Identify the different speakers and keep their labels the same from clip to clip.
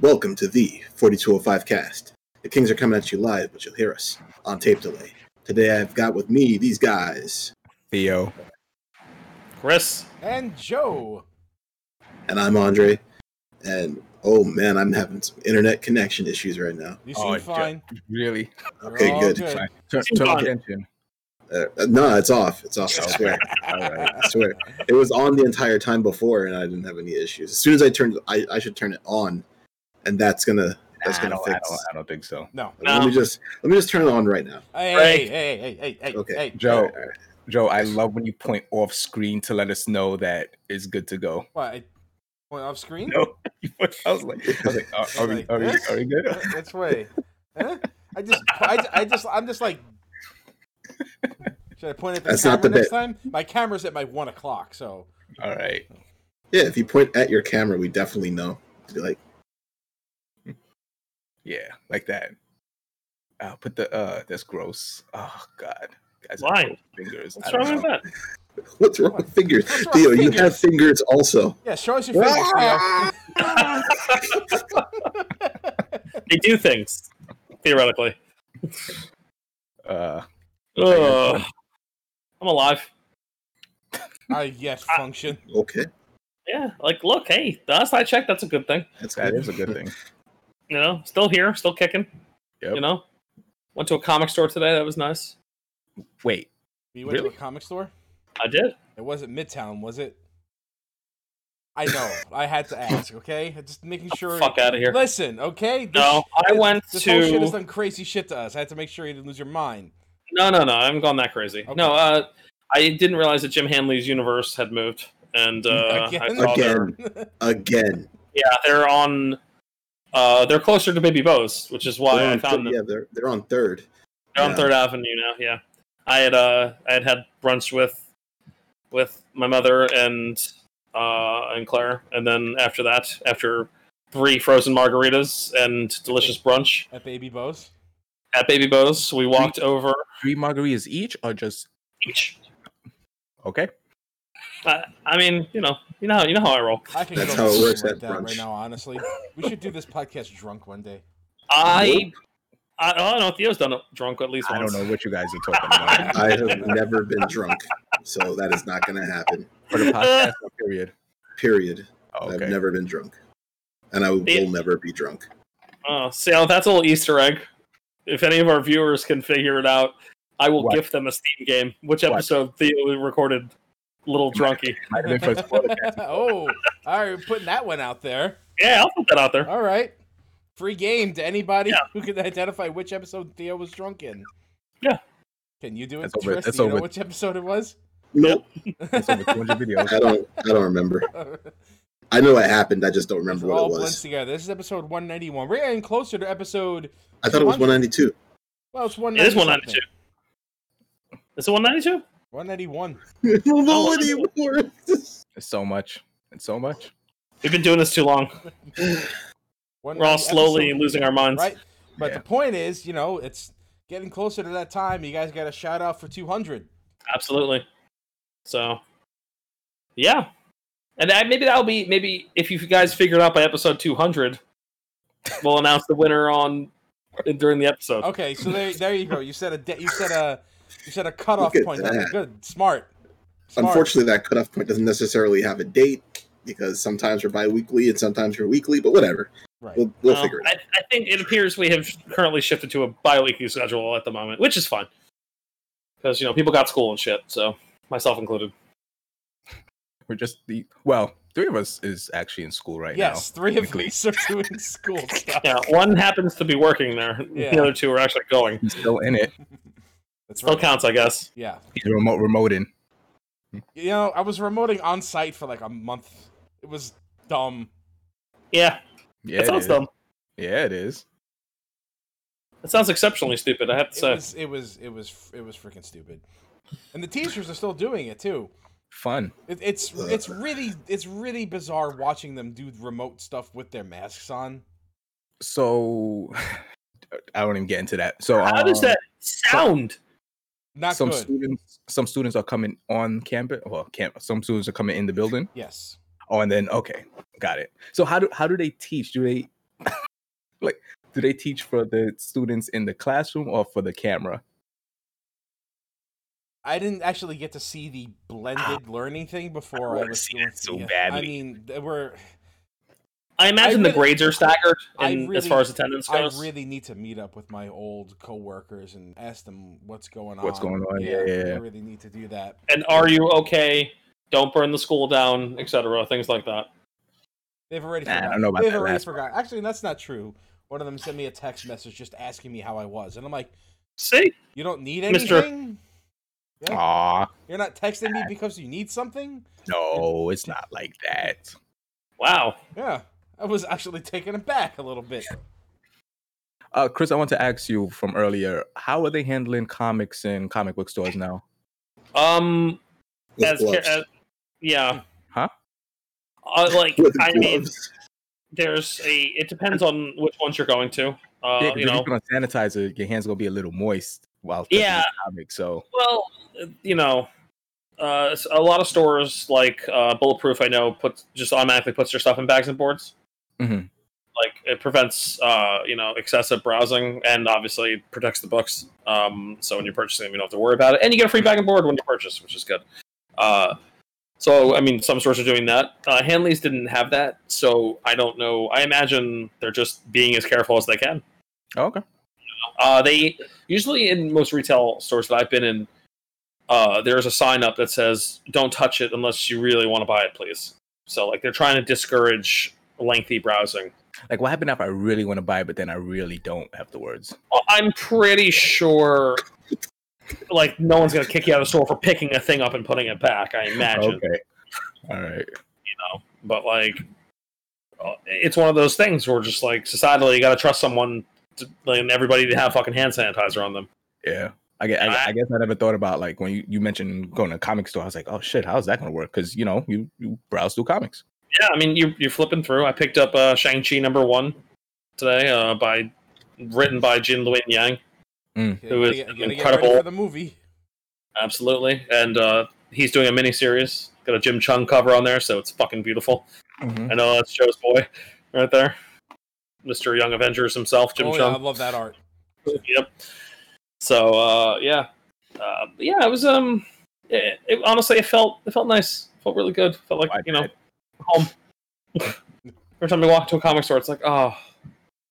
Speaker 1: Welcome to the 4205 cast. The Kings are coming at you live, but you'll hear us on tape delay. Today I've got with me these guys,
Speaker 2: Theo.
Speaker 3: Chris.
Speaker 4: And Joe.
Speaker 1: and I'm Andre. And oh man, I'm having some internet connection issues right now.
Speaker 4: You seem
Speaker 2: Oh, Joe.
Speaker 4: fine.
Speaker 2: Really?
Speaker 4: You're
Speaker 1: Okay,
Speaker 4: all
Speaker 1: good.
Speaker 2: Fine. Turn, turn
Speaker 3: Fine.
Speaker 2: attention.
Speaker 1: Uh, no, it's off. It's off. I swear.
Speaker 2: All right.
Speaker 1: I swear. It was on the entire time before, and I didn't have any issues. As soon as I turned, I, I should turn it on, and that's gonna that's
Speaker 2: Nah, I,
Speaker 1: gonna
Speaker 2: don't, I,
Speaker 1: fix.
Speaker 2: don't, I don't think so.
Speaker 4: No.
Speaker 1: Let me just let me just turn it on right now.
Speaker 4: Hey,
Speaker 3: Break.
Speaker 4: hey, hey, hey, hey, hey,
Speaker 1: Okay.
Speaker 4: hey.
Speaker 2: Joe,
Speaker 1: All right.
Speaker 2: Joe, I love when you point off screen to let us know that it's good to go.
Speaker 4: What? I went off screen?
Speaker 2: No, I was like, I was like, "Uh, are, are, we, are, we, are we good?
Speaker 4: Wh- Which way? Huh? I just, I, I just, I'm just like. Should I point at the
Speaker 1: That's
Speaker 4: camera
Speaker 1: not the
Speaker 4: next
Speaker 1: bit.
Speaker 4: time? My camera's at my one o'clock, so
Speaker 2: All right.
Speaker 1: Yeah, if you point at your camera, we definitely know. Be like,
Speaker 2: Yeah, like that. Uh, put the uh, that's gross. Oh God, guys,
Speaker 3: Why?
Speaker 2: gross fingers. I
Speaker 3: What's
Speaker 2: don't
Speaker 3: wrong with
Speaker 2: know.
Speaker 3: that?
Speaker 1: what's wrong with fingers?
Speaker 4: What's wrong
Speaker 1: Theo,
Speaker 4: with
Speaker 1: you have fingers also.
Speaker 4: yeah, show us your fingers.
Speaker 1: Ah!
Speaker 3: Ah!
Speaker 4: Theo.
Speaker 3: They do things, theoretically.
Speaker 2: Uh,
Speaker 3: Ugh. I'm alive.
Speaker 4: I Ah, yes
Speaker 2: Ah!
Speaker 4: function.
Speaker 1: Okay,
Speaker 3: Yeah, like, look, hey, the last I checked, that's a good thing.
Speaker 1: that's
Speaker 2: that is a good thing.
Speaker 3: You know, still here, still kicking.
Speaker 2: Yep.
Speaker 3: You know, went to a comic store today. That was nice.
Speaker 2: Wait,
Speaker 4: You went
Speaker 2: Really?
Speaker 4: to a comic store.
Speaker 3: I did.
Speaker 4: It wasn't Midtown, was it? I know. I had to ask. Okay, just making sure.
Speaker 3: Fuck out of here.
Speaker 4: Listen, okay. This-
Speaker 3: No, I
Speaker 4: this-
Speaker 3: went
Speaker 4: This whole shit has
Speaker 3: to.
Speaker 4: done crazy shit to us. I had to make sure you didn't lose your mind.
Speaker 3: No, no, no. I haven't gone that crazy.
Speaker 4: Okay.
Speaker 3: No, uh, I didn't realize that Jim Hanley's universe had moved, and uh, I
Speaker 4: Again?
Speaker 3: saw their
Speaker 1: again, again.
Speaker 3: yeah, they're on. Uh, they're closer to Baby Bo's, which is
Speaker 1: They're
Speaker 3: why I
Speaker 1: on thir-
Speaker 3: found them.
Speaker 1: yeah, they're they're on third.
Speaker 3: They're on
Speaker 1: Yeah.
Speaker 3: Third Avenue now. Yeah, I had uh, I had had brunch with with my mother and uh, and Claire, and then after that, after three frozen margaritas and delicious brunch
Speaker 4: At Baby Bo's.
Speaker 3: at Baby Bo's, we walked over.
Speaker 2: three margaritas each, or just
Speaker 3: Each,
Speaker 2: okay?
Speaker 3: I, I mean, you know, you know, how- you know how I roll.
Speaker 4: I can
Speaker 1: That's
Speaker 4: go
Speaker 1: how it
Speaker 4: something
Speaker 1: works
Speaker 4: like
Speaker 1: at
Speaker 4: that
Speaker 1: brunch.
Speaker 4: right now. Honestly, we should do this podcast drunk one day.
Speaker 3: I I, I don't know. Theo's done it drunk at least
Speaker 2: I
Speaker 3: once.
Speaker 2: don't know what you guys are talking about.
Speaker 1: I have never been drunk, so that is not going to happen.
Speaker 2: For the podcast period.
Speaker 1: Period.
Speaker 2: Oh,
Speaker 1: I've
Speaker 2: okay.
Speaker 1: never been drunk, and I will
Speaker 3: Yeah.
Speaker 1: never be drunk.
Speaker 3: Oh, see, now that's a little Easter egg. If any of our viewers can figure it out, I will
Speaker 2: What?
Speaker 3: gift them a Steam game. Which
Speaker 2: What?
Speaker 3: episode Theo recorded? Little drunky.
Speaker 2: Might have been for the podcast.
Speaker 4: oh, all right, we're putting that one out there.
Speaker 3: Yeah, I'll put that out there.
Speaker 4: All right, free game to anybody
Speaker 3: Yeah.
Speaker 4: who can identify which episode Theo was drunk in.
Speaker 3: Yeah.
Speaker 4: Can you do it,
Speaker 2: That's over-
Speaker 4: Tris?
Speaker 2: that's
Speaker 4: Do you know
Speaker 2: over.
Speaker 4: which episode it was?
Speaker 1: Nope,
Speaker 2: It's over 200 videos.
Speaker 1: I don't. I don't remember. I know it happened. I just don't remember what
Speaker 4: all
Speaker 1: it
Speaker 4: blends
Speaker 1: was.
Speaker 4: together. This is episode 191. We're getting closer to episode.
Speaker 1: I thought it was 192.
Speaker 4: Well, it's
Speaker 3: It
Speaker 4: 190
Speaker 3: is 192. Is it 192?
Speaker 4: 191.
Speaker 1: I don't know
Speaker 3: Oh,
Speaker 1: anymore.
Speaker 2: It's so much. It's so much.
Speaker 3: We've been doing this too long. We're all
Speaker 4: 190
Speaker 3: slowly
Speaker 4: episode,
Speaker 3: losing our minds.
Speaker 4: Right? But
Speaker 2: Yeah.
Speaker 4: the point is, you know, it's getting closer to that time. You guys got a shout out for 200.
Speaker 3: Absolutely. So, yeah. And that, maybe that'll be, maybe if you guys figure it out by episode 200, we'll announce the winner on during the episode.
Speaker 4: Okay, so there, there you go. You said a, de- you said a, you said a cutoff
Speaker 1: Look at
Speaker 4: point.
Speaker 1: that.
Speaker 4: That's Good, smart. smart.
Speaker 1: Unfortunately, that cutoff point doesn't necessarily have a date because sometimes we're bi-weekly and sometimes we're weekly. But whatever,
Speaker 4: right?
Speaker 1: we'll, we'll
Speaker 3: Well,
Speaker 1: figure it out.
Speaker 3: Um, I, I think it appears we have currently shifted to a bi-weekly schedule at the moment, which is fine because you know people got school and shit, so myself included.
Speaker 2: We're just the well, three of us is actually in school right
Speaker 4: yes, three of
Speaker 2: weekly.
Speaker 4: these are doing school stuff.
Speaker 3: Yeah, one happens to be working there;
Speaker 4: Yeah.
Speaker 3: the other two are actually going.
Speaker 2: now. He's still in it.
Speaker 4: That's
Speaker 3: Still
Speaker 4: right.
Speaker 3: counts, I guess.
Speaker 4: Yeah,
Speaker 2: He's remote remoting.
Speaker 4: you know, I was remoting on site for like a month. It was dumb.
Speaker 3: Yeah,
Speaker 2: Yeah,
Speaker 3: it
Speaker 2: it
Speaker 3: sounds
Speaker 2: is.
Speaker 3: dumb.
Speaker 2: Yeah, it is.
Speaker 3: It sounds exceptionally stupid. I have to
Speaker 4: It
Speaker 3: say.
Speaker 4: was, it was, it was, it was freaking stupid. And the teachers are still doing it too.
Speaker 2: Fun.
Speaker 4: It, it's it's really it's really bizarre watching them do remote stuff with their masks on.
Speaker 2: So I don't even get into that. So
Speaker 3: How does
Speaker 2: um,
Speaker 3: that sound?
Speaker 4: Not
Speaker 2: some
Speaker 4: good.
Speaker 2: students some students are coming on campus. Well, camp some students are coming in the building.
Speaker 4: yes.
Speaker 2: Oh, and then okay, got it. So how do how do they teach? Do they Like, do they teach for the students in the classroom or for the camera?
Speaker 4: I didn't actually get to see the blended learning thing before I,
Speaker 2: Ah. wanna
Speaker 4: was
Speaker 2: see
Speaker 4: doing
Speaker 2: that so
Speaker 4: yeah, I
Speaker 2: badly.
Speaker 4: mean, there were
Speaker 3: I imagine
Speaker 4: really-
Speaker 3: the grades are staggered
Speaker 4: I
Speaker 3: in, as
Speaker 4: really-
Speaker 3: far as attendance
Speaker 4: I
Speaker 3: goes.
Speaker 4: really need to meet up with my old coworkers and ask them what's going on.
Speaker 2: What's going on, yeah, yeah,
Speaker 4: I
Speaker 2: yeah.
Speaker 4: really need to do that.
Speaker 3: and are you okay? Don't burn the school down, etc. Things like that.
Speaker 4: They've already
Speaker 2: Nah, I don't
Speaker 4: forgotten.
Speaker 2: know about
Speaker 4: They've
Speaker 2: that
Speaker 4: already
Speaker 2: last
Speaker 4: forgotten. Actually, that's not true. One of them sent me a text message just asking me how I was, and I'm like,
Speaker 3: See,
Speaker 4: "You don't need
Speaker 3: Mister-
Speaker 4: anything. Yeah.
Speaker 2: Aw,
Speaker 4: You're not texting me because you need something."
Speaker 2: no, it's not like that.
Speaker 3: wow.
Speaker 4: Yeah, I was actually taken aback a little bit.
Speaker 2: Uh, Chris, I want to ask you from earlier. How are they handling comics in comic book stores now?
Speaker 3: Um,
Speaker 1: With
Speaker 3: as,
Speaker 1: gloves.
Speaker 3: as yeah,
Speaker 2: Huh?
Speaker 3: Uh, like
Speaker 1: With
Speaker 3: I mean,
Speaker 1: gloves.
Speaker 3: there's a. It depends on which ones you're going to. Uh,
Speaker 2: yeah, 'cause
Speaker 3: you
Speaker 2: if
Speaker 3: know,
Speaker 2: you're gonna sanitize it, your hands gonna be a little moist while touching
Speaker 3: Yeah.
Speaker 2: the comic. So
Speaker 3: Well, you know, uh, s- a lot of stores like uh, Bulletproof, I know, puts just automatically puts their stuff in bags and boards.
Speaker 2: Mhm.
Speaker 3: Like it prevents, uh, you know, excessive browsing, and obviously protects the books. Um, so when you're purchasing them, you don't have to worry about it, and you get a free bag and board when you purchase, which is good. Uh, so I mean, some stores are doing that. Uh, Hanley's didn't have that, so I don't know. I imagine they're just being as careful as they can.
Speaker 2: okay,
Speaker 3: Uh, they usually in most retail stores that I've been in, uh, there's a sign up that says "Don't touch it unless you really want to buy it, please." So like they're trying to discourage lengthy browsing.
Speaker 2: like what happened if I really want to buy, it, but then I really don't afterwards?
Speaker 3: Well, I'm pretty sure, like no one's gonna kick you out of the store for picking a thing up and putting it back. I imagine,
Speaker 2: Okay, all right.
Speaker 3: but like, uh, it's one of those things where just like societally, you gotta trust someone to, and everybody to have fucking hand sanitizer on them.
Speaker 2: Yeah. I guess, I,
Speaker 3: I-
Speaker 2: I guess I never thought about like when you, you mentioned going to a comic store. I was like, oh shit, how's that going to work? Because you know you, you browse through comics.
Speaker 3: Yeah, I mean, you're, you're flipping through. I picked up uh, Shang Chi number one today, uh, by written by Jin Luen Yang,
Speaker 4: Yeah,
Speaker 3: Who
Speaker 4: you
Speaker 3: is
Speaker 4: gotta get-
Speaker 3: an
Speaker 4: you gotta get
Speaker 3: incredible-
Speaker 4: ready for the movie.
Speaker 3: absolutely, and uh, he's doing a mini series. Got a Jim Chung cover on there, so it's fucking beautiful. I know that's Joe's boy right there, Mister Young Avengers himself, Jim
Speaker 4: oh yeah, I
Speaker 3: Chung.
Speaker 4: love that art.
Speaker 3: Yep. So uh, yeah, uh, yeah, it was um, it, it, honestly, it felt it felt nice, felt really good, felt like
Speaker 2: I
Speaker 3: you know
Speaker 2: bet.
Speaker 3: home. Every time I walk to a comic store, it's like oh,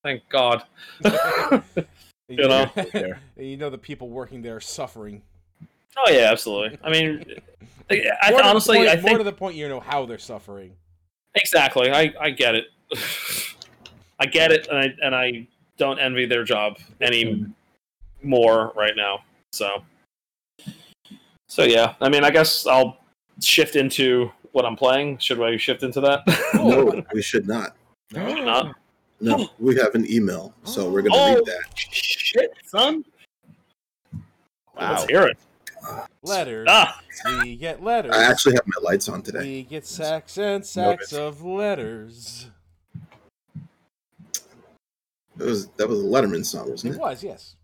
Speaker 3: thank God. oh
Speaker 4: You
Speaker 3: know?
Speaker 2: There.
Speaker 4: you know the people working there are suffering.
Speaker 3: Oh, yeah, absolutely. I mean, I, I-
Speaker 4: More to the
Speaker 3: honestly,
Speaker 4: point-
Speaker 3: I
Speaker 4: more
Speaker 3: think
Speaker 4: to the point, you know how they're suffering.
Speaker 3: exactly. I, I get it. I get it, and I and I don't envy their job any more right now. So, so yeah. I mean, I guess I'll shift into what I'm playing. Should I shift into that?
Speaker 4: Oh.
Speaker 3: oh.
Speaker 1: No, we should not.
Speaker 3: Not-
Speaker 1: No, we have an email, so we're gonna
Speaker 3: Oh.
Speaker 1: read that.
Speaker 3: Shit, son.
Speaker 2: Wow.
Speaker 3: Let's hear it.
Speaker 4: Letters.
Speaker 3: Ah,
Speaker 4: We get letters.
Speaker 1: I actually have my lights on today.
Speaker 4: we get sacks and sacks of letters.
Speaker 1: That was that was a Letterman song,
Speaker 4: It
Speaker 1: wasn't it?
Speaker 4: was yes.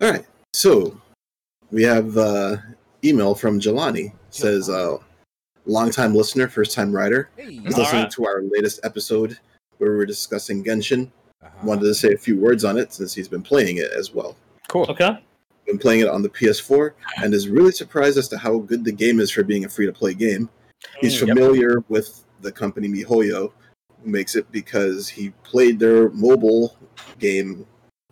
Speaker 1: All right. So we have uh, email from Jelani. Says uh, longtime listener, first time writer.
Speaker 4: Hey.
Speaker 1: He's
Speaker 3: All
Speaker 1: listening
Speaker 3: right.
Speaker 1: to our latest episode where we were discussing Genshin.
Speaker 4: Uh-huh.
Speaker 1: Wanted to say a few words on it since he's been playing it as well.
Speaker 2: Cool.
Speaker 3: okay.
Speaker 1: Been playing it on the PS4 and is really surprised as to how good the game is for being a free to play game. He's
Speaker 2: Yep.
Speaker 1: familiar with the company MiHoYo, who makes it because he played their mobile game,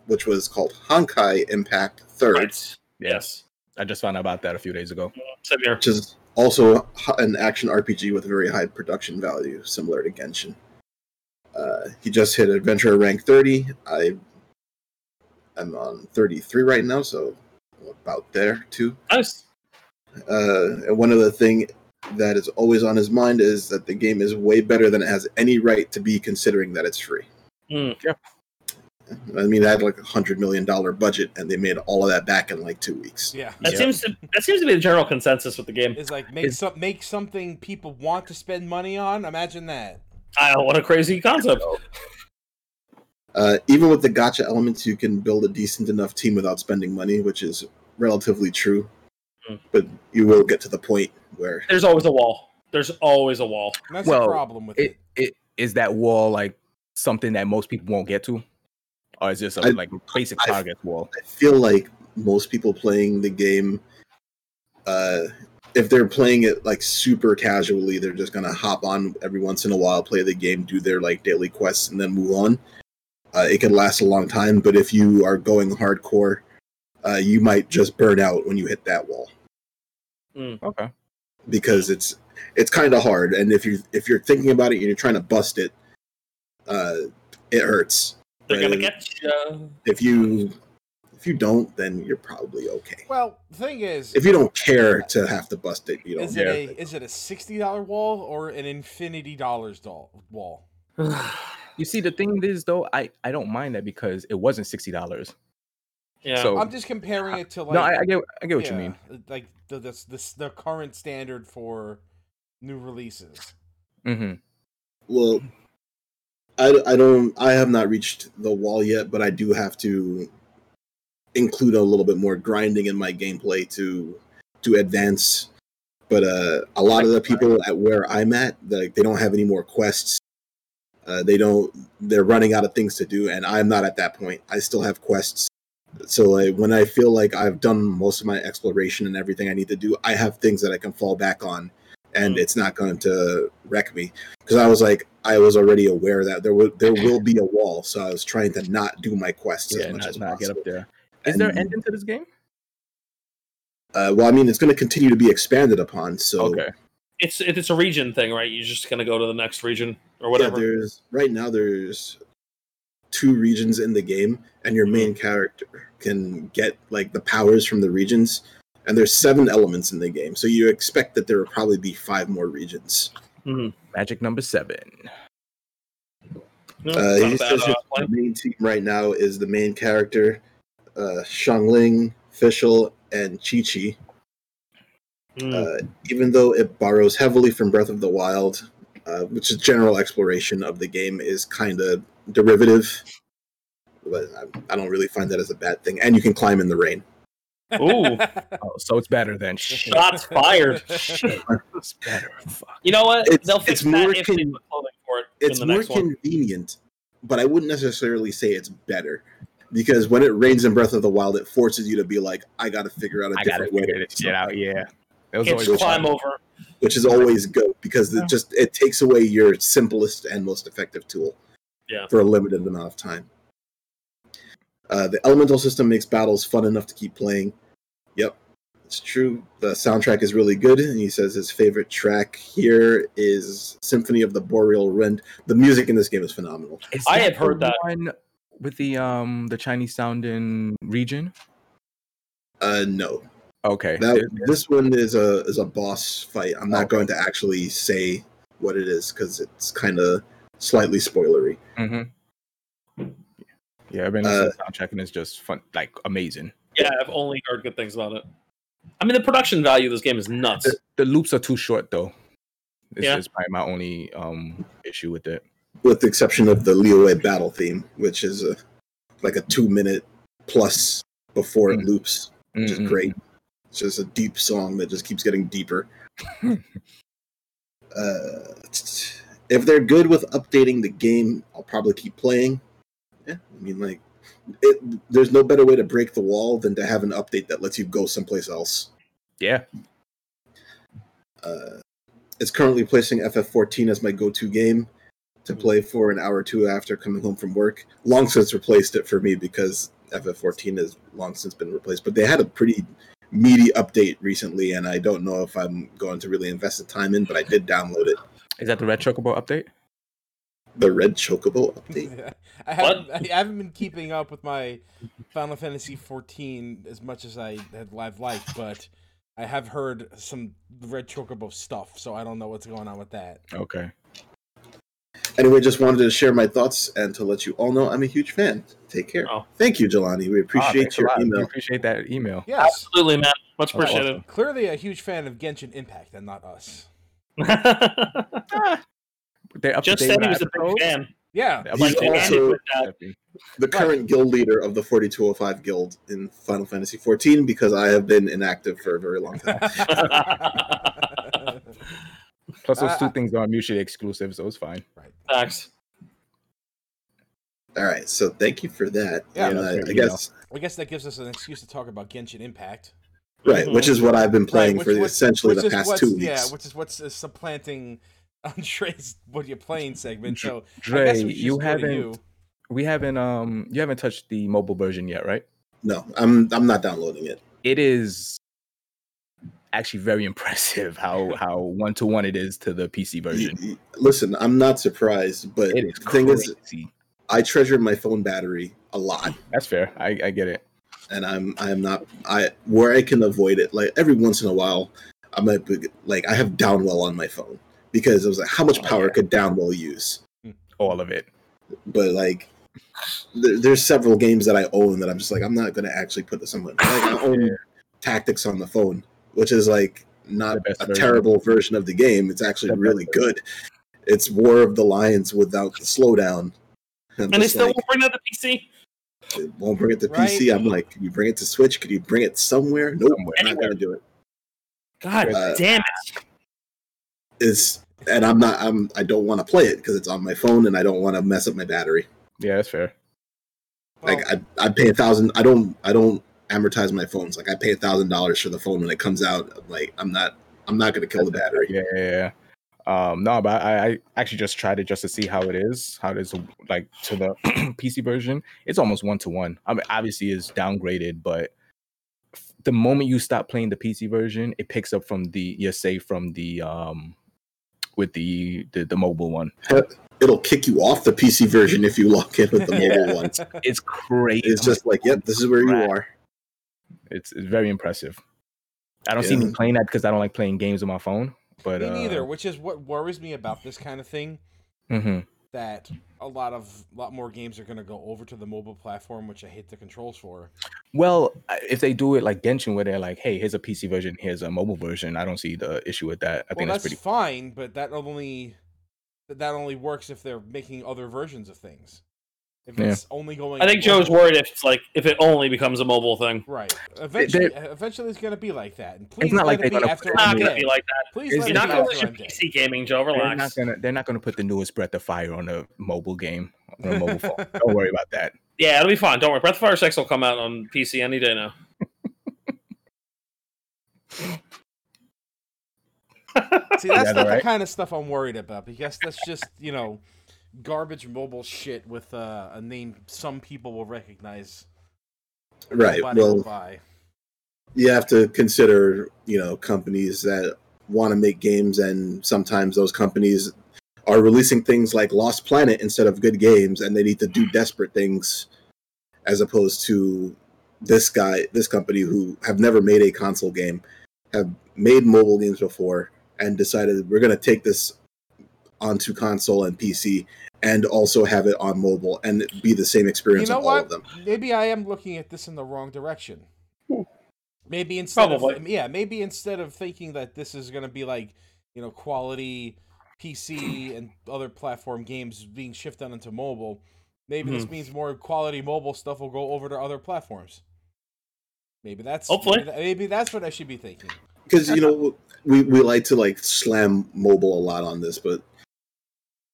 Speaker 1: which was called Honkai Impact Third,
Speaker 3: Right. Yes.
Speaker 2: I just found out about that a few days ago.
Speaker 3: Same here.
Speaker 1: which is also a h- an action RPG with very high production value, similar to Genshin. Uh, he just hit Adventurer rank 30. I am on 33 right now, so about there too.
Speaker 3: Nice.
Speaker 1: uh, and one of the thing that is always on his mind is that the game is way better than it has any right to be, considering that it's free.
Speaker 3: Mm.
Speaker 1: I mean, they had like a hundred million dollar budget, and they made all of that back in like two weeks.
Speaker 4: Yeah.
Speaker 3: That
Speaker 2: Yeah.
Speaker 3: seems to that seems to be the general consensus with the game.
Speaker 4: It's like make
Speaker 2: It's-
Speaker 4: some make something people want to spend money on. Imagine that.
Speaker 3: Ah, what a crazy concept.
Speaker 1: Uh, even with the gotcha elements, you can build a decent enough team without spending money, which is relatively true.
Speaker 3: Mm.
Speaker 1: But you will get to the point where
Speaker 3: There's always a wall. There's always a wall.
Speaker 4: And that's the
Speaker 2: Well,
Speaker 4: problem with it.
Speaker 2: It, it is that wall like something that most people won't get to, or is this a, like basic
Speaker 1: I-
Speaker 2: target wall?
Speaker 1: I feel like most people playing the game, uh, if they're playing it like super casually, they're just gonna hop on every once in a while, play the game, do their like daily quests, and then move on. Uh, it can last a long time, but if you are going hardcore, uh, you might just burn out when you hit that wall
Speaker 2: Okay,
Speaker 1: because it's it's kind of hard. And if you if you're thinking about it and you're trying to bust it, uh, it hurts.
Speaker 3: They're gonna
Speaker 1: Uh,
Speaker 3: get you.
Speaker 1: If you if you don't, then you're probably okay.
Speaker 4: Well, the thing is,
Speaker 1: if you don't care to have to bust it, you don't.
Speaker 4: is
Speaker 1: care.
Speaker 4: it a is it a sixty dollar wall or an infinity dollars doll wall?
Speaker 2: you see, the thing is though, I I don't mind that because it wasn't sixty dollars.
Speaker 3: yeah.
Speaker 2: So
Speaker 4: I'm just comparing it to like
Speaker 2: Oh. no, I, I get I get what you mean.
Speaker 4: yeah, Like the this this the current standard for new releases.
Speaker 2: hmm
Speaker 1: Well, I, I don't. I have not reached the wall yet, but I do have to include a little bit more grinding in my gameplay to to advance. But uh, a lot of the people at where I'm at, like they don't have any more quests. Uh, they don't. They're running out of things to do, and I'm not at that point. I still have quests. So like, when I feel like I've done most of my exploration and everything I need to do, I have things that I can fall back on, and
Speaker 2: Hmm.
Speaker 3: Mm.
Speaker 1: it's not going to wreck me. Because I was like, I was already aware that there will there will be a wall, so I was trying to not do my quests
Speaker 2: Yeah,
Speaker 1: as much
Speaker 2: not,
Speaker 1: as
Speaker 2: not get
Speaker 1: possible.
Speaker 2: up there. Is there an
Speaker 1: And-
Speaker 2: ending to this game?
Speaker 1: Uh, well, I mean, it's going to continue to be expanded upon. So
Speaker 2: Okay,
Speaker 3: it's it, it's a region thing, right? You're just gonna go to the next region or
Speaker 1: yeah,
Speaker 3: whatever.
Speaker 1: there's right now there's two regions in the game, and your
Speaker 3: Hmm.
Speaker 1: main character can get like the powers from the regions. And there's seven elements in the game, so you expect that there will probably be five more regions.
Speaker 3: Mhm.
Speaker 2: magic number seven.
Speaker 3: No,
Speaker 1: Uh,
Speaker 3: not a
Speaker 1: he
Speaker 3: bad,
Speaker 1: says
Speaker 3: uh,
Speaker 1: his
Speaker 3: plan.
Speaker 1: main team right now is the main character, uh, Shangling, Fischl, and Chi Chi.
Speaker 3: Mm.
Speaker 1: uh, even though it borrows heavily from Breath of the Wild, uh, which is general exploration of the game, is kind of derivative. But I, I don't really find that as a bad thing. And you can climb in the rain.
Speaker 3: Hmm. Ooh.
Speaker 2: Oh, so it's better than shit.
Speaker 3: Shots fired.
Speaker 2: It's better. Fuck.
Speaker 3: You know what?
Speaker 1: It's-
Speaker 3: They'll fix
Speaker 1: it's more
Speaker 3: that if they
Speaker 1: con-
Speaker 3: put clothing for it
Speaker 1: It's
Speaker 3: in the
Speaker 1: more
Speaker 3: next one.
Speaker 1: convenient, but I wouldn't necessarily say it's better. Because when it rains in Breath of the Wild, it forces you to be like, I got to figure out a
Speaker 2: I gotta
Speaker 1: different way,
Speaker 2: figure this shit out. Yeah, It was
Speaker 3: It's
Speaker 2: always-
Speaker 3: climb over.
Speaker 1: which is always good because
Speaker 2: Yeah.
Speaker 1: it just it takes away your simplest and most effective tool
Speaker 3: Yeah.
Speaker 1: for a limited amount of time. Uh, the elemental system makes battles fun enough to keep playing. Yep, it's true. The soundtrack is really good, and he says his favorite track here is "Symphony of the Boreal Wind." The music in this game is phenomenal.
Speaker 2: Is
Speaker 3: I have
Speaker 2: the
Speaker 3: heard that.
Speaker 2: one with the um the Chinese sounding region.
Speaker 1: Uh, no,
Speaker 2: Okay,
Speaker 1: that
Speaker 2: there- there-
Speaker 1: this one is a is a boss fight. I'm not going to actually say what it is because it's kind of slightly spoilery.
Speaker 2: mhm. Yeah, I've been
Speaker 1: Uh,
Speaker 2: listening to the soundtrack and it's just fun, like amazing.
Speaker 3: Yeah, I've only heard good things about it. I mean, the production value of this game is nuts.
Speaker 2: The, the loops are too short though. This
Speaker 3: Yeah.
Speaker 2: is probably my only um issue with it.
Speaker 1: with the exception of the Liyue battle theme, which is a, like a two minute plus before it
Speaker 2: Mm.
Speaker 1: loops, which is
Speaker 2: Mm-mm.
Speaker 1: great. It's just a deep song that just keeps getting deeper. uh, if they're good with updating the game, I'll probably keep playing. Yeah, I mean, like, it, there's no better way to break the wall than to have an update that lets you go someplace else.
Speaker 2: Yeah,
Speaker 1: uh, it's currently placing FF14 as my go-to game
Speaker 2: Hmm.
Speaker 1: to play for an hour or two after coming home from work. Long since replaced it for me because FF14 has long since been replaced. But they had a pretty meaty update recently, and I don't know if I'm going to really invest the time in. But I did download it,
Speaker 2: is that the Red Chocobo update?
Speaker 1: the Red Chocobo update.
Speaker 4: I haven't, I haven't been keeping up with my Final Fantasy 14 as much as I had live liked, but I have heard some Red Chocobo stuff, so I don't know what's going on with that.
Speaker 2: Okay,
Speaker 1: Anyway, just wanted to share my thoughts and to let you all know I'm a huge fan. Take care.
Speaker 3: Oh.
Speaker 1: Thank you, Jelani. We
Speaker 2: Ah,
Speaker 1: appreciate
Speaker 2: thanks a
Speaker 1: your
Speaker 2: lot. We
Speaker 1: email.
Speaker 2: Appreciate that email.
Speaker 4: Yes,
Speaker 3: Absolutely, man.
Speaker 2: That's
Speaker 3: Much appreciated.
Speaker 4: clearly a huge fan of Genshin Impact and not us.
Speaker 2: They're up
Speaker 3: Just
Speaker 2: to date
Speaker 3: said
Speaker 2: with
Speaker 3: he
Speaker 2: our
Speaker 3: was a big
Speaker 2: episodes.
Speaker 3: fan.
Speaker 4: Yeah,
Speaker 2: They're up
Speaker 1: He's
Speaker 2: to date with our
Speaker 1: also-
Speaker 2: episodes.
Speaker 1: the current guild leader of the 4205 guild in Final Fantasy 14 because I have been inactive for a very long time.
Speaker 2: Plus, those
Speaker 4: Uh,
Speaker 2: two things are mutually exclusive, so it's fine.
Speaker 3: Thanks.
Speaker 1: All right, so thank you for that.
Speaker 4: Yeah,
Speaker 1: and
Speaker 2: that's
Speaker 1: I,
Speaker 2: great
Speaker 1: I
Speaker 2: email.
Speaker 1: guess
Speaker 4: I guess that gives us an excuse to talk about Genshin Impact.
Speaker 1: right, which is what I've been playing
Speaker 4: which-
Speaker 1: for
Speaker 4: which-
Speaker 1: essentially the
Speaker 4: is
Speaker 1: past
Speaker 4: what's-
Speaker 1: two weeks.
Speaker 4: Yeah, which is what's uh, supplanting Andre's what you're playing segment.
Speaker 2: Dr-
Speaker 4: So I
Speaker 2: Dre,
Speaker 4: guess we should
Speaker 2: you
Speaker 4: just go to
Speaker 2: haven't
Speaker 4: you.
Speaker 2: we haven't um you haven't touched the mobile version yet, right?
Speaker 1: no, I'm I'm not downloading it.
Speaker 2: It is actually very impressive how how one to one it is to the PC version.
Speaker 1: Y- y- Listen, I'm not surprised, but
Speaker 2: It is
Speaker 1: the thing is,
Speaker 2: crazy.
Speaker 1: I treasure my phone battery a lot,
Speaker 2: That's fair. I, I get it.
Speaker 1: and I'm I'm not I where I can avoid it. Like every once in a while, I might be, like I have downwell on my phone because I was like, how much
Speaker 2: Oh,
Speaker 1: power
Speaker 2: yeah.
Speaker 1: could downwell use?
Speaker 2: All of it.
Speaker 1: But like, there, there's several games that I own that I'm just like, I'm not gonna actually put this on my like I own
Speaker 2: Yeah.
Speaker 1: tactics on the phone, which is like not
Speaker 2: The best
Speaker 1: a
Speaker 2: version.
Speaker 1: terrible version of the game. It's actually
Speaker 2: The best
Speaker 1: really good. It's War of the Lions without the slowdown. I'm
Speaker 3: and they
Speaker 1: just
Speaker 3: still
Speaker 1: like,
Speaker 3: won't bring that to PC.
Speaker 1: it won't bring it to
Speaker 4: Right?
Speaker 1: PC. I'm like, can you bring it to Switch? Can you bring it somewhere? Nope,
Speaker 2: Somewhere.
Speaker 1: I'm not gonna do it.
Speaker 3: God
Speaker 1: Uh,
Speaker 3: damn it!
Speaker 1: It's and I'm not. I'm. I don't want to play it because it's on my phone, and I don't want to mess up my battery.
Speaker 2: Yeah, that's fair.
Speaker 4: Well,
Speaker 1: like I, I pay a thousand. I don't. I don't amortize my phones. Like I pay a thousand dollars for the phone when it comes out. I'm like I'm not. I'm not gonna kill the battery.
Speaker 2: Yeah, yeah, yeah. Um, no, but I, I actually just tried it just to see how it is, how it is like to the PC version. It's almost one to one. I mean, obviously, it's downgraded, but f- the moment you stop playing the PC version, it picks up from the your save from the um with the the, the mobile one.
Speaker 1: It'll kick you off the PC version if you log in with the mobile one.
Speaker 2: It's crazy.
Speaker 1: It's just like, yep, this is where you are.
Speaker 2: it's, it's very impressive. I don't see me
Speaker 1: Yeah.
Speaker 2: playing that because I don't like playing games on my phone. But
Speaker 4: me
Speaker 2: uh,
Speaker 4: neither, which is what worries me about this kind of thing.
Speaker 2: mhm.
Speaker 4: That a lot of lot more games are going to go over to the mobile platform, which I hate the controls for.
Speaker 2: Well, I- if they do it like Genshin, where they're like, "Hey, here's a PC version, here's a mobile version," I don't see the issue with that. I
Speaker 4: well,
Speaker 2: think
Speaker 4: that's,
Speaker 2: that's pretty.
Speaker 4: fine, but that only that that only works if they're making other versions of things. If
Speaker 2: Yeah.
Speaker 4: it's only going,
Speaker 3: I think
Speaker 4: on one-
Speaker 3: Joe's worried if it's like if it only becomes a mobile thing.
Speaker 4: Right. Eventually, e, eventually it's gonna be like that. And please
Speaker 2: not like
Speaker 4: let it
Speaker 2: they're
Speaker 4: be
Speaker 2: gonna
Speaker 4: after
Speaker 3: It's
Speaker 4: I'm
Speaker 3: not
Speaker 4: dead.
Speaker 3: gonna be like that.
Speaker 4: please
Speaker 2: It's
Speaker 4: let
Speaker 3: You're
Speaker 4: it be
Speaker 3: not gonna
Speaker 4: after
Speaker 3: let your
Speaker 4: I'm dead.
Speaker 3: PC gaming, Joe.
Speaker 2: They're not
Speaker 3: Relax.
Speaker 2: gonna. They're not gonna put the newest Breath of Fire on a mobile game on a mobile phone. Don't worry about that.
Speaker 3: Yeah, it'll be fine. Don't worry. Breath of Fire Six will come out on PC any day now.
Speaker 4: See, that's
Speaker 2: Yeah,
Speaker 4: not the
Speaker 2: right.
Speaker 4: kind of stuff I'm worried about because that's just you know garbage mobile shit with uh, a name some people will recognize.
Speaker 1: Right.
Speaker 4: nobody will
Speaker 1: Well,
Speaker 4: buy.
Speaker 1: you have to consider, you know, companies that want to make games, and sometimes those companies are releasing things like Lost Planet instead of good games, and they need to
Speaker 4: Mm.
Speaker 1: do desperate things as opposed to this guy, this company who have never made a console game, have made mobile games before, and decided we're going to take this onto console and PC and also have it on mobile and it be the same
Speaker 4: You
Speaker 1: experience
Speaker 4: know
Speaker 1: on all of
Speaker 4: what?
Speaker 1: them.
Speaker 4: Maybe I am looking at this in the wrong direction. Maybe instead of
Speaker 3: Probably.
Speaker 4: yeah, maybe instead of thinking that this is gonna be like you know quality PC and other platform games being shifted onto mobile, maybe
Speaker 3: Hmm.
Speaker 4: this means more quality mobile stuff will go over to other platforms. Maybe that's
Speaker 3: Hopefully.
Speaker 4: maybe, tha- maybe that's what I should be thinking.
Speaker 1: because you know we, we like to like slam mobile a lot on this but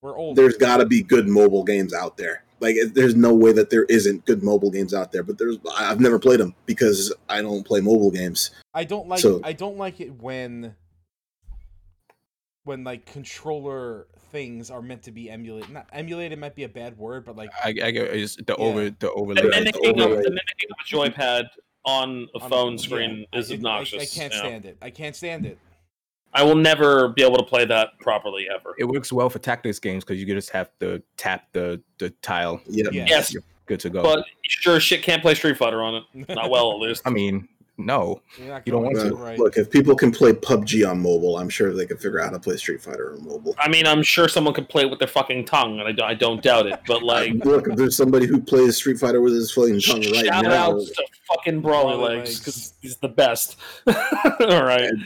Speaker 4: We're old.
Speaker 1: there's got to be good mobile games out there like it- there's no way that there isn't good mobile games out there but there's I- i've never played them because i don't play mobile games
Speaker 4: I don't like
Speaker 1: So-
Speaker 4: I don't like it when when like controller things are meant to be emulated. Not emulated might be a bad word, but like
Speaker 2: I, I get it's the
Speaker 4: Yeah.
Speaker 2: over the
Speaker 3: The
Speaker 2: overlay.
Speaker 1: Right.
Speaker 3: mimicking, of, the
Speaker 1: Overrated.
Speaker 3: mimicking of a joypad on a
Speaker 4: on a-
Speaker 3: phone
Speaker 4: yeah,
Speaker 3: screen
Speaker 4: I-
Speaker 3: is
Speaker 4: I- I-
Speaker 3: obnoxious.
Speaker 4: I, can't
Speaker 3: yeah.
Speaker 4: stand it. I can't stand it.
Speaker 3: I will never be able to play that properly ever.
Speaker 2: It works well for tactics games because you could just have to tap the the tile.
Speaker 1: yeah
Speaker 4: Yeah.
Speaker 3: Yes,
Speaker 2: You're good to go.
Speaker 3: but you sure as shit can't play Street Fighter on it. Not well, at least.
Speaker 2: I mean, no.
Speaker 4: You're not
Speaker 2: You don't
Speaker 4: going
Speaker 2: want
Speaker 1: Uh,
Speaker 2: to.
Speaker 4: right.
Speaker 1: look if people can play pubg on mobile i'm sure they can figure out how to play street fighter on mobile
Speaker 3: I mean, I'm sure someone could play it with their fucking tongue, and I don't, I don't doubt it. But like,
Speaker 1: look if there's somebody who plays street fighter with his fucking tongue right
Speaker 3: shout
Speaker 1: now
Speaker 3: outs to fucking Brawly
Speaker 4: Brawly
Speaker 3: Legs
Speaker 4: Legs.
Speaker 3: because he's the best. All right,
Speaker 1: and,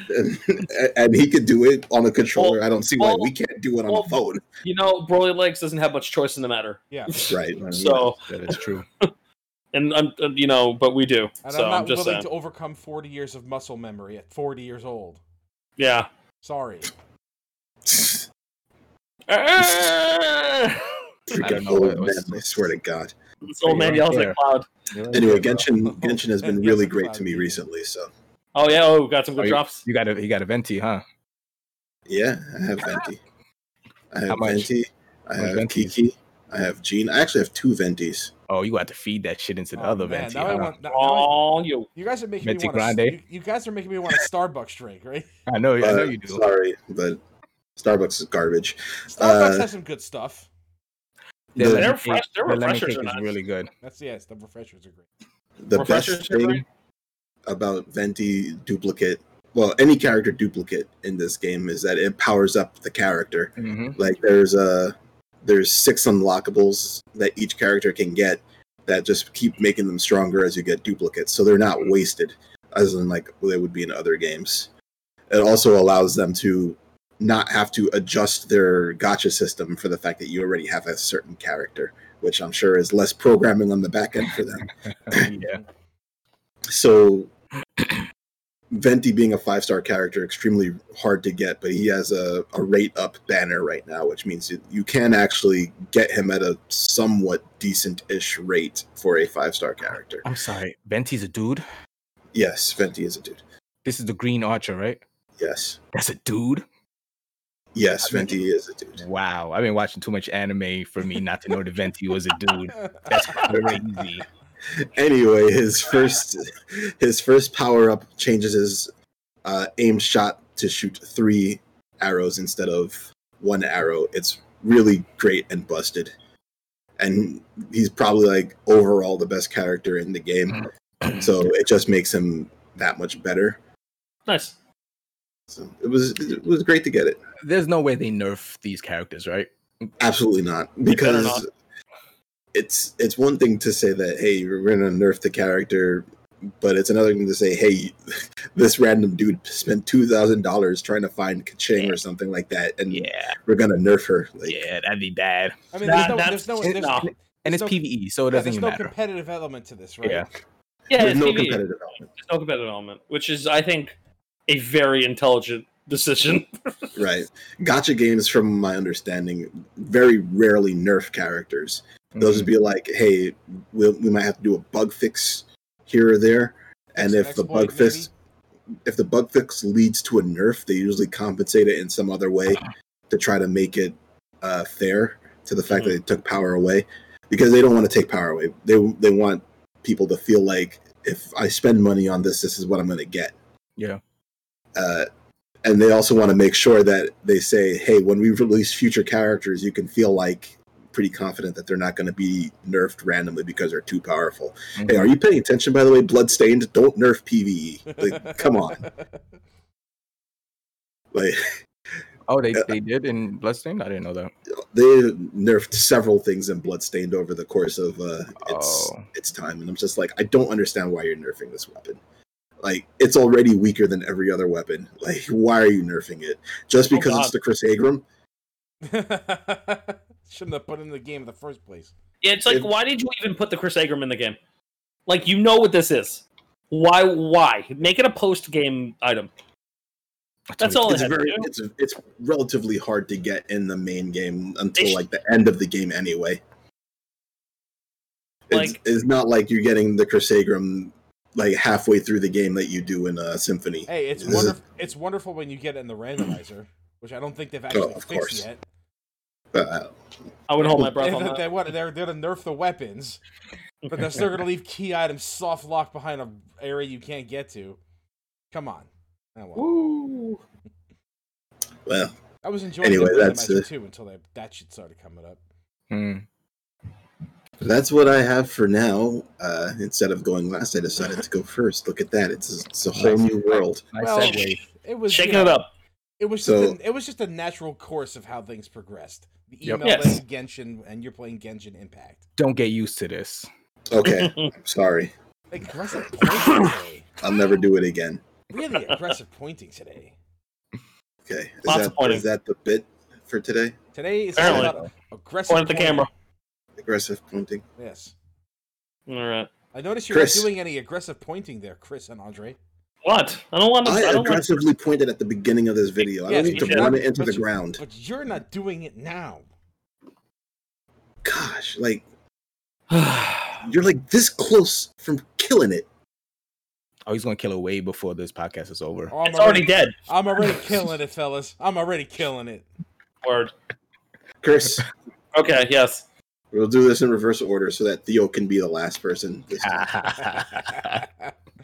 Speaker 1: and, and he could do it on a controller i don't see why
Speaker 3: well,
Speaker 1: we can't do it on
Speaker 3: well,
Speaker 1: a phone
Speaker 3: you know Brawly Legs doesn't have much choice in the matter.
Speaker 4: Yeah.
Speaker 1: right
Speaker 3: So,
Speaker 2: That is true.
Speaker 3: and I'm, and, you know, but we do.
Speaker 4: And
Speaker 3: so
Speaker 4: I'm
Speaker 3: I'm,
Speaker 4: not
Speaker 3: just saying,
Speaker 4: willing to overcome 40 years of muscle memory at 40 years old.
Speaker 3: yeah.
Speaker 4: Sorry.
Speaker 2: I don't
Speaker 1: Freaking
Speaker 2: know what
Speaker 1: old
Speaker 2: it
Speaker 1: man,
Speaker 2: was.
Speaker 1: I swear to God.
Speaker 3: This old man yells at Cloud.
Speaker 1: Anyway, Genshin Genshin has been
Speaker 4: Yes,
Speaker 1: really
Speaker 4: it's
Speaker 1: great
Speaker 4: fine.
Speaker 1: to me recently. So
Speaker 3: Oh yeah, oh got some
Speaker 2: Oh,
Speaker 3: good drops.
Speaker 2: You got a you got a venti, huh?
Speaker 1: yeah, I have Venti. I
Speaker 2: How
Speaker 1: have
Speaker 2: much?
Speaker 1: Venti. I
Speaker 2: How much
Speaker 1: have
Speaker 2: Venti is-
Speaker 1: Kiki. I have Gene. I actually have two Ventis.
Speaker 2: Oh, you got to feed that shit into the
Speaker 4: Oh,
Speaker 2: other
Speaker 4: man,
Speaker 2: venti.
Speaker 4: now I
Speaker 2: huh?
Speaker 4: want- now- now I-
Speaker 3: Oh, you.
Speaker 4: You guys are making
Speaker 2: Venti
Speaker 4: me want. A,
Speaker 2: grande.
Speaker 4: you, you guys are making me want a Starbucks drink, right?
Speaker 2: I know, Oh, I know
Speaker 1: But,
Speaker 2: you do.
Speaker 1: Sorry, but Starbucks is garbage.
Speaker 4: Starbucks
Speaker 1: Uh,
Speaker 4: has some good stuff.
Speaker 2: Their
Speaker 1: The-
Speaker 2: lemon
Speaker 3: They're fresh-
Speaker 2: cake-
Speaker 3: their
Speaker 2: lemon
Speaker 3: refreshers
Speaker 2: cake
Speaker 3: are
Speaker 2: is
Speaker 3: nice.
Speaker 2: really good.
Speaker 4: That's yes, the refreshers are great.
Speaker 1: The
Speaker 3: Refreshers
Speaker 1: best
Speaker 3: are
Speaker 1: thing about Venti duplicate, well, any character duplicate in this game is that it powers up the character.
Speaker 2: hmm
Speaker 1: like there's a there's six unlockables that each character can get that just keep making them stronger as you get duplicates so they're not wasted as in like they would be in other games it also allows them to not have to adjust their gotcha system for the fact that you already have a certain character which i'm sure is less programming on the back end for them
Speaker 2: yeah.
Speaker 1: so Venti being a five star character, extremely hard to get, but he has a, a rate up banner right now, which means you, you can actually get him at a somewhat decent ish rate for a five star character.
Speaker 2: I'm sorry. Venti's a dude.
Speaker 1: Yes, Venti is a dude.
Speaker 2: This is the green archer, right?
Speaker 1: Yes.
Speaker 2: That's a dude.
Speaker 1: Yes,
Speaker 2: I mean-
Speaker 1: Venti is a dude.
Speaker 2: Wow. I've been watching too much anime for me not to know the Venti was a dude. That's crazy.
Speaker 1: Anyway, his first his first power up changes his uh, aim shot to shoot three arrows instead of one arrow. It's really great and busted. And he's probably like overall the best character in the game. So it just makes him that much better.
Speaker 3: Nice.
Speaker 1: So it was it was great to get it.
Speaker 2: There's no way they nerf these characters, right?
Speaker 1: Absolutely not.
Speaker 3: better
Speaker 1: Because
Speaker 3: not.
Speaker 1: it's it's one thing to say that hey, we're gonna nerf the character, but it's another thing to say, hey, this random dude spent two thousand dollars trying to find Kaching or something like that, and
Speaker 2: Yeah.
Speaker 1: we're gonna nerf her. Like,
Speaker 2: Yeah, that'd be bad.
Speaker 4: I mean,
Speaker 3: That-
Speaker 4: there's no,
Speaker 3: that's-
Speaker 4: there's no,
Speaker 3: it-
Speaker 4: there's,
Speaker 3: no.
Speaker 4: yeah,
Speaker 2: And
Speaker 4: There's
Speaker 2: it's
Speaker 4: no-
Speaker 2: PvE, so it doesn't
Speaker 4: there's
Speaker 2: even
Speaker 4: no
Speaker 2: matter.
Speaker 4: competitive element to this, right?
Speaker 2: Yeah.
Speaker 3: Yeah,
Speaker 1: there's
Speaker 3: it's
Speaker 1: no
Speaker 3: TV.
Speaker 1: competitive element,
Speaker 3: There's no competitive element, which is, I think, a very intelligent decision.
Speaker 1: right? Gotcha games, from my understanding, very rarely nerf characters. They'll just be like, hey, we'll, we might have to do a bug fix here or there, and
Speaker 4: Ex-
Speaker 1: if the
Speaker 4: exploit,
Speaker 1: bug fix if the bug fix leeds to a nerf, they usually compensate it in some other way to try to make it uh, fair to the fact that they took power away because they don't want to take power away. They they want people to feel like if I spend money on this, this is what I'm going to get.
Speaker 2: Yeah.
Speaker 1: Uh, and they also want to make sure that they say, hey, when we release future characters, you can feel like pretty confident that they're not going to be nerfed randomly because they're too powerful. Hey, are you paying attention, by the way? Bloodstained, don't nerf PvE. Like, come on. Like,
Speaker 2: oh, they, they did in Bloodstained? I didn't know that.
Speaker 1: they nerfed several things in Bloodstained over the course of uh, its
Speaker 2: Oh.
Speaker 1: its time, and I'm just like, I don't understand why you're nerfing this weapon. Like, it's already weaker than every other weapon. Like, why are you nerfing it? Just
Speaker 3: Oh,
Speaker 1: because
Speaker 3: God.
Speaker 1: it's the Chris Agrim?
Speaker 4: Shouldn't have put it in the game in the first place.
Speaker 3: Yeah, it's like,
Speaker 1: If-
Speaker 3: why did you even put the Chris Agrim in the game? Like, you know what this is. Why? Why make it a post-game item? That's all it
Speaker 1: It's
Speaker 3: had
Speaker 1: very,
Speaker 3: to do.
Speaker 1: it's it's relatively hard to get in the main game
Speaker 3: They
Speaker 1: until
Speaker 3: sh-
Speaker 1: like the end of the game anyway. It's,
Speaker 3: Like-
Speaker 1: it's not like you're getting the Crusagram like halfway through the game that you do in uh, Symphony.
Speaker 4: Hey, it's
Speaker 1: This is-
Speaker 4: wonderful. It's wonderful when you get it in the randomizer, which I don't think they've actually
Speaker 1: Oh, of
Speaker 4: fixed
Speaker 1: course.
Speaker 4: yet.
Speaker 1: Uh,
Speaker 3: I would hold my
Speaker 4: They,
Speaker 3: breath on that.
Speaker 4: they, what, they're they're gonna nerf the weapons, but they're still gonna leave key items soft locked behind an area you can't get to. Come on. Oh, well.
Speaker 3: Woo.
Speaker 1: well,
Speaker 4: I was enjoying
Speaker 1: Anyway,
Speaker 4: the
Speaker 1: that's,
Speaker 4: randomizer
Speaker 1: uh,
Speaker 4: too until they, that shit started coming up.
Speaker 2: Hmm.
Speaker 1: that's what I have for now. Uh, instead of going last, I decided to go first. Look at that; it's it's a whole
Speaker 2: Nice.
Speaker 1: new world.
Speaker 2: Nice
Speaker 4: Well,
Speaker 2: segue.
Speaker 4: It was you
Speaker 3: Shaking
Speaker 4: know,
Speaker 3: it up.
Speaker 4: It was just
Speaker 1: So-
Speaker 4: a, it was just a natural course of how things progressed. The
Speaker 2: Yep.
Speaker 4: email
Speaker 3: Yes.
Speaker 4: that Genshin and you're playing Genshin Impact.
Speaker 2: Don't get used to this.
Speaker 1: Okay, I'm sorry.
Speaker 4: Like, aggressive pointing today.
Speaker 1: I'll never do it again.
Speaker 4: Really aggressive pointing today.
Speaker 1: Okay, is
Speaker 3: Lots of
Speaker 1: that
Speaker 3: pointing.
Speaker 1: is that the bit for today?
Speaker 4: Today is all
Speaker 3: Apparently.
Speaker 4: about aggressive.
Speaker 3: Point at the
Speaker 4: pointing.
Speaker 3: camera.
Speaker 1: Aggressive pointing.
Speaker 4: Yes.
Speaker 3: All right.
Speaker 4: I noticed you're not
Speaker 1: Chris.
Speaker 4: doing any aggressive pointing there, Chris and Andre.
Speaker 3: What? I don't want to. I,
Speaker 1: I
Speaker 3: don't want.
Speaker 1: aggressively pointed at the beginning of this video. I
Speaker 4: Yes,
Speaker 1: don't need
Speaker 3: you
Speaker 1: to
Speaker 3: did.
Speaker 1: run it into
Speaker 4: But
Speaker 1: the
Speaker 4: you-
Speaker 1: ground.
Speaker 4: But you're not doing it now.
Speaker 1: gosh, like you're like this close from killing it.
Speaker 2: Oh, he's gonna kill it way before this podcast is over.
Speaker 4: Oh, I'm
Speaker 3: it's already dead.
Speaker 4: I'm already killing it, fellas. I'm already killing it.
Speaker 3: Word.
Speaker 1: Chris,
Speaker 3: Okay. Yes.
Speaker 1: we'll do this in reverse order so that Theo can be the last person. This
Speaker 3: Ah.
Speaker 1: time.
Speaker 3: Mm,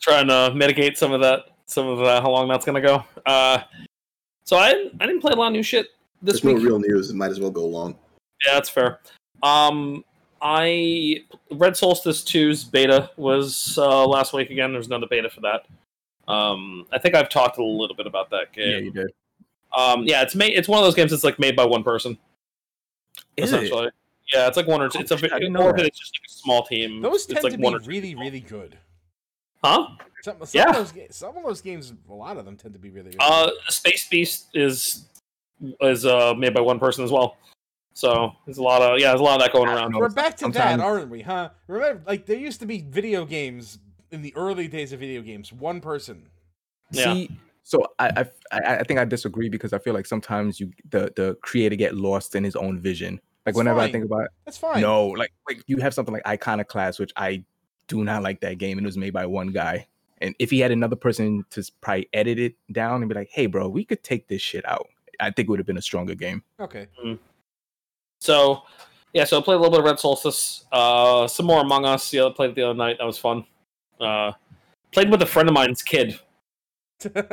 Speaker 3: Trying to mitigate some of that. Some of the, how long that's gonna go. Uh, so I I didn't play a lot of new shit this
Speaker 1: There's no
Speaker 3: week.
Speaker 1: real news. It might as well go long.
Speaker 3: Yeah, that's fair. Um, I Red Solstice 2's beta was uh, last week again. There's another beta for that. Um, I think I've talked a little bit about that game.
Speaker 2: yeah, you did.
Speaker 3: Um, yeah, it's made. It's one of those games that's like made by one person.
Speaker 2: Is it?
Speaker 3: essentially. Yeah, it's like one or two.
Speaker 2: Oh,
Speaker 3: It's a.
Speaker 2: shit, I didn't know
Speaker 3: More of it,
Speaker 2: that.
Speaker 3: it's just like a small team.
Speaker 4: Those
Speaker 3: it's
Speaker 4: tend
Speaker 3: like
Speaker 4: to
Speaker 3: one
Speaker 4: be
Speaker 3: or two.
Speaker 4: really, really good.
Speaker 3: Huh?
Speaker 4: Some, some
Speaker 3: Yeah.
Speaker 4: of those ga- some of those games, a lot of them tend to be really. really
Speaker 3: Uh,
Speaker 4: good.
Speaker 3: Space Beast is is uh made by one person as well. So there's a lot of yeah, there's a lot of that going around.
Speaker 4: We're back to
Speaker 2: sometimes-
Speaker 4: that, aren't we? Huh? Remember, like there used to be video games in the early days of video games, one person.
Speaker 3: Yeah.
Speaker 2: See, so I, I I I think I disagree because I feel like sometimes you the the creator get lost in his own vision. Like
Speaker 4: It's
Speaker 2: whenever I
Speaker 4: fine.
Speaker 2: think about it,
Speaker 4: That's fine.
Speaker 2: no, like like you have something like Iconoclast, which I do not like that game, and it was made by one guy. And if he had another person to s- probably edit it down and be like, "Hey, bro, we could take this shit out," I think it would have been a stronger game.
Speaker 4: Okay.
Speaker 3: So yeah, so I played a little bit of Red Solstice. Uh, some more Among Us. Yeah, I played it the other night. That was fun. Uh, played with a friend of mine's kid,
Speaker 4: you know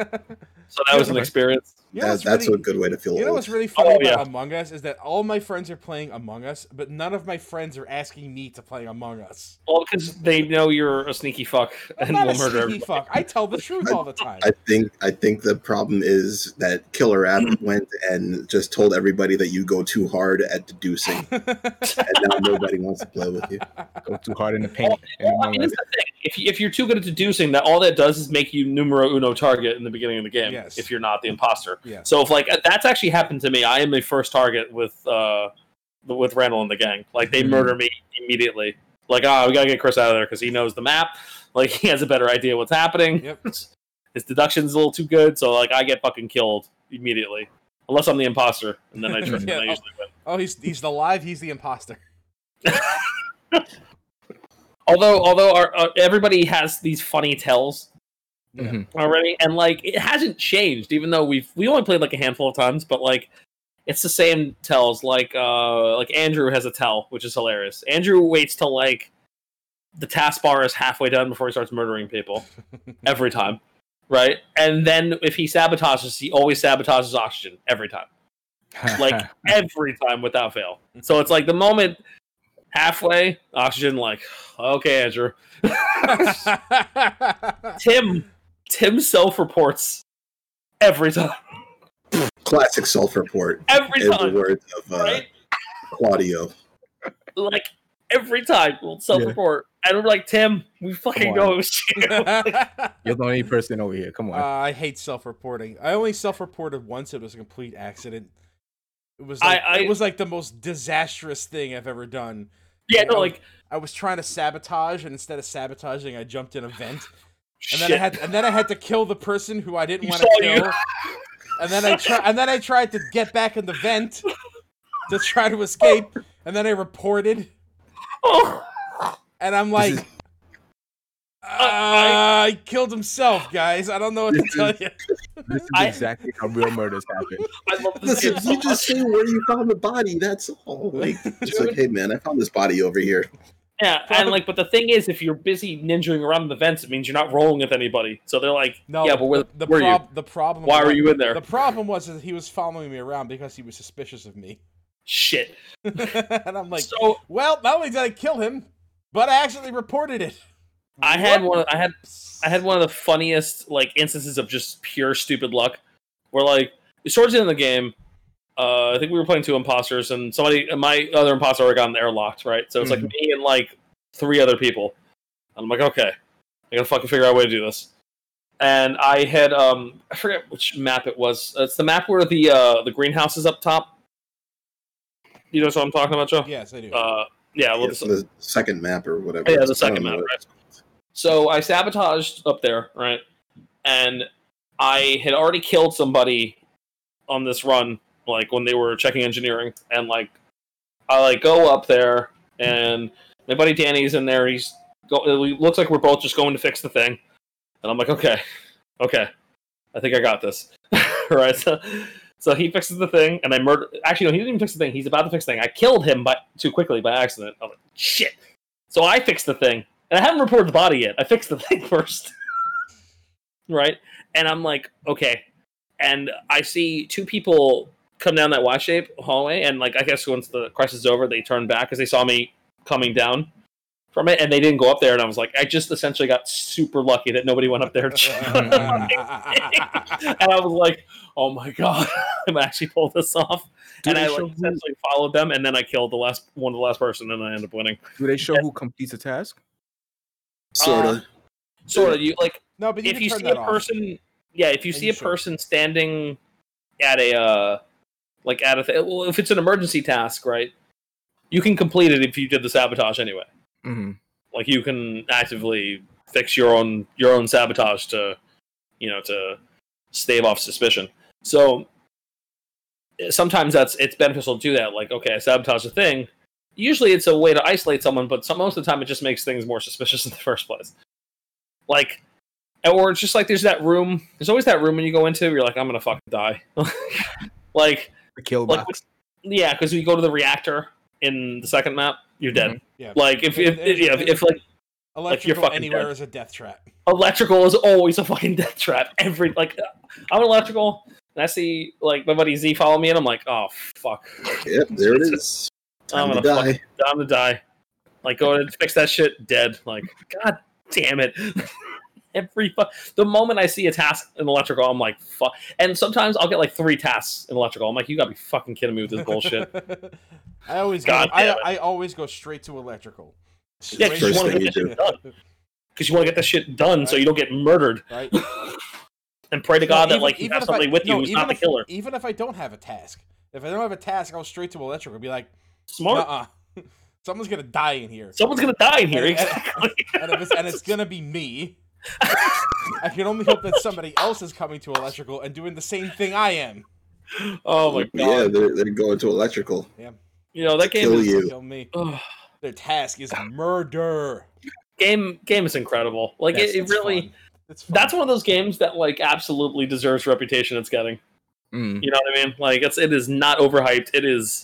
Speaker 3: so that was an
Speaker 2: Okay.
Speaker 3: experience.
Speaker 1: That,
Speaker 4: what's
Speaker 1: that's
Speaker 4: really-
Speaker 1: a good way to feel
Speaker 4: You know
Speaker 1: old.
Speaker 4: what's really funny
Speaker 3: Oh,
Speaker 4: about
Speaker 3: yeah.
Speaker 4: Among Us is that all my friends are playing Among Us, but none of my friends are asking me to play Among Us.
Speaker 3: Well, because they know you're a sneaky fuck
Speaker 4: I'm
Speaker 3: and
Speaker 4: not
Speaker 3: will
Speaker 4: a
Speaker 3: murder
Speaker 4: sneaky
Speaker 3: everybody.
Speaker 4: fuck. I tell the truth all the time.
Speaker 1: I think I think the problem is that Killer App
Speaker 3: Mm.
Speaker 1: went and just told everybody that you go too hard at deducing, and now nobody wants to play with you.
Speaker 2: Go too hard in the paint. and
Speaker 3: Well, I
Speaker 2: among
Speaker 3: mean,
Speaker 2: us.
Speaker 3: that's the thing. If, you, if you're too good at deducing, that all that does is make you numero uno target in the beginning of the game.
Speaker 4: Yes.
Speaker 3: If you're not the imposter.
Speaker 4: yeah.
Speaker 3: So if like uh, that's actually happened to me, I am the first target with uh with Randall and the gang. Like they
Speaker 4: Mm-hmm.
Speaker 2: Hmm.
Speaker 3: murder me immediately. Like ah, we gotta get Chris out of there because he knows the map. Like he has a better idea what's happening.
Speaker 4: Yep.
Speaker 3: His deduction's a little too good, so like I get fucking killed immediately. Unless I'm the imposter, and then I, try, and
Speaker 4: Yeah.
Speaker 3: I usually win.
Speaker 4: Oh, he's he's the live. He's the imposter.
Speaker 3: Although, although our, uh, everybody has these funny tells
Speaker 4: Yeah.
Speaker 2: Mhm.
Speaker 3: already and like it hasn't changed even though we've we only played like a handful of times but like it's the same tells like uh like andrew has a tell which is hilarious andrew waits till like the task bar is halfway done before he starts murdering people every time right and then if he sabotages he always sabotages oxygen every time
Speaker 2: mm-hmm.
Speaker 3: Like- every time without fail so it's like the moment halfway oxygen like okay andrew tim tim self reports every time
Speaker 1: Classic self report
Speaker 3: every
Speaker 1: in the
Speaker 3: time
Speaker 1: words of uh,
Speaker 3: right?
Speaker 1: Claudio.
Speaker 3: Like every time we'll self-report, and we're like, Tim, we fucking
Speaker 2: Come on.
Speaker 3: know. it's you."
Speaker 2: you're the only person over here. Come on.
Speaker 4: Uh, I hate self-reporting. I only self-reported once. It was a complete accident. It was
Speaker 3: I-
Speaker 4: like,
Speaker 3: I-
Speaker 4: it was like the most disastrous thing I've ever done.
Speaker 3: yeah, no, like
Speaker 4: I was trying to sabotage, and instead of sabotaging, I jumped in a vent, and then
Speaker 3: shit.
Speaker 4: I had and then I had to kill the person who I didn't
Speaker 3: You
Speaker 4: want to
Speaker 3: saw you.
Speaker 4: kill. and then I try and then I tried to get back in the vent to try to escape, and then I reported,
Speaker 3: oh,
Speaker 4: and I'm like.
Speaker 1: is-
Speaker 4: Uh, he killed himself, guys. I don't know what to
Speaker 1: This
Speaker 4: tell
Speaker 1: is-
Speaker 4: you.
Speaker 2: this is
Speaker 3: I-
Speaker 2: exactly how real murders happen.
Speaker 3: I love this
Speaker 1: Listen,
Speaker 3: game. so
Speaker 1: you just
Speaker 3: much.
Speaker 1: say where you found the body. That's all. Like, it's like, hey man, I found this body over here.
Speaker 3: yeah, and like, but the thing is, if you're busy ninjaing around the vents, it means you're not rolling with anybody. So they're like,
Speaker 4: No,
Speaker 3: yeah, but where
Speaker 4: the,
Speaker 3: were you?
Speaker 4: prob- the problem.
Speaker 3: Why were
Speaker 4: was-
Speaker 3: you in there?
Speaker 4: The problem was that he was following me around because he was suspicious of me,
Speaker 3: Shit.
Speaker 4: and I'm like,
Speaker 3: so
Speaker 4: well, not only did I kill him, but I actually reported it.
Speaker 3: I had
Speaker 4: What?
Speaker 3: one. I had I had one of the funniest like instances of just pure stupid luck, where like towards the end of the game, uh, I think we were playing two imposters, and somebody, and my other imposter already got in the airlocked, right? So it's like me and like three other people. And I'm like, okay, I gotta fucking figure out a way to do this. And I had um, I forget which map it was. It's the map where the uh, the greenhouse is up top. You know what I'm talking about, Joe?
Speaker 4: Yes, I do.
Speaker 3: Uh, yeah. Well,
Speaker 1: It's the second map or whatever.
Speaker 3: yeah, the
Speaker 1: I
Speaker 3: second
Speaker 1: don't know
Speaker 3: map,
Speaker 1: what-
Speaker 3: right? So I sabotaged up there, right? And I had already killed somebody on this run, like when they were checking engineering, and like I like go up there, and my buddy Danny's in there. He's go. It looks like we're both just going to fix the thing, and I'm like, okay, okay, I think I got this. right. So, so he fixes the thing, and I murder. Actually, no, he didn't even fix the thing. He's about to fix the thing. I killed him by too quickly by accident. I'm like, shit. So I fixed the thing, and I haven't reported the body yet. I fixed the thing first. right. And I'm like, okay. And I see two people come down that Y shape hallway, and like I guess once the crisis is over, they turn back because they saw me coming down from it, and they didn't go up there. And I was like, I just essentially got super lucky that nobody went up there. to check on my thing. and I was like, oh my god, I'm actually pulled this off.
Speaker 2: Do
Speaker 3: and
Speaker 2: they
Speaker 3: I
Speaker 2: show
Speaker 3: like,
Speaker 2: who-
Speaker 3: essentially followed them, and then I killed the last one, of the last person, and I ended up winning.
Speaker 2: Do they show who completes a task?
Speaker 1: Sort of.
Speaker 3: Uh, Sort of. You like
Speaker 4: No, but you
Speaker 3: if
Speaker 4: can
Speaker 3: you
Speaker 4: turn
Speaker 3: see
Speaker 4: that
Speaker 3: a
Speaker 4: off.
Speaker 3: person, yeah, if you
Speaker 4: And
Speaker 3: see
Speaker 4: you
Speaker 3: a
Speaker 4: should.
Speaker 3: person standing at a uh, like at a th- well, if it's an emergency task, right? You can complete it if you did the sabotage anyway.
Speaker 2: Mm-hmm.
Speaker 3: Like you can actively fix your own your own sabotage to you know to stave off suspicion. So eh, sometimes that's it's beneficial to do that. Like okay, I sabotage a thing. Usually it's a way to isolate someone, but some, most of the time it just makes things more suspicious in the first place. Like, or it's just like there's that room. There's always that room when you go into. You're like, I'm gonna fucking die. like,
Speaker 2: The kill
Speaker 3: Like,
Speaker 2: box.
Speaker 3: yeah, because you go to the reactor in the second map, you're dead.
Speaker 4: Mm-hmm. Yeah.
Speaker 3: Like if if,
Speaker 4: There's-
Speaker 3: yeah, if,
Speaker 4: there's-
Speaker 3: if like
Speaker 4: Electrical
Speaker 3: you're fucking
Speaker 4: anywhere
Speaker 3: dead.
Speaker 4: is a death trap.
Speaker 3: electrical is always a fucking death trap. Every like, I'm an electrical, and I see like my buddy Z follow me, and I'm like, oh fuck,
Speaker 1: Yep, there it is. Time
Speaker 3: I'm gonna
Speaker 1: to die.
Speaker 3: fuck, I'm gonna die. Like, go and fix that shit, dead. Like, god damn it. Every fu- the moment I see a task in electrical, I'm like, fuck. And sometimes I'll get like three tasks in electrical. I'm like, you gotta be fucking kidding me with this bullshit.
Speaker 4: I always
Speaker 3: God
Speaker 4: go, I,
Speaker 3: damn it.
Speaker 4: I always go straight to electrical.
Speaker 3: Yeah, 'cause you
Speaker 4: Straight
Speaker 1: wanna
Speaker 4: to-
Speaker 1: get
Speaker 3: this shit done. Because you want to get this shit done so you don't get murdered.
Speaker 4: Right.
Speaker 3: And pray to
Speaker 4: No,
Speaker 3: God
Speaker 4: even-
Speaker 3: that like you
Speaker 4: even
Speaker 3: have
Speaker 4: if I-
Speaker 3: somebody with you
Speaker 4: no,
Speaker 3: who's
Speaker 4: even
Speaker 3: not the
Speaker 4: if-
Speaker 3: killer.
Speaker 4: Even if I don't have a task, if I don't have a task, I'll straight to electrical. Be like,
Speaker 3: Smart.
Speaker 4: uh, someone's gonna die in here,
Speaker 3: Someone's gonna die in here.
Speaker 4: And-
Speaker 3: Exactly.
Speaker 4: and, if it's, and it's gonna be me. I can only hope that somebody else is coming to electrical and doing the same thing I am.
Speaker 3: Oh my
Speaker 1: Yeah,
Speaker 3: god.
Speaker 1: they're, they're going to electrical.
Speaker 3: You know that game
Speaker 1: Kill
Speaker 3: is
Speaker 1: you.
Speaker 4: Kill me.
Speaker 3: Ugh.
Speaker 4: Their task is murder.
Speaker 3: game game is incredible. Like
Speaker 4: Yes,
Speaker 3: it, it
Speaker 4: it's
Speaker 3: really
Speaker 4: fun. It's fun.
Speaker 3: that's one of those games that like absolutely deserves the reputation it's getting.
Speaker 2: Mm.
Speaker 3: You know what I mean? Like it's it is not overhyped. It is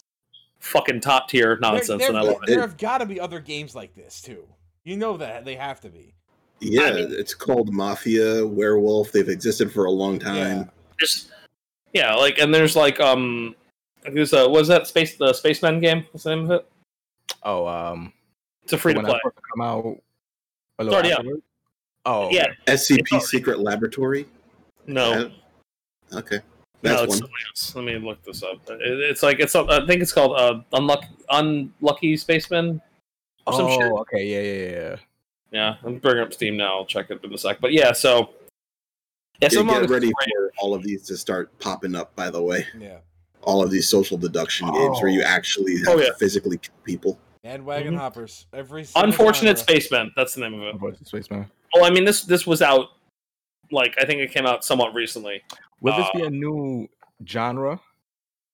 Speaker 3: fucking top tier
Speaker 4: There-
Speaker 3: nonsense,
Speaker 4: There,
Speaker 3: and I love it.
Speaker 1: it.
Speaker 4: there have got to be other games like this too. You know that they have to be.
Speaker 1: Yeah,
Speaker 3: I mean-
Speaker 1: it's called Mafia Werewolf. They've existed for a long time.
Speaker 3: Just yeah, like and there's like um there's a was that space the spaceman game? What's the name of it?
Speaker 2: Oh, um,
Speaker 3: It's a free to
Speaker 2: when I
Speaker 3: play.
Speaker 2: first come out. a
Speaker 3: It's
Speaker 2: little
Speaker 3: already out.
Speaker 2: afterward? Oh,
Speaker 3: Yeah.
Speaker 2: okay.
Speaker 1: SCP
Speaker 3: already-
Speaker 1: Secret Laboratory.
Speaker 3: No.
Speaker 1: Yeah. Okay.
Speaker 3: No,
Speaker 1: That's
Speaker 3: it's
Speaker 1: one.
Speaker 3: something else. Let me look this up. It, it's like it's. some- I think it's called uh, unlucky, unlucky spaceman. Or some
Speaker 2: oh,
Speaker 3: shit.
Speaker 2: okay. Yeah, yeah, yeah, yeah.
Speaker 3: Yeah, I'm bringing up Steam now. I'll check it in a sec. But yeah, so yeah,
Speaker 1: Yeah,
Speaker 3: some of
Speaker 1: get
Speaker 3: them-
Speaker 1: ready for all of these to start popping up. By the way,
Speaker 4: Yeah.
Speaker 1: all of these social deduction games where you
Speaker 2: Oh.
Speaker 1: actually have
Speaker 3: Oh, yeah.
Speaker 1: to physically kill people.
Speaker 4: Bandwagon
Speaker 3: Mhm.
Speaker 4: hoppers. Every single
Speaker 3: unfortunate
Speaker 4: genre.
Speaker 3: spaceman. That's the name of it.
Speaker 2: Voice of Space Man.
Speaker 3: Oh, I mean this this was out. Like I think it came out somewhat recently.
Speaker 2: Will this
Speaker 3: Uh,
Speaker 2: be a new genre?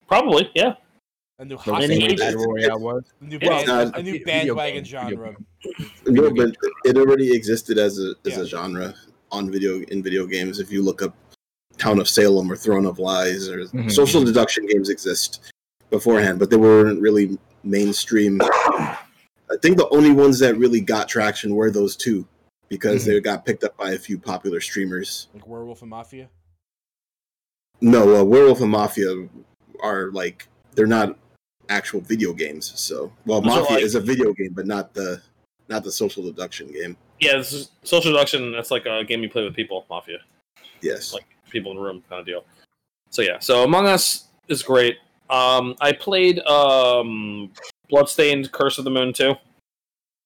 Speaker 3: Probably, yeah.
Speaker 4: A new
Speaker 2: The
Speaker 4: hoppers.
Speaker 3: mean,
Speaker 2: same way
Speaker 3: it-
Speaker 2: Battle Royale was.
Speaker 4: A new,
Speaker 3: Well,
Speaker 4: band,
Speaker 1: uh,
Speaker 4: a new
Speaker 2: video
Speaker 4: bandwagon
Speaker 2: games, video
Speaker 4: genre.
Speaker 1: No,
Speaker 2: Video
Speaker 1: but it already existed as a as
Speaker 4: Yeah.
Speaker 1: a genre on video in video games. If you look up Town of Salem or Throne of Lies or
Speaker 3: Mm-hmm,
Speaker 2: Mhm.
Speaker 1: social deduction games exist beforehand, but they weren't really mainstream. I think the only ones that really got traction were those two because
Speaker 3: Mm-hmm.
Speaker 1: they got picked up by a few popular streamers.
Speaker 4: Like werewolf and mafia.
Speaker 1: No, uh, Werewolf and Mafia are like they're not actual video games. So, well,
Speaker 3: Those are
Speaker 1: Mafia
Speaker 3: like-
Speaker 1: is a video game, but not the not the social deduction game.
Speaker 3: Yeah, this is social deduction. That's like a game you play with people, mafia,
Speaker 1: Yes.
Speaker 3: Like- people in a room kind of deal. So yeah, so Among Us is great. Um, I played um, Bloodstained Curse of the Moon too.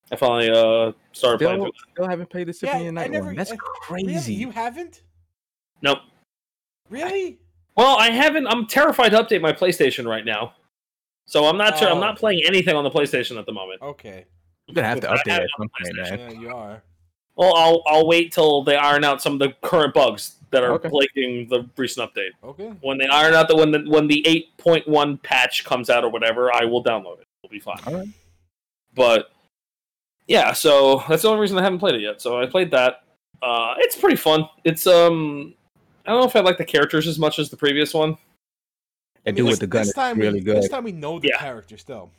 Speaker 3: I finally uh started playing.
Speaker 2: Still,
Speaker 3: Through.
Speaker 2: still haven't played the Symphony of
Speaker 4: I
Speaker 2: Night
Speaker 4: never-
Speaker 2: one. That's
Speaker 4: I- Really?
Speaker 2: crazy.
Speaker 4: You haven't?
Speaker 3: Nope.
Speaker 4: Really?
Speaker 3: Well, I haven't. I'm terrified to update my PlayStation right now, so I'm not. sure I'm
Speaker 4: Oh.
Speaker 3: not playing anything on the PlayStation at the moment.
Speaker 4: Okay.
Speaker 2: You're gonna have to
Speaker 3: I
Speaker 2: update
Speaker 3: have
Speaker 2: at some point,
Speaker 3: PlayStation.
Speaker 2: man.
Speaker 4: Yeah, you are.
Speaker 3: Well, I'll I'll wait till they iron out some of the current bugs that are
Speaker 2: Okay.
Speaker 3: plaguing the recent update.
Speaker 4: Okay.
Speaker 3: When they iron out the when the when the 8.1 patch comes out or whatever, I will download it. be fine.
Speaker 2: All right.
Speaker 3: But yeah, so that's the only reason I haven't played it yet. So I played that. Uh, it's pretty fun. It's um, I don't know if I like the characters as much as the previous one.
Speaker 2: That
Speaker 4: I mean,
Speaker 2: dude
Speaker 4: this-
Speaker 2: with the gun
Speaker 4: This
Speaker 2: is
Speaker 4: time
Speaker 2: really
Speaker 4: we,
Speaker 2: good.
Speaker 4: This time we know the
Speaker 3: Yeah.
Speaker 4: character still.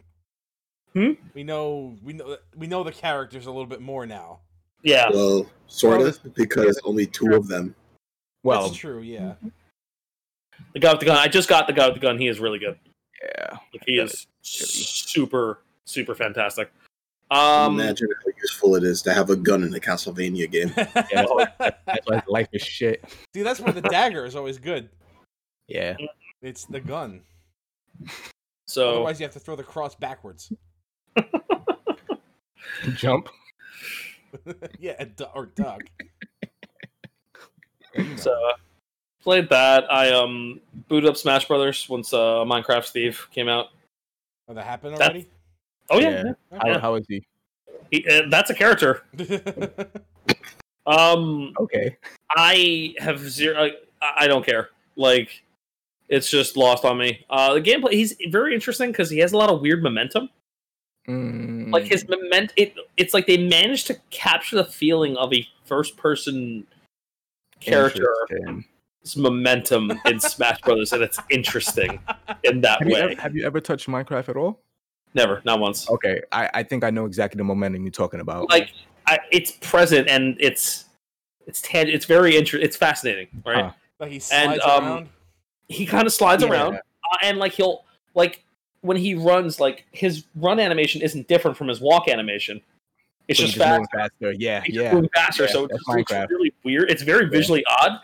Speaker 3: Hmm?
Speaker 4: We know we know we know the characters a little bit more now.
Speaker 3: Yeah,
Speaker 1: Well, sort of, because only two of them.
Speaker 2: well,
Speaker 4: That's true. Yeah.
Speaker 3: the guy with the gun. I just got the guy with the gun. He is really good.
Speaker 2: yeah.
Speaker 3: Like, he
Speaker 2: That
Speaker 3: is super, super fantastic. Um,
Speaker 1: Imagine how useful it is to have a gun in a Castlevania game.
Speaker 2: That's why life is shit.
Speaker 4: See, that's where the dagger is always good.
Speaker 2: Yeah.
Speaker 4: It's the gun.
Speaker 3: so
Speaker 4: Otherwise, you have to throw the cross backwards.
Speaker 2: Jump.
Speaker 4: yeah, and du- or duck.
Speaker 3: So uh, played that. I um booted up Smash Brothers once uh, Minecraft Steve came out.
Speaker 4: Oh, that happened
Speaker 3: That's-
Speaker 4: already.
Speaker 3: Oh yeah,
Speaker 2: Yeah.
Speaker 3: yeah.
Speaker 2: How, how is he?
Speaker 3: He, uh, that's a character. Um,
Speaker 2: Okay.
Speaker 3: I have zero. Like, I I don't care. Like it's just lost on me. Uh, the gameplay. He's very interesting because he has a lot of weird momentum.
Speaker 2: Mm-hmm.
Speaker 3: Like
Speaker 2: Mm,
Speaker 3: his moment. It it's like they managed to capture the feeling of a first person character's
Speaker 2: Interesting.
Speaker 3: momentum in Smash Brothers, and it's interesting in that
Speaker 2: Have you,
Speaker 3: way.
Speaker 2: ever, Oh. have you ever touched Minecraft at all?
Speaker 3: Never, not once.
Speaker 2: Okay, I, I think I know exactly the momentum you're talking about.
Speaker 3: like I, it's present and it's it's tang- it's very interesting it's fascinating right
Speaker 2: Huh.
Speaker 4: like he
Speaker 3: And,
Speaker 4: slides
Speaker 3: um,
Speaker 4: around.
Speaker 3: he kind of slides
Speaker 2: Yeah.
Speaker 3: around uh, and like he'll like when he runs like his run animation isn't different from his walk animation it's
Speaker 2: So
Speaker 3: just,
Speaker 2: you
Speaker 3: fast
Speaker 2: moving faster. Yeah,
Speaker 3: he's
Speaker 2: yeah.
Speaker 3: moving faster
Speaker 2: Yeah,
Speaker 3: so it
Speaker 2: that's
Speaker 3: just looks
Speaker 2: Minecraft.
Speaker 3: really weird it's very visually odd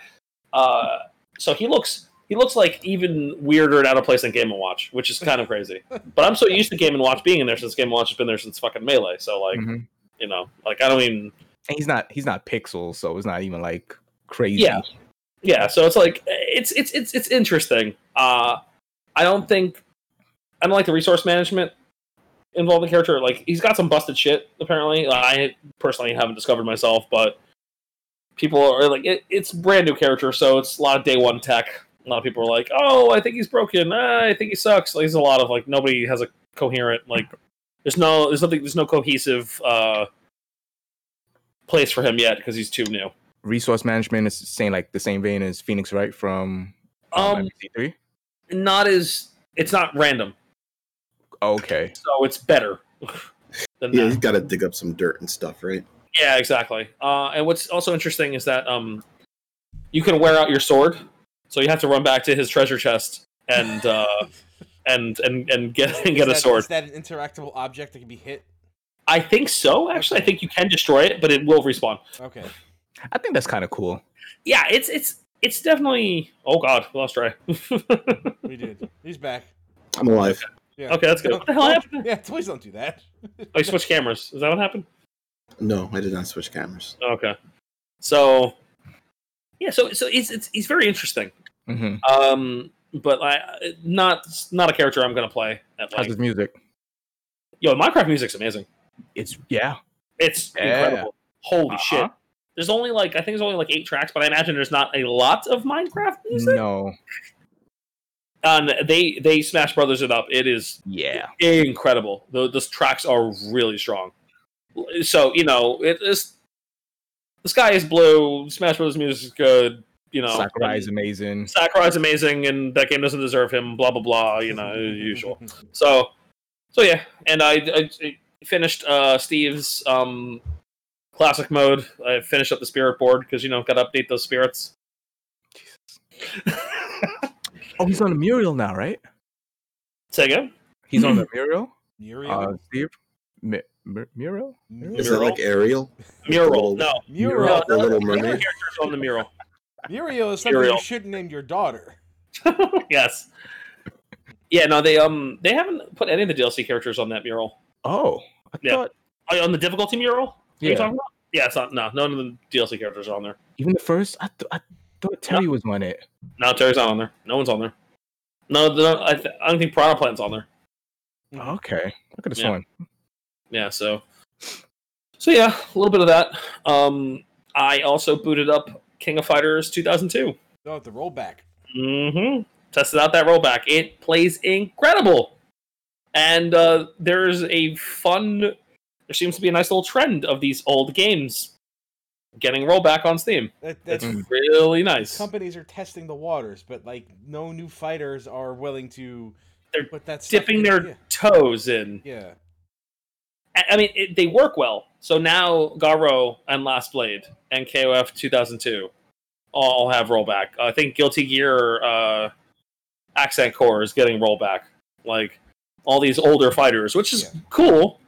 Speaker 3: uh so he looks he looks like even weirder and out of place than game and watch which is kind of crazy but i'm so used to game and watch being in there since game and watch has been there since fucking melee so like
Speaker 2: Mhm. And
Speaker 3: you know like i don't even
Speaker 2: he's not he's not pixels, so it's not even like crazy.
Speaker 3: Yeah. yeah so it's like it's it's it's it's interesting uh i don't think i don't like the resource management involved in character like he's got some busted shit apparently i personally haven't discovered myself but people are like it, it's brand new character so it's a lot of day one tech a lot of people are like oh i think he's broken Ah, i think he sucks like there's a lot of like nobody has a coherent like there's no there's nothing there's no cohesive uh place for him yet because he's too new
Speaker 2: Resource management is saying like the same vein as Phoenix Wright from
Speaker 3: um
Speaker 2: um, three.
Speaker 3: not as it's not random,
Speaker 2: Okay.
Speaker 3: so it's better than
Speaker 1: Yeah,
Speaker 3: that.
Speaker 1: he's got to dig up some dirt and stuff, right?
Speaker 3: Yeah, exactly. Uh, and what's also interesting is that um, you can wear out your sword, so you have to run back to his treasure chest and uh, and and and get and
Speaker 4: Is
Speaker 3: get a
Speaker 4: that-
Speaker 3: sword.
Speaker 4: Is that an interactable object that can be hit?
Speaker 3: I think so. Actually, I think you can destroy it, but it will respawn.
Speaker 4: Okay.
Speaker 2: I think that's kind of cool.
Speaker 3: Yeah, it's it's it's definitely. Oh God, we lost Ray. okay,
Speaker 4: We did. He's back.
Speaker 1: I'm alive.
Speaker 4: Yeah.
Speaker 3: that's good. What the hell
Speaker 4: Don't-
Speaker 3: happened?
Speaker 4: Yeah, please don't do that.
Speaker 3: I switched cameras. Is that what happened?
Speaker 1: No, I did not switch cameras.
Speaker 3: Okay. So, yeah. So so it's it's it's very interesting.
Speaker 2: hmm
Speaker 3: Um, but I not not a character I'm gonna play at
Speaker 2: How's
Speaker 3: like.
Speaker 2: his music?
Speaker 3: Yo, Minecraft music's amazing.
Speaker 2: It's yeah.
Speaker 3: It's
Speaker 2: Yeah.
Speaker 3: incredible. Holy
Speaker 2: Uh-huh.
Speaker 3: shit! There's only like I think there's only like eight tracks, but I imagine there's not a lot of Minecraft
Speaker 2: Mm.
Speaker 3: music.
Speaker 2: No.
Speaker 3: And they they Smash Brothers it up. It is
Speaker 2: Yeah.
Speaker 3: incredible. The those tracks are really strong. So you know it is. The sky is blue. Smash Brothers music is good. You know,
Speaker 2: Sakurai is amazing.
Speaker 3: Sakurai's amazing, and that game doesn't deserve him. Blah blah blah. You know, as usual. So, so yeah, and I, I- I finished uh, Steve's um, classic mode. I finished up the spirit board because you know got to update those spirits.
Speaker 2: Oh, he's on the Muriel now, right?
Speaker 3: Say again?
Speaker 2: He's on the Muriel.
Speaker 4: Muriel.
Speaker 2: Uh, Steve. Mi- Mur- Muriel.
Speaker 1: Is that
Speaker 4: Muriel.
Speaker 1: like Ariel?
Speaker 3: Mural? No,
Speaker 4: Muriel.
Speaker 1: The Little
Speaker 3: the
Speaker 1: Mermaid?
Speaker 3: characters on the mural.
Speaker 4: Muriel is something
Speaker 3: Muriel.
Speaker 4: you shouldn't name your daughter.
Speaker 3: yes. Yeah, no, they um they haven't put any of the DLC characters on that mural.
Speaker 2: Oh, I
Speaker 3: Yeah.
Speaker 2: thought
Speaker 3: Oh, on the difficulty mural? Are you
Speaker 2: Yeah.
Speaker 3: talking about? Yeah, it's not. No, none of the DLC characters are on there.
Speaker 2: even the first. I, th- I thought Terry was on it.
Speaker 3: No, Terry's not on there. No one's on there. No, the, I, th- I don't think Prana Plan's on there.
Speaker 2: Oh, Okay, look at this
Speaker 3: Yeah.
Speaker 2: one.
Speaker 3: yeah so so yeah a little bit of that um i also booted up king of fighters 2002
Speaker 4: No, the rollback.
Speaker 3: mm-hmm tested out that rollback it plays incredible and uh, there's a fun. There seems to be a nice little trend of these old games getting rollback on Steam.
Speaker 4: That,
Speaker 3: That's
Speaker 4: that's
Speaker 2: Mm.
Speaker 3: really nice.
Speaker 4: companies are testing the waters, but like no new fighters are willing to
Speaker 3: They're
Speaker 4: put that stuff
Speaker 3: Dipping
Speaker 4: in-
Speaker 3: their toes in.
Speaker 4: yeah. yeah.
Speaker 3: I I mean, it, they work well. So now Garo and Last Blade and KOF 2002 all have rollback. I think Guilty Gear uh, Accent Core is getting rollback. Like all these older fighters, which is
Speaker 4: Yeah.
Speaker 3: cool.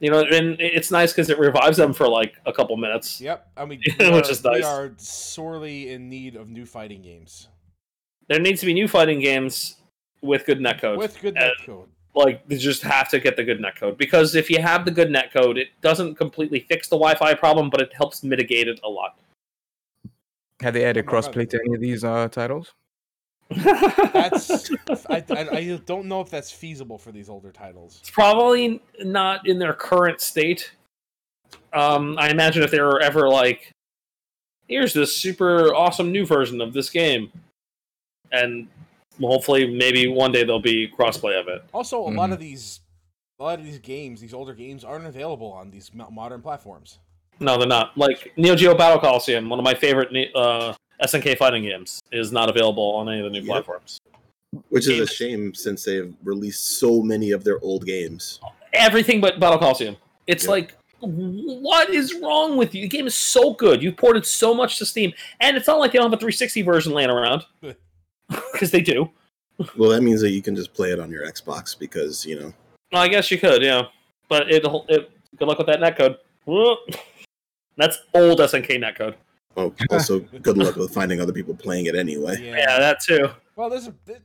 Speaker 3: You know, and it- it's nice because it revives them for like a couple minutes.
Speaker 4: Yep. I mean,
Speaker 3: Which
Speaker 4: we are,
Speaker 3: is
Speaker 4: we
Speaker 3: nice.
Speaker 4: are sorely in need of new fighting games
Speaker 3: There needs to be new fighting games with good netcode.
Speaker 4: with good
Speaker 3: And-
Speaker 4: net code.
Speaker 3: like they just have to get the good net code because if you have the good net code it doesn't completely fix the wi-fi problem but it helps mitigate it a lot
Speaker 2: Have they added
Speaker 4: Oh my God.
Speaker 2: crossplay to any of these uh, titles?
Speaker 4: That's I, I, I don't know if that's feasible for these older titles.
Speaker 3: it's probably not in their current state um, i imagine if they were ever like here's this super awesome new version of this game and hopefully maybe one day there'll be crossplay of it
Speaker 4: Also, a
Speaker 3: Mm-hmm.
Speaker 4: lot of these a lot of these games, these older games, aren't available on these mo- modern platforms.
Speaker 3: No, they're not. Like Neo Geo Battle Coliseum, one of my favorite ne- uh, SNK fighting games, is not available on any of the new
Speaker 1: Yep.
Speaker 3: platforms.
Speaker 1: which is a
Speaker 3: Games.
Speaker 1: shame since they've released so many of their old games.
Speaker 3: Everything but Battle Coliseum. It's
Speaker 1: Yep.
Speaker 3: like, what is wrong with you? The game is so good. You ported so much to Steam, and it's not like they don't have a 360 version laying around because they do.
Speaker 1: Well, that means that you can just play it on your Xbox because you know
Speaker 3: Well, I guess you could, yeah. But it'll. It, good luck with that netcode. Whoop. That's old SNK netcode.
Speaker 1: Oh, also, good luck with finding other people playing it anyway.
Speaker 4: Yeah.
Speaker 3: Yeah, that too.
Speaker 4: Well, there's a th-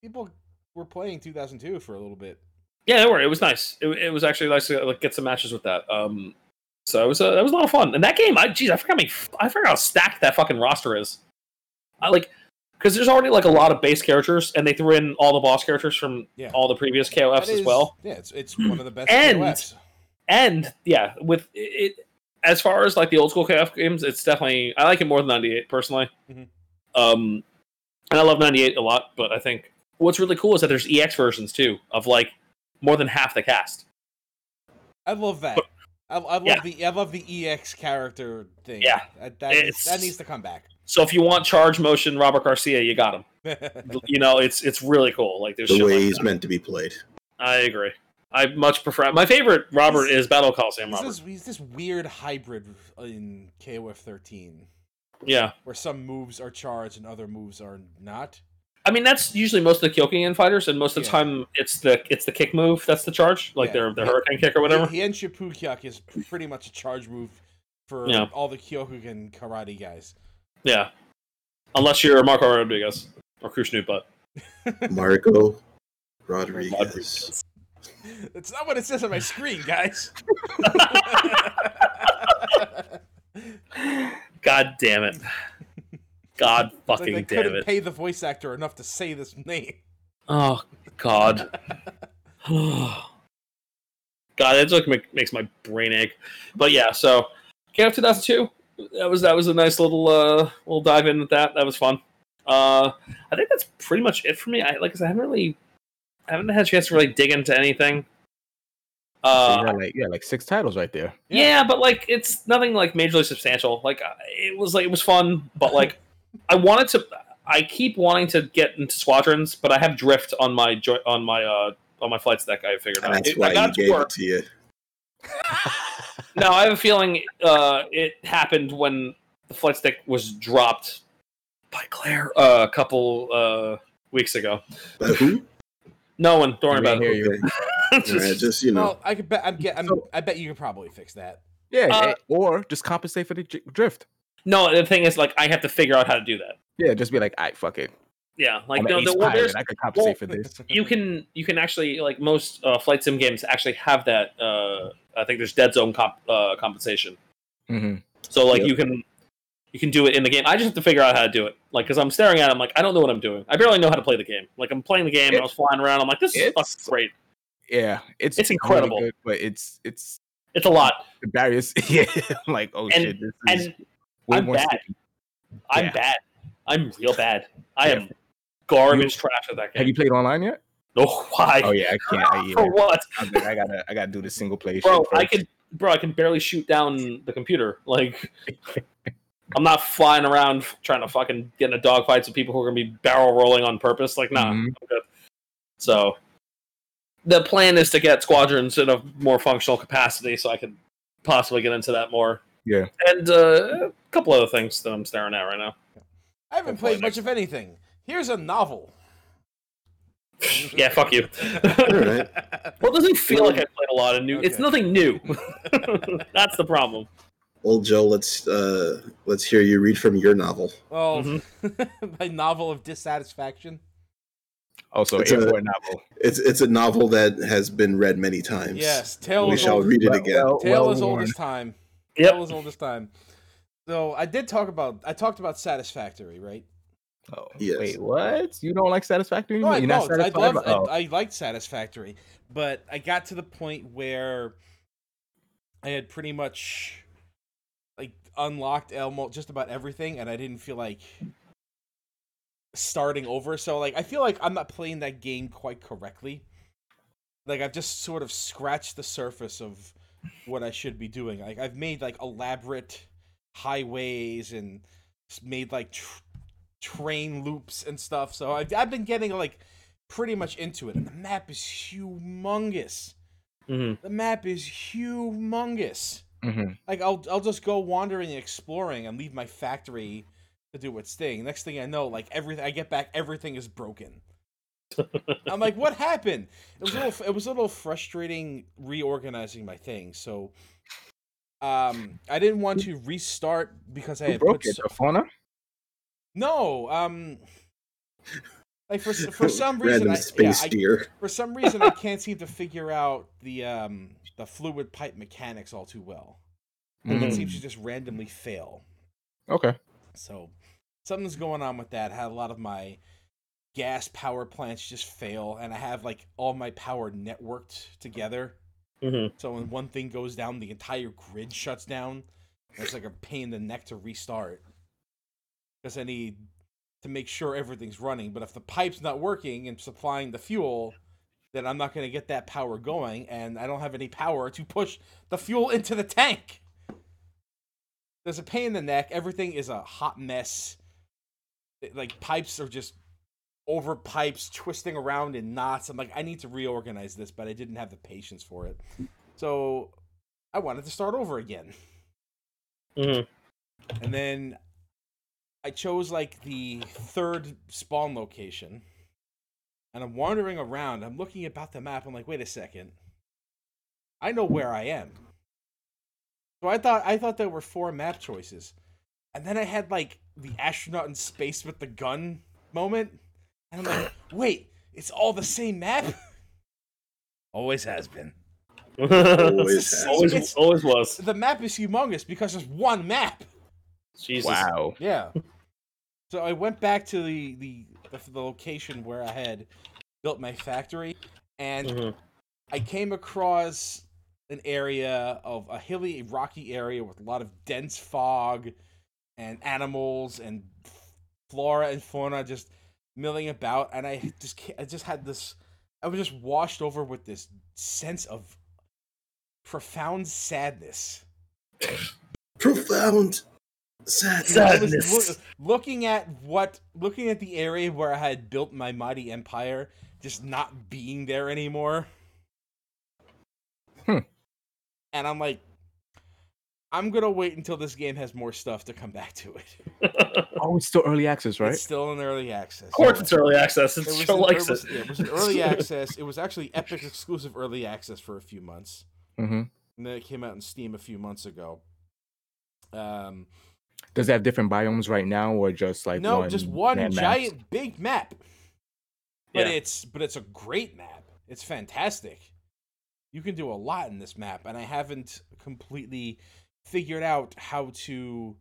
Speaker 4: people were playing 2002 for a little bit.
Speaker 3: Yeah, don't worry. It was nice. It, it was actually nice to like, get some matches with that. Um, so it was a, it was a lot of fun. And that game, I geez, I forgot how many, I forgot how stacked that fucking roster is. I like because there's already like a lot of base characters, and they threw in all the boss characters from
Speaker 4: Yeah.
Speaker 3: all the previous KOFs
Speaker 4: That
Speaker 3: as
Speaker 4: is-
Speaker 3: well.
Speaker 4: Yeah, it's it's one of the best. E
Speaker 3: And-
Speaker 4: KOFs.
Speaker 3: And yeah, with it, as far as like the old school KOF games, it's definitely I like it more than 98 personally.
Speaker 4: Mhm.
Speaker 3: Um, and I love 98 a lot, but I think what's really cool is that there's EX versions too of like more than half the cast.
Speaker 4: I love that. I, I love
Speaker 3: Yeah.
Speaker 4: the I love the EX character thing.
Speaker 3: Yeah.
Speaker 4: that that, needs,
Speaker 3: It's-
Speaker 4: that needs to come back.
Speaker 3: So if you want charge motion, Robert Garcia, you got him. You know, it's it's really cool. Like there's
Speaker 1: The
Speaker 3: shit
Speaker 1: way
Speaker 3: like
Speaker 1: he's
Speaker 3: that.
Speaker 1: meant to be played.
Speaker 3: I agree. I much prefer my favorite Robert
Speaker 4: He's-
Speaker 3: is Battle Coliseum
Speaker 4: He's
Speaker 3: Robert.
Speaker 4: this, he's this weird hybrid in KOF 13,
Speaker 3: Yeah,
Speaker 4: where some moves are charged and other moves are not.
Speaker 3: I mean that's usually most of the Kyokugan fighters, and most of the
Speaker 4: Yeah.
Speaker 3: time it's the it's the kick move that's the charge, like
Speaker 4: Yeah.
Speaker 3: their their
Speaker 4: Yeah.
Speaker 3: hurricane kick or whatever.
Speaker 4: Hien Shippukyak is pretty much a charge move for
Speaker 3: Yeah.
Speaker 4: all the Kyokugan karate guys.
Speaker 3: Yeah, unless you're Marco Rodriguez or Krushnut, but
Speaker 1: Marco Rodriguez.
Speaker 3: Rodriguez.
Speaker 4: That's not what it says on my screen, guys.
Speaker 3: God damn it! God
Speaker 4: It's like
Speaker 3: fucking
Speaker 4: they
Speaker 3: damn
Speaker 4: couldn't
Speaker 3: it!
Speaker 4: pay the voice actor enough to say this name.
Speaker 3: Oh God. God, it like make, makes my brain ache. But yeah, so KF 2002. That was that was a nice little uh little dive in with that. That was fun. Uh, I think that's pretty much it for me. I like I, said, I haven't really I haven't had a chance to really dig into anything.
Speaker 2: So you
Speaker 3: Uh,
Speaker 2: got like yeah, like six titles right there.
Speaker 3: yeah. but like it's nothing like majorly substantial. Like I- it was like it was fun, but like I wanted to. I keep wanting to get into squadrons, but I have drift on my joy on my uh on my flights deck. I figured out.
Speaker 1: That's
Speaker 3: It- I
Speaker 1: why he
Speaker 3: got it to
Speaker 1: gave
Speaker 3: work.
Speaker 1: it to you.
Speaker 3: No, I have a feeling uh, it happened when the flight stick was dropped by Claire uh, a couple uh, weeks ago.
Speaker 1: But who?
Speaker 3: No one, don't
Speaker 2: We
Speaker 3: worry about
Speaker 2: hear
Speaker 3: it.
Speaker 1: Okay.
Speaker 2: you.
Speaker 1: All right,
Speaker 3: Just-
Speaker 1: just you know,
Speaker 4: Well, I could bet. I'm, get, I'm
Speaker 2: So-
Speaker 4: I bet you could probably fix that.
Speaker 2: Yeah,
Speaker 3: Uh,
Speaker 2: eh, or just compensate for the j- drift.
Speaker 3: no, the thing is, like, I have to figure out how to do that.
Speaker 2: Yeah, just be like, I fuck it.
Speaker 3: Yeah, like,
Speaker 2: I'm
Speaker 3: no,
Speaker 2: an
Speaker 3: the,
Speaker 2: ace
Speaker 3: well,
Speaker 2: pilot.
Speaker 3: there's,
Speaker 2: I could compensate
Speaker 3: well,
Speaker 2: for this.
Speaker 3: you can you can actually like most uh, flight sim games actually have that. Uh, I think there's dead zone comp, uh, compensation,
Speaker 2: Mhm.
Speaker 3: so like
Speaker 1: Yep.
Speaker 3: you can you can do it in the game. I just have to figure out how to do it, like, because I'm staring at it, I'm like, I don't know what I'm doing. I barely know how to play the game. Like, I'm playing the game, and I was flying around. I'm like, this is fucking
Speaker 2: It's-
Speaker 3: great.
Speaker 2: Yeah, it's
Speaker 3: It's
Speaker 2: really
Speaker 3: incredible.
Speaker 2: good, but it's it's
Speaker 3: It's a lot.
Speaker 2: the barriers. yeah, I'm like oh shit, this is
Speaker 3: and
Speaker 2: way
Speaker 3: I'm
Speaker 2: more
Speaker 3: bad.
Speaker 2: sticky.
Speaker 3: I'm
Speaker 2: Yeah.
Speaker 3: bad. I'm real bad. I
Speaker 2: Yeah.
Speaker 3: am garbage trash at that game.
Speaker 2: Have you played online yet?
Speaker 3: Oh, why?
Speaker 2: Oh yeah, I can't. I, yeah.
Speaker 3: For what,
Speaker 2: I'm like, I gotta, I gotta do the single play.
Speaker 3: bro?
Speaker 2: shit
Speaker 3: I
Speaker 2: first.
Speaker 3: could, bro. I can barely shoot down the computer. Like, I'm not flying around trying to fucking get in a dogfight with people who are gonna be barrel rolling on purpose. Like, nah,
Speaker 2: Mhm.
Speaker 3: I'm good. So, the plan is to get squadrons in a more functional capacity, so I can possibly get into that more.
Speaker 2: Yeah.
Speaker 3: and uh, a couple other things that I'm staring at right now.
Speaker 4: I haven't
Speaker 3: Hopefully
Speaker 4: played much of anything. Here's a novel.
Speaker 3: Yeah, fuck you.
Speaker 4: Oh.
Speaker 1: All right.
Speaker 3: Well, it doesn't feel like I played a lot of new. It's
Speaker 4: Okay.
Speaker 3: nothing new. That's the problem.
Speaker 1: Well, Joe, let's uh, let's hear you read from your novel.
Speaker 4: Well,
Speaker 3: Mm-hmm.
Speaker 4: my novel of dissatisfaction.
Speaker 2: also
Speaker 1: It's a-
Speaker 2: airport novel.
Speaker 1: It's it's a novel that has been read many times.
Speaker 4: Yes, tale
Speaker 1: we
Speaker 4: as
Speaker 1: shall
Speaker 4: old,
Speaker 1: read it again.
Speaker 4: tale as old
Speaker 2: worn.
Speaker 4: as time. Tale
Speaker 3: Yep.
Speaker 4: as old as time. So I did talk about I talked about Satisfactory, right?
Speaker 2: Oh,
Speaker 1: Yes.
Speaker 2: Wait, what? You don't like Satisfactory?
Speaker 4: No,
Speaker 2: anymore?
Speaker 4: I
Speaker 2: You're
Speaker 4: don't.
Speaker 2: not
Speaker 4: I
Speaker 2: satisfied?
Speaker 4: love.
Speaker 2: about- oh,
Speaker 4: I, I liked Satisfactory, but I got to the point where I had pretty much like unlocked Elmo just about everything, and I didn't feel like starting over. So like, I feel like I'm not playing that game quite correctly. Like I've just sort of scratched the surface of what I should be doing. Like I've made like elaborate highways and s- made like tr- train loops and stuff. So I've I've been getting like pretty much into it, and the map is humongous.
Speaker 3: Mhm.
Speaker 4: The map is humongous.
Speaker 2: mhm.
Speaker 4: Like I'll I'll just go wandering and exploring and leave my factory to do its thing. Next thing I know, like everything I get back, everything is broken. I'm like, what happened? It was a little it was a little frustrating reorganizing my thing. So um I didn't want to restart because I
Speaker 2: Who
Speaker 4: had
Speaker 2: broke
Speaker 4: put
Speaker 2: it?
Speaker 4: so-
Speaker 2: The fauna?
Speaker 4: no, um like for s- for some reason
Speaker 1: Random
Speaker 4: I, yeah,
Speaker 1: space
Speaker 4: I
Speaker 1: deer.
Speaker 4: for some reason I can't seem to figure out the um the fluid pipe mechanics all too well. Like it
Speaker 2: Mhm.
Speaker 4: seems to just randomly fail.
Speaker 2: Okay.
Speaker 4: So something's going on with that. Had a lot of my gas power plants just fail, and I have like all my power networked together.
Speaker 3: Mhm.
Speaker 4: So when one thing goes down, the entire grid shuts down. and It's like a pain in the neck to restart. Because I need to make sure everything's running. But if the pipe's not working and supplying the fuel, then I'm not going to get that power going. And I don't have any power to push the fuel into the tank. There's a pain in the neck. Everything is a hot mess. It- Like pipes are just over pipes, twisting around in knots. I'm like, I need to reorganize this, but I didn't have the patience for it. So I wanted to start over again.
Speaker 3: Mhm.
Speaker 4: And then I chose like the third spawn location. And I'm wandering around. I'm looking about the map. I'm like, wait a second. I know where I am. So I thought I thought there were four map choices. And then I had like the astronaut in space with the gun moment. And I'm like, wait, it's all the same map? Always has been.
Speaker 1: Always
Speaker 4: It's-
Speaker 1: has.
Speaker 3: always,
Speaker 4: It's-
Speaker 3: always was.
Speaker 4: The map is humongous because there's one map.
Speaker 3: Jesus.
Speaker 2: Wow.
Speaker 4: Yeah. So I went back to the the, the, the location where I had built my factory, and
Speaker 3: Mhm.
Speaker 4: I came across an area of a hilly, rocky area with a lot of dense fog and animals and flora and fauna just milling about, and I just ca- I just had this I was just washed over with this sense of profound sadness.
Speaker 1: Profound sadness.
Speaker 4: I was
Speaker 3: Sadness.
Speaker 4: loo- looking at what, looking at the area where I had built my mighty empire, just not being there anymore.
Speaker 2: Hmm.
Speaker 4: And I'm like, I'm gonna wait until this game has more stuff to come back to it.
Speaker 3: Mm-hmm.
Speaker 2: Oh, it's still early access, right?
Speaker 4: It's still in early access.
Speaker 3: Of course, it's early access. It's
Speaker 4: was
Speaker 3: show
Speaker 4: an-
Speaker 3: likes
Speaker 4: it was,
Speaker 3: it.
Speaker 4: yeah, it was an early access. It was actually Epic exclusive early access for a few months,
Speaker 2: hmm
Speaker 4: and then it came out in Steam a few months ago. Um,
Speaker 2: Does it have different biomes right now, or just like
Speaker 4: no,
Speaker 2: one
Speaker 4: just one
Speaker 2: landmass?
Speaker 4: giant big map. But
Speaker 3: Yeah.
Speaker 4: it's but it's a great map. It's fantastic. You can do a lot in this map, and I haven't completely figured out how to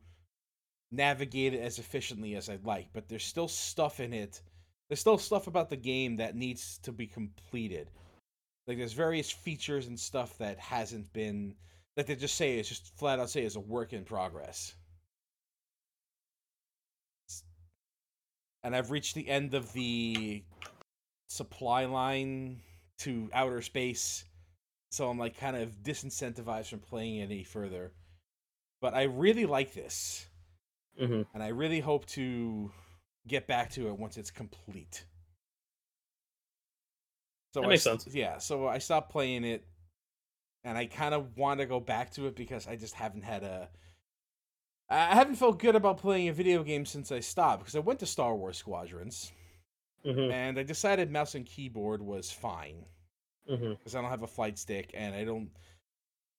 Speaker 4: navigate it as efficiently as I'd like. But there's still stuff in it. There's still stuff about the game that needs to be completed. Like there's various features and stuff that hasn't been that they just say it's just flat out say is a work in progress. and I've reached the end of the supply line to outer space. So I'm like kind of disincentivized from playing it any further. But I really like this,
Speaker 3: Mm-hmm.
Speaker 4: and I really hope to get back to it once it's complete. So
Speaker 3: That
Speaker 4: I
Speaker 3: makes
Speaker 4: st-
Speaker 3: sense.
Speaker 4: Yeah, so I stopped playing it, and I kind of want to go back to it because I just haven't had a. I I haven't felt good about playing a video game since I stopped because I went to Star Wars Squadrons
Speaker 3: Mm-hmm.
Speaker 4: and I decided mouse and keyboard was fine
Speaker 3: Mm-hmm.
Speaker 4: because I don't have a flight stick and I don't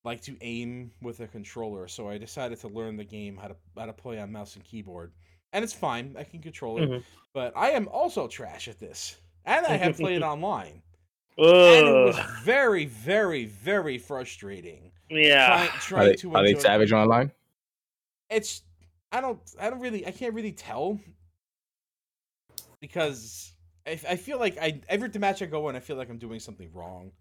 Speaker 4: like to aim with a controller. So I decided to learn the game how to how to play on mouse and keyboard, and it's fine. I can control it,
Speaker 2: Mm-hmm.
Speaker 3: Mhm.
Speaker 4: but I am also trash at this, and I have played online, and it was
Speaker 3: Ugh.
Speaker 4: very, very, very frustrating. Try,
Speaker 3: Yeah.
Speaker 2: Are
Speaker 4: trying
Speaker 2: they,
Speaker 4: to
Speaker 2: are they
Speaker 4: enjoy-
Speaker 2: savage online?
Speaker 4: it's I don't I don't really I can't really tell because I, I feel like I every match I go in I feel like I'm doing something wrong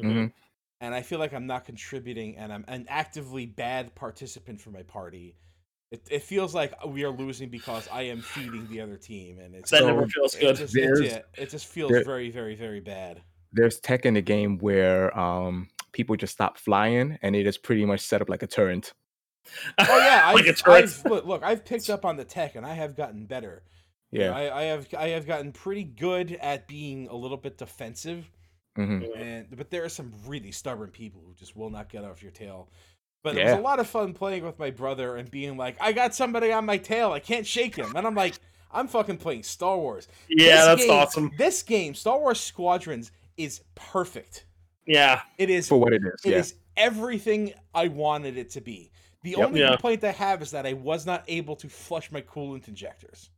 Speaker 3: Mm-hmm.
Speaker 2: Mhm.
Speaker 4: and I feel like I'm not contributing and I'm an actively bad participant for my party. It, it feels like we are losing because I am feeding the other team and it's
Speaker 3: That
Speaker 2: So-
Speaker 3: never feels
Speaker 4: it
Speaker 3: good.
Speaker 4: just, it,
Speaker 2: There's-
Speaker 4: yeah, it just feels
Speaker 2: there-
Speaker 4: very very very bad.
Speaker 2: There's tech in the game where um, people just stop flying and it is pretty much set up like a turret.
Speaker 4: Oh yeah, I've,
Speaker 3: Like a turret.
Speaker 4: I've look, look, I've picked up on the tech and I have gotten better. You know,
Speaker 2: Yeah.
Speaker 4: I, I have I have gotten pretty good at being a little bit defensive,
Speaker 2: hmm
Speaker 3: Mhm.
Speaker 4: and but there are some really stubborn people who just will not get off your tail. But it
Speaker 2: Yeah.
Speaker 4: was a lot of fun playing with my brother and being like, I got somebody on my tail, I can't shake him, and I'm like, I'm fucking playing Star Wars.
Speaker 3: Yeah,
Speaker 4: This
Speaker 3: that's
Speaker 4: game-
Speaker 3: awesome.
Speaker 4: This game, Star Wars Squadrons, is perfect.
Speaker 3: Yeah.
Speaker 4: It is
Speaker 2: For what it is.
Speaker 4: it is
Speaker 2: yeah.
Speaker 4: everything I wanted it to be. The
Speaker 2: Yep.
Speaker 4: only
Speaker 3: Yeah.
Speaker 4: complaint I have is that I was not able to flush my coolant injectors.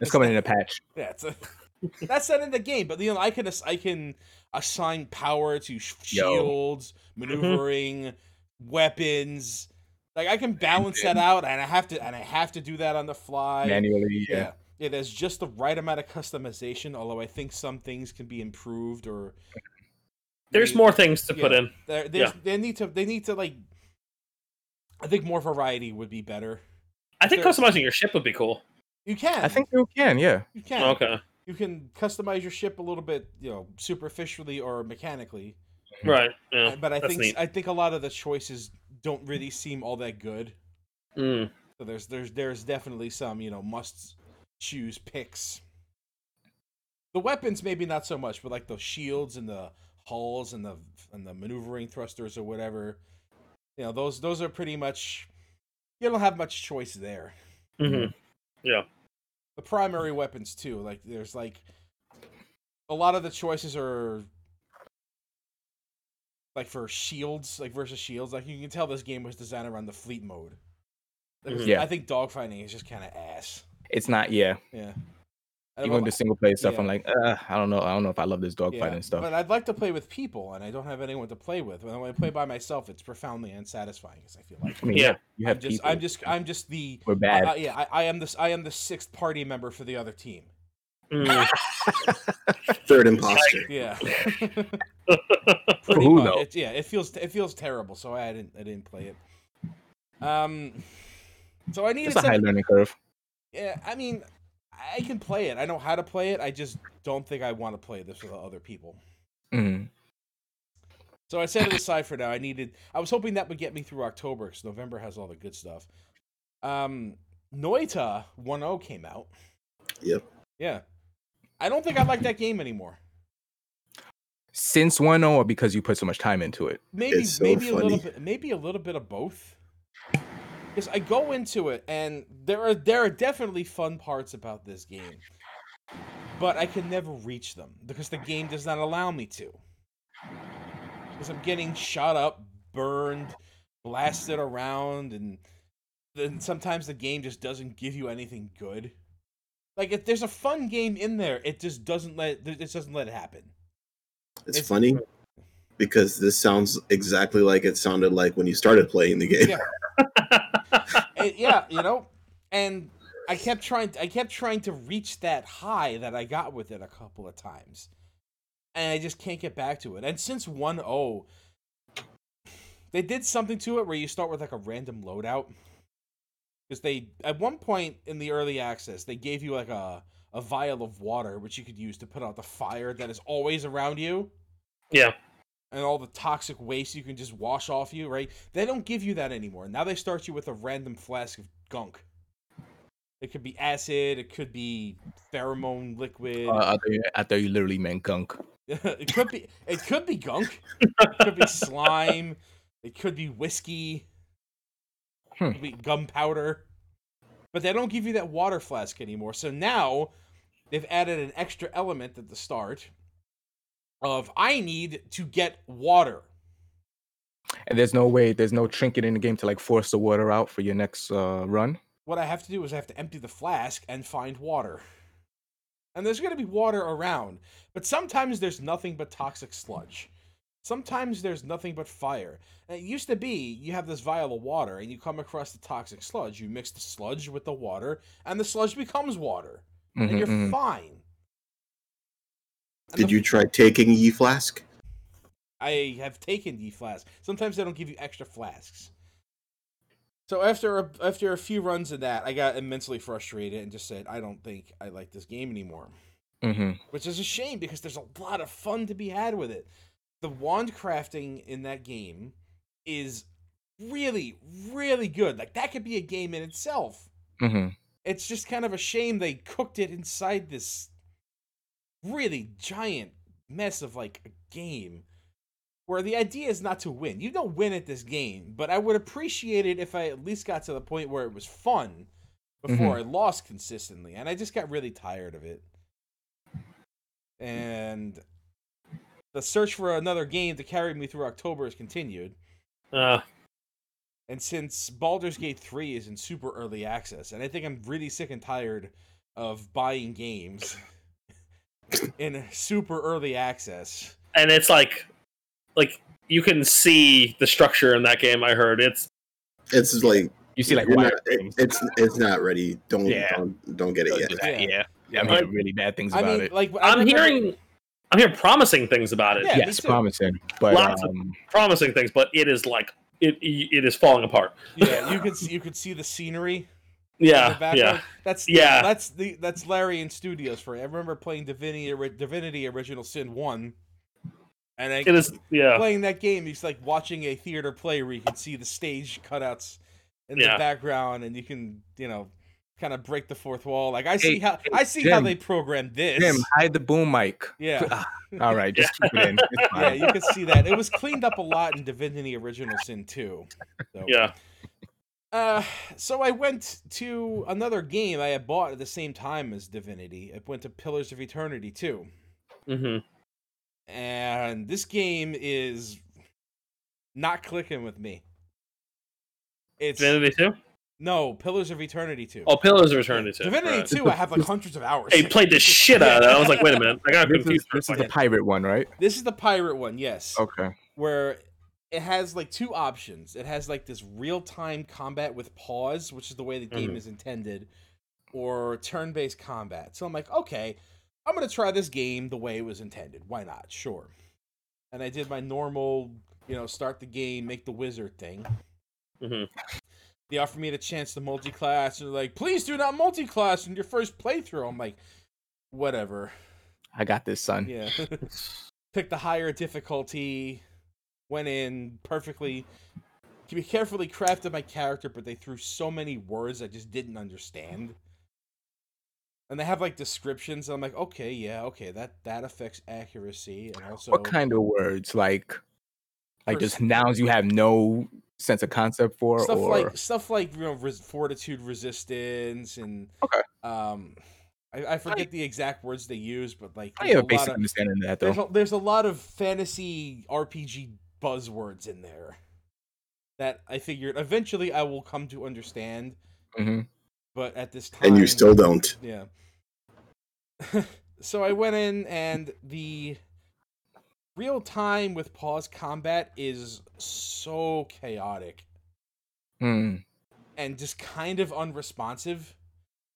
Speaker 2: It's coming in a patch.
Speaker 4: Yeah, it's a, that's not in the game, but you know I can ass- I can assign power to sh-
Speaker 2: Yo.
Speaker 4: shields, maneuvering, weapons. Like I can balance that out, and I have to and I have to do that on the fly.
Speaker 2: Manually.
Speaker 4: yeah.
Speaker 2: Yeah.
Speaker 4: yeah, There's just the right amount of customization, although I think some things can be improved or
Speaker 3: There's
Speaker 4: made-
Speaker 3: more things to put
Speaker 4: Yeah.
Speaker 3: in.
Speaker 4: There, there's, They need to they need to like. I think more variety would be better.
Speaker 3: I think
Speaker 4: Sure.
Speaker 3: customizing your ship would be cool.
Speaker 4: You can.
Speaker 2: I think you can. Yeah.
Speaker 4: you can.
Speaker 3: Okay.
Speaker 4: You can customize your ship a little bit, you know, superficially or mechanically.
Speaker 3: Right. Yeah.
Speaker 4: Uh, but I
Speaker 3: that's
Speaker 4: think
Speaker 3: neat.
Speaker 4: I think a lot of the choices don't really seem all that good.
Speaker 3: Mm.
Speaker 4: So there's there's there's definitely some you know must choose picks. The weapons maybe not so much, but like the shields and the hulls and the and the maneuvering thrusters or whatever, you know those those are pretty much you don't have much choice there.
Speaker 3: hmm
Speaker 4: The primary weapons too, like there's like a lot of the choices are like for shields, like versus shields. Like you can tell this game was designed around the fleet mode. Like,
Speaker 3: Mhm.
Speaker 2: Yeah.
Speaker 4: I think dogfighting is just kind of ass.
Speaker 2: It's not. Yeah.
Speaker 4: Yeah. I
Speaker 2: Even
Speaker 4: will-
Speaker 2: the single player stuff,
Speaker 4: yeah.
Speaker 2: I'm like, uh, I don't know. I don't know if I love this dogfighting
Speaker 4: yeah,
Speaker 2: stuff.
Speaker 4: But I'd like to play with people, and I don't have anyone to play with. When I play by myself, it's profoundly unsatisfying. Because I feel like
Speaker 2: I mean,
Speaker 3: Yeah.
Speaker 2: yeah, you have
Speaker 4: I'm just,
Speaker 2: people.
Speaker 4: I'm just, I'm just the.
Speaker 2: We're
Speaker 4: I,
Speaker 2: bad.
Speaker 4: I- yeah, I, I am this. I am the sixth party member for the other team.
Speaker 3: Mm.
Speaker 1: Third imposter.
Speaker 4: Yeah.
Speaker 2: For
Speaker 4: Pretty
Speaker 2: who,
Speaker 4: much.
Speaker 2: though?
Speaker 4: It, yeah, it feels it feels terrible. So I didn't I didn't play it. Um. So I needed
Speaker 2: it's a high
Speaker 4: something.
Speaker 2: learning curve.
Speaker 4: Yeah, I mean, I can play it. I know how to play it. I just don't think I want to play this with other people.
Speaker 2: Mhm.
Speaker 4: So I set it aside for now. I needed. I was hoping that would get me through October because November has all the good stuff. Um, Noita 1.0 came out.
Speaker 1: Yep.
Speaker 4: Yeah. I don't think I like that game anymore.
Speaker 2: Since 1 0, because you put so much time into it.
Speaker 4: Maybe
Speaker 1: It's so
Speaker 4: maybe a little
Speaker 1: funny.
Speaker 4: bit maybe a little bit of both. Because I go into it and there are there are definitely fun parts about this game. But I can never reach them because the game does not allow me to. Because I'm getting shot up, burned, blasted around, and then sometimes the game just doesn't give you anything good. Like if there's a fun game in there, it just doesn't let it just doesn't let it happen.
Speaker 1: It's,
Speaker 4: It's-
Speaker 1: funny because this sounds exactly like it sounded like when you started playing the game.
Speaker 4: Yeah. it, yeah, you know, and I kept trying. I kept trying to reach that high that I got with it a couple of times, and I just can't get back to it. And since 1-0, they did something to it where you start with like a random loadout. Because they, at one point in the early access, they gave you like a a vial of water, which you could use to put out the fire that is always around you.
Speaker 3: Yeah.
Speaker 4: And all the toxic waste you can just wash off you, right? They don't give you that anymore. Now they start you with a random flask of gunk. It could be acid. It could be pheromone liquid.
Speaker 2: Uh, I, thought you, I thought you literally meant gunk.
Speaker 4: it could be. It could be gunk. It could be slime. It could be whiskey.
Speaker 2: Hmm.
Speaker 4: It could be gunpowder. But they don't give you that water flask anymore. So now they've added an extra element at the start of I need to get water.
Speaker 2: And there's no way, there's no trinket in the game to like force the water out for your next uh, run.
Speaker 4: What I have to do is I have to empty the flask and find water. And there's going to be water around, but sometimes there's nothing but toxic sludge. Sometimes there's nothing but fire. And it used to be you have this vial of water and you come across the toxic sludge. You mix the sludge with the water, and the sludge becomes water, and
Speaker 2: Mhm,
Speaker 4: you're
Speaker 2: mhm.
Speaker 4: fine. And
Speaker 1: Did
Speaker 4: the-
Speaker 1: you try taking ye flask?
Speaker 4: I have taken the flask. Sometimes they don't give you extra flasks. So after a, after a few runs of that, I got immensely frustrated and just said, I don't think I like this game anymore.
Speaker 2: Mhm.
Speaker 4: Which is a shame because there's a lot of fun to be had with it. The wand crafting in that game is really, really good. Like that could be a game in itself
Speaker 2: Mhm.
Speaker 4: it's just kind of a shame they cooked it inside this really giant mess of like a game where the idea is not to win. You don't win at this game, but I would appreciate it if I at least got to the point where it was fun before I lost consistently. And I just got really tired of it. And the search for another game to carry me through October has continued.
Speaker 3: Uh,
Speaker 4: And since Baldur's Gate 3 is in super early access, and I think I'm really sick and tired of buying games in super early access.
Speaker 3: and it's like, like you can see the structure in that game. I heard it's
Speaker 1: It's like,
Speaker 2: You see, like,
Speaker 1: you're
Speaker 2: wire
Speaker 1: not- it- it's it's not ready. Don't
Speaker 2: Yeah.
Speaker 1: don't, don't get it
Speaker 2: yeah.
Speaker 1: yet.
Speaker 4: Yeah.
Speaker 2: yeah. I'm
Speaker 3: I-
Speaker 2: hearing really bad things
Speaker 4: I
Speaker 2: about
Speaker 4: mean,
Speaker 2: it.
Speaker 4: like I
Speaker 3: I'm
Speaker 4: remember-
Speaker 3: hearing, I'm hearing promising things about it.
Speaker 4: Yeah, me
Speaker 2: yes,
Speaker 4: too.
Speaker 2: promising, but
Speaker 3: Lots of-
Speaker 2: um,
Speaker 3: Promising things, but it is like it, it is falling apart.
Speaker 4: yeah, you could see, you could see the scenery. in
Speaker 3: Yeah,
Speaker 4: the
Speaker 3: yeah.
Speaker 4: background. That's
Speaker 3: Yeah.
Speaker 4: That's the that's Larry in Studios for. I remember playing Divinity Ori- Divinity Original Sin One, and I
Speaker 3: It is. Yeah,
Speaker 4: playing that game, he's like watching a theater play where you can see the stage cutouts in the
Speaker 3: Yeah.
Speaker 4: background, and you can, you know, kind of break the fourth wall. Like I see
Speaker 2: Hey,
Speaker 4: how
Speaker 2: hey,
Speaker 4: I see how
Speaker 2: Jim.
Speaker 4: they programmed this.
Speaker 2: Jim, hide the boom mic.
Speaker 4: Yeah,
Speaker 2: Ah, All right, just keep it in. It's
Speaker 4: yeah,
Speaker 2: fine.
Speaker 4: you can see that. It was cleaned up a lot in Divinity Original Sin two. So.
Speaker 3: yeah.
Speaker 4: Uh, so I went to another game I had bought at the same time as Divinity. I went to Pillars of Eternity too.
Speaker 3: hmm
Speaker 4: and this game is not clicking with me. It's
Speaker 3: Divinity two.
Speaker 4: no Pillars of Eternity two.
Speaker 3: Oh, Pillars of Eternity two.
Speaker 4: Divinity
Speaker 3: right.
Speaker 4: two, I have like hundreds of hours.
Speaker 3: Hey, played the shit out of that. I was like, wait a minute, I got
Speaker 2: This is,
Speaker 3: confused. for a
Speaker 2: this is the
Speaker 3: second.
Speaker 2: pirate one, right?
Speaker 4: This is the pirate one, yes,
Speaker 2: Okay.
Speaker 4: where it has like two options. It has like this real time combat with pause, which is the way the game
Speaker 3: Mhm.
Speaker 4: is intended, or turn based combat. So I'm like, okay, I'm gonna try this game the way it was intended. Why not? Sure. And I did my normal, you know, start the game, make the wizard thing.
Speaker 3: Mhm.
Speaker 4: they offer me the chance to multi-class and they're like please do not multi-class in your first playthrough i'm like whatever
Speaker 2: I got this, son.
Speaker 4: yeah picked the higher difficulty went in perfectly c- carefully crafted my character but they threw so many words i just didn't understand and they have like descriptions and i'm like okay yeah okay that that affects accuracy and also
Speaker 2: what kind of words? Like, like
Speaker 4: Pers-
Speaker 2: just nouns you have no sense of concept for,
Speaker 4: stuff
Speaker 2: or
Speaker 4: like stuff like you know res- fortitude resistance and
Speaker 2: Okay.
Speaker 4: um I, I forget the exact words they use but like
Speaker 2: I have
Speaker 4: there's a
Speaker 2: a
Speaker 4: lot
Speaker 2: basic
Speaker 4: of
Speaker 2: understanding of that
Speaker 4: there's
Speaker 2: though.
Speaker 4: a, there's a lot of fantasy RPG buzzwords in there that I figured eventually I will come to understand
Speaker 2: hmm
Speaker 4: but at this time
Speaker 1: Mm-hmm. And you still don't.
Speaker 4: yeah so I went in and the real time with pause combat is so chaotic
Speaker 2: Mm.
Speaker 4: and just kind of unresponsive.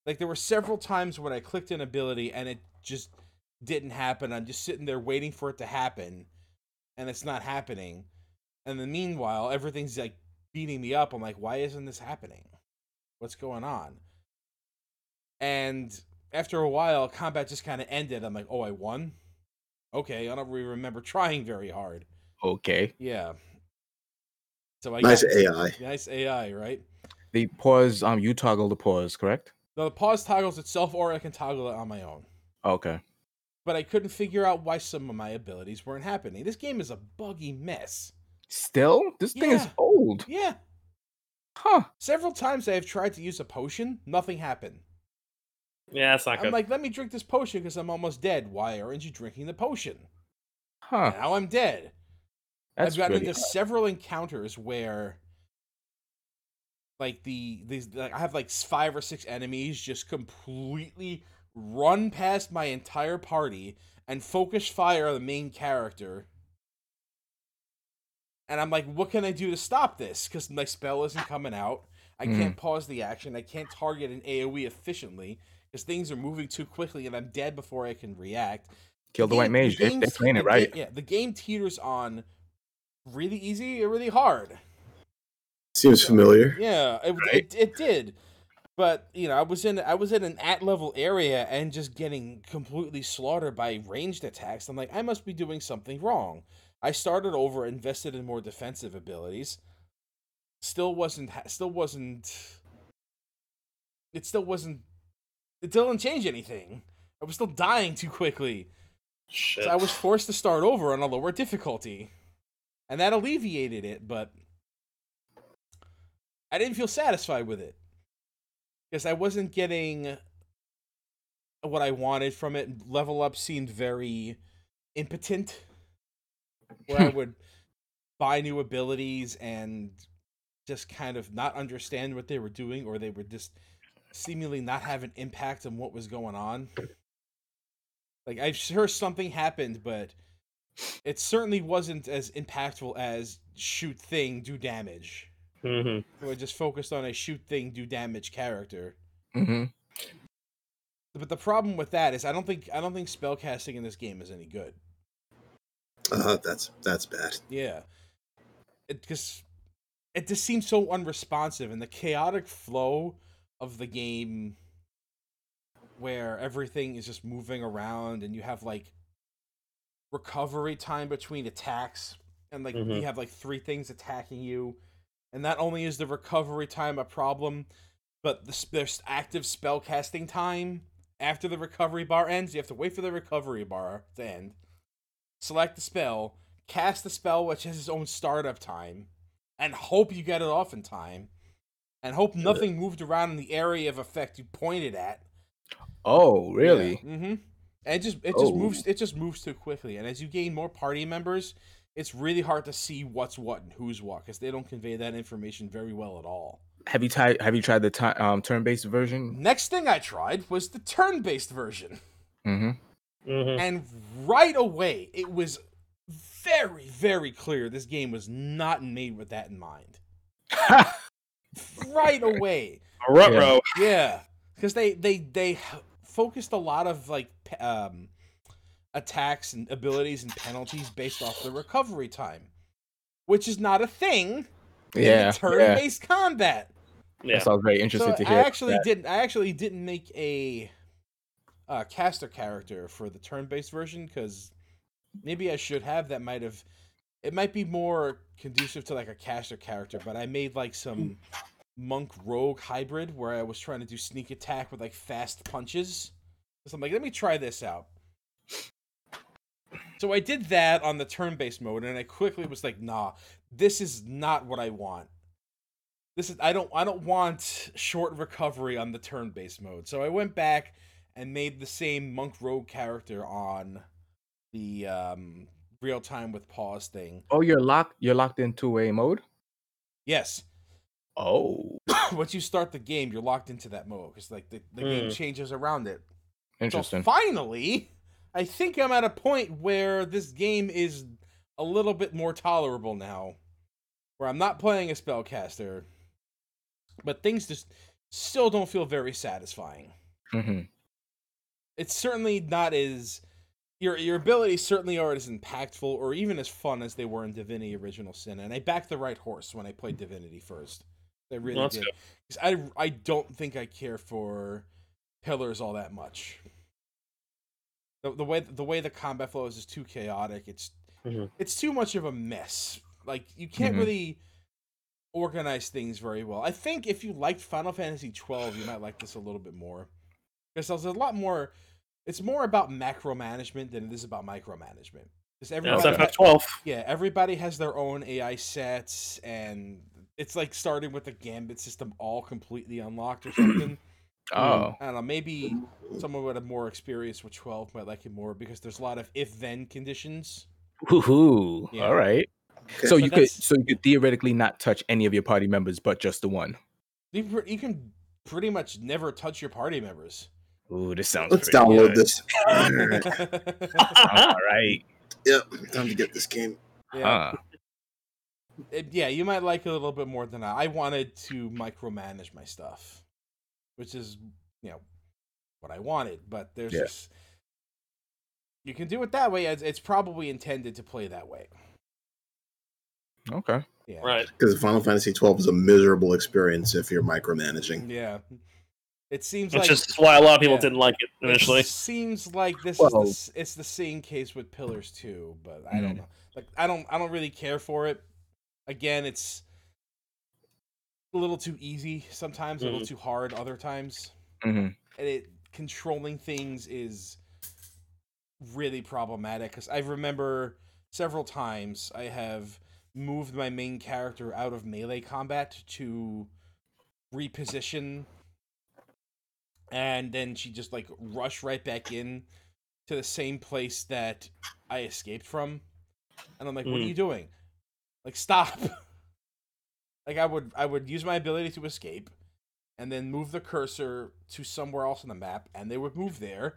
Speaker 4: Like there were several times when I clicked an ability and it just didn't happen. I'm just sitting there waiting for it to happen and it's not happening. And then meanwhile, everything's like beating me up. I'm like, why isn't this happening? What's going on? And after a while, combat just kind of ended. I'm like, oh, I won. Okay, I don't really remember trying very hard.
Speaker 2: Okay.
Speaker 4: Yeah. So I
Speaker 1: Nice
Speaker 4: got-
Speaker 1: AI.
Speaker 4: Nice AI, right?
Speaker 2: The pause. Um, you toggle the pause, correct?
Speaker 4: Now the pause toggles itself, or I can toggle it on my own.
Speaker 2: Okay.
Speaker 4: But I couldn't figure out why some of my abilities weren't happening. This game is a buggy mess.
Speaker 2: Still, this thing is
Speaker 4: Yeah.
Speaker 2: old,
Speaker 4: Yeah.
Speaker 2: huh?
Speaker 4: Several times I have tried to use a potion, nothing happened.
Speaker 3: Yeah, that's not
Speaker 4: I'm
Speaker 3: good.
Speaker 4: like, let me drink this potion because I'm almost dead. Why aren't you drinking the potion?
Speaker 2: Huh?
Speaker 4: Now I'm dead.
Speaker 2: That's
Speaker 4: I've gotten
Speaker 2: really
Speaker 4: into several encounters where, like the these, like, I have like s- five or six enemies just completely run past my entire party and focus fire on the main character. And I'm like, what can I do to stop this? Because my spell isn't coming out. I
Speaker 2: Hmm.
Speaker 4: can't pause the action. I can't target an AOE efficiently because things are moving too quickly, and I'm dead before I can react.
Speaker 2: kill the white
Speaker 4: game-
Speaker 2: mage. They,
Speaker 4: game
Speaker 2: they're
Speaker 4: te-
Speaker 2: playing
Speaker 4: the
Speaker 2: it right.
Speaker 4: ga- yeah, the game teeters on really easy or really hard.
Speaker 1: Seems familiar.
Speaker 4: Yeah, it, it, it did. But you know, I was in I was in an at level area and just getting completely slaughtered by ranged attacks. I'm like, I must be doing something wrong. I started over, invested in more defensive abilities. Still wasn't. ha- Still wasn't. It still wasn't. It still didn't change anything. I was still dying too quickly.
Speaker 3: Shit.
Speaker 4: So I was forced to start over on a lower difficulty. And that alleviated it, but I didn't feel satisfied with it. Because I wasn't getting what I wanted from it. Level up seemed very impotent. Where I would buy new abilities and just kind of not understand what they were doing, or they would just seemingly not have an impact on what was going on. Like I'm sure something happened, but it certainly wasn't as impactful as shoot thing do damage.
Speaker 3: hmm
Speaker 4: So I just focused on a shoot thing do damage character.
Speaker 2: hmm
Speaker 4: But the problem with that is I don't think I don't think spellcasting in this game is any good.
Speaker 1: Uh, that's that's bad.
Speaker 4: Yeah. It just it just seems so unresponsive and the chaotic flow of the game where everything is just moving around and you have like recovery time between attacks and like
Speaker 3: Mhm.
Speaker 4: you have like three things attacking you and not only is the recovery time a problem but the s- there's active spell casting time after the recovery bar ends you have to wait for the recovery bar to end select the spell cast the spell which has its own startup time and hope you get it off in time and hope nothing moved around in the area of effect you pointed at
Speaker 2: Oh, really?
Speaker 4: hmm and it just it just
Speaker 2: Oh.
Speaker 4: moves it just moves too quickly and as you gain more party members it's really hard to see what's what and who's what because they don't convey that information very well at all
Speaker 2: Have you tried? Have you tried the ti um, turn-based version?
Speaker 4: next thing i tried was the turn-based version
Speaker 2: Mm-hmm.
Speaker 3: hmm
Speaker 4: and right away it was very very clear this game was not made with that in mind right away
Speaker 2: Yeah.
Speaker 3: Ruh-roh.
Speaker 4: yeah because they they they h- focused a lot of like p- um attacks and abilities and penalties based off the recovery time which is not a thing
Speaker 2: yeah,
Speaker 4: in
Speaker 2: yeah.
Speaker 4: turn-based combat
Speaker 3: Yeah.
Speaker 2: That sounds very interesting
Speaker 4: so
Speaker 2: to
Speaker 4: i
Speaker 2: hear.
Speaker 4: actually
Speaker 2: that.
Speaker 4: didn't i actually didn't make a uh caster character for the turn-based version because maybe i should have that might have it might be more conducive to like a caster character but i made like some
Speaker 2: Hmm.
Speaker 4: monk rogue hybrid where i was trying to do sneak attack with like fast punches so i'm like let me try this out so i did that on the turn-based mode and i quickly was like nah this is not what i want this is I don't I don't want short recovery on the turn based mode. So I went back and made the same monk rogue character on the um real time with pause thing.
Speaker 2: Oh, you're locked. You're locked into a mode.
Speaker 4: Yes.
Speaker 2: Oh,
Speaker 4: Once you start the game, you're locked into that mode because like the, the game
Speaker 3: Hmm.
Speaker 4: changes around it. So
Speaker 2: interesting.
Speaker 4: finally, I think I'm at a point where this game is a little bit more tolerable now, where I'm not playing a spellcaster, but things just still don't feel very satisfying.
Speaker 2: hmm
Speaker 4: It's certainly not as your your abilities certainly aren't as impactful or even as fun as they were in Divinity Original Sin. And I backed the right horse when I played Divinity first. I really
Speaker 3: That's
Speaker 4: did. 'Cause I I don't think I care for pillars all that much. The, the way the way the combat flows is too chaotic. It's
Speaker 3: Mhm.
Speaker 4: it's too much of a mess. Like you can't
Speaker 2: Mhm.
Speaker 4: really organize things very well. I think if you liked Final Fantasy twelve, you might like this a little bit more. Because there's a lot more. It's more about macro management than it is about micromanagement. Because
Speaker 3: Yeah, it's
Speaker 4: everybody,
Speaker 2: Okay.
Speaker 3: FF twelve.
Speaker 4: yeah, everybody has their own AI sets, and it's like starting with the gambit system all completely unlocked or something. Mm. Um,
Speaker 2: Oh,
Speaker 4: I don't know. Maybe someone would have more experience with twelve might like it more because there's a lot of if then conditions.
Speaker 2: Woohoo.
Speaker 4: Yeah.
Speaker 2: all right.
Speaker 1: Okay.
Speaker 2: So
Speaker 4: But
Speaker 2: you could
Speaker 4: that's-
Speaker 2: so you could theoretically not touch any of your party members but just the one.
Speaker 4: You, pr- you can pretty much never touch your party members.
Speaker 2: Ooh, this sounds
Speaker 1: Let's
Speaker 2: pretty
Speaker 1: download
Speaker 2: good.
Speaker 1: this. All right.
Speaker 2: Sounds all right.
Speaker 1: Yep, time to get this game.
Speaker 4: yeah,
Speaker 2: Huh.
Speaker 4: it- yeah, you might like it a little bit more than I. I wanted to micromanage my stuff, which is you know what I wanted, but there's
Speaker 2: Yeah.
Speaker 4: just you can do it that way. It's, it's probably intended to play that way.
Speaker 2: Okay.
Speaker 4: Yeah.
Speaker 3: Right.
Speaker 1: Because Final Fantasy twelve is a miserable experience if you're micromanaging.
Speaker 4: Yeah. It seems
Speaker 3: Which
Speaker 4: like
Speaker 3: is why a lot of people
Speaker 4: yeah.
Speaker 3: didn't like it initially.
Speaker 4: It seems like this
Speaker 2: Well- Mm.
Speaker 4: is the, s- it's the same case with Pillars too, but I don't know. Like I don't I don't really care for it. Again, it's a little too easy sometimes, a
Speaker 3: Mm-hmm.
Speaker 4: little too hard other times,
Speaker 2: hmm
Speaker 4: and it controlling things is really problematic because I remember several times I have moved my main character out of melee combat to reposition and then she just like rushed right back in to the same place that I escaped from. And I'm like, what are
Speaker 3: Mm.
Speaker 4: you doing? Like stop. like I would I would use my ability to escape and then move the cursor to somewhere else on the map and they would move there.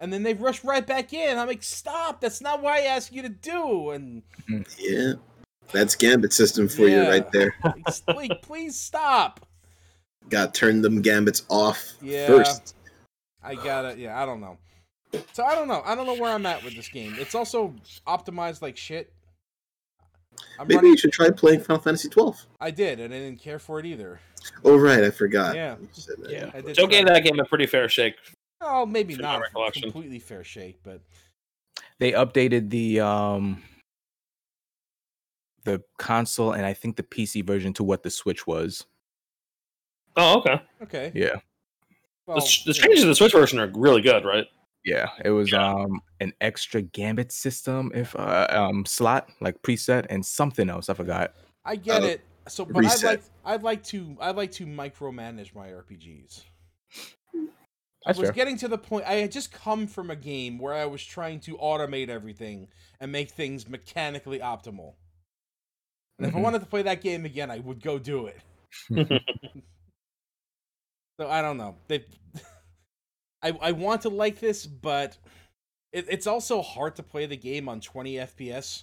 Speaker 4: And then they rush right back in. I'm like, stop, that's not what I asked you to do. And
Speaker 1: Yeah, that's gambit system for you
Speaker 4: Yeah.
Speaker 1: right there.
Speaker 4: like, s- like please stop.
Speaker 1: Got to turn them gambits off
Speaker 4: Yeah.
Speaker 1: first.
Speaker 4: I gotta, yeah, I don't know. So I don't know. I don't know where I'm at with this game. It's also optimized like shit. I'm
Speaker 1: Maybe
Speaker 4: running.
Speaker 1: you should try playing Final Fantasy twelve.
Speaker 4: I did, and I didn't care for it either.
Speaker 1: Oh right, I forgot.
Speaker 4: Yeah.
Speaker 1: You said that.
Speaker 2: Yeah.
Speaker 4: I did.
Speaker 3: Joe gave
Speaker 4: try-
Speaker 3: that game a pretty fair shake.
Speaker 4: Oh, maybe
Speaker 3: from
Speaker 4: not
Speaker 3: my
Speaker 4: a
Speaker 3: recollection.
Speaker 4: completely fair shake, but
Speaker 2: They updated the um the console and I think the PC version to what the Switch was.
Speaker 3: Oh, okay.
Speaker 4: okay.
Speaker 2: Yeah.
Speaker 4: Well,
Speaker 3: the, the
Speaker 4: Oh, yeah.
Speaker 3: changes to the Switch version are really good, right?
Speaker 2: Yeah. It was
Speaker 3: Yeah.
Speaker 2: um an extra gambit system if uh, um slot like preset and something else I forgot.
Speaker 4: I get
Speaker 1: Uh,
Speaker 4: it. So, but I'd
Speaker 1: reset.
Speaker 4: like, I'd like to, I'd like to micromanage my RPGs.
Speaker 2: That's
Speaker 4: I was
Speaker 2: fair.
Speaker 4: getting to the point. I had just come from a game where I was trying to automate everything and make things mechanically optimal. And if I
Speaker 2: Mhm.
Speaker 4: wanted to play that game again, I would go do it. So I don't know. They, I I want to like this, but it, it's also hard to play the game on 20 FPS.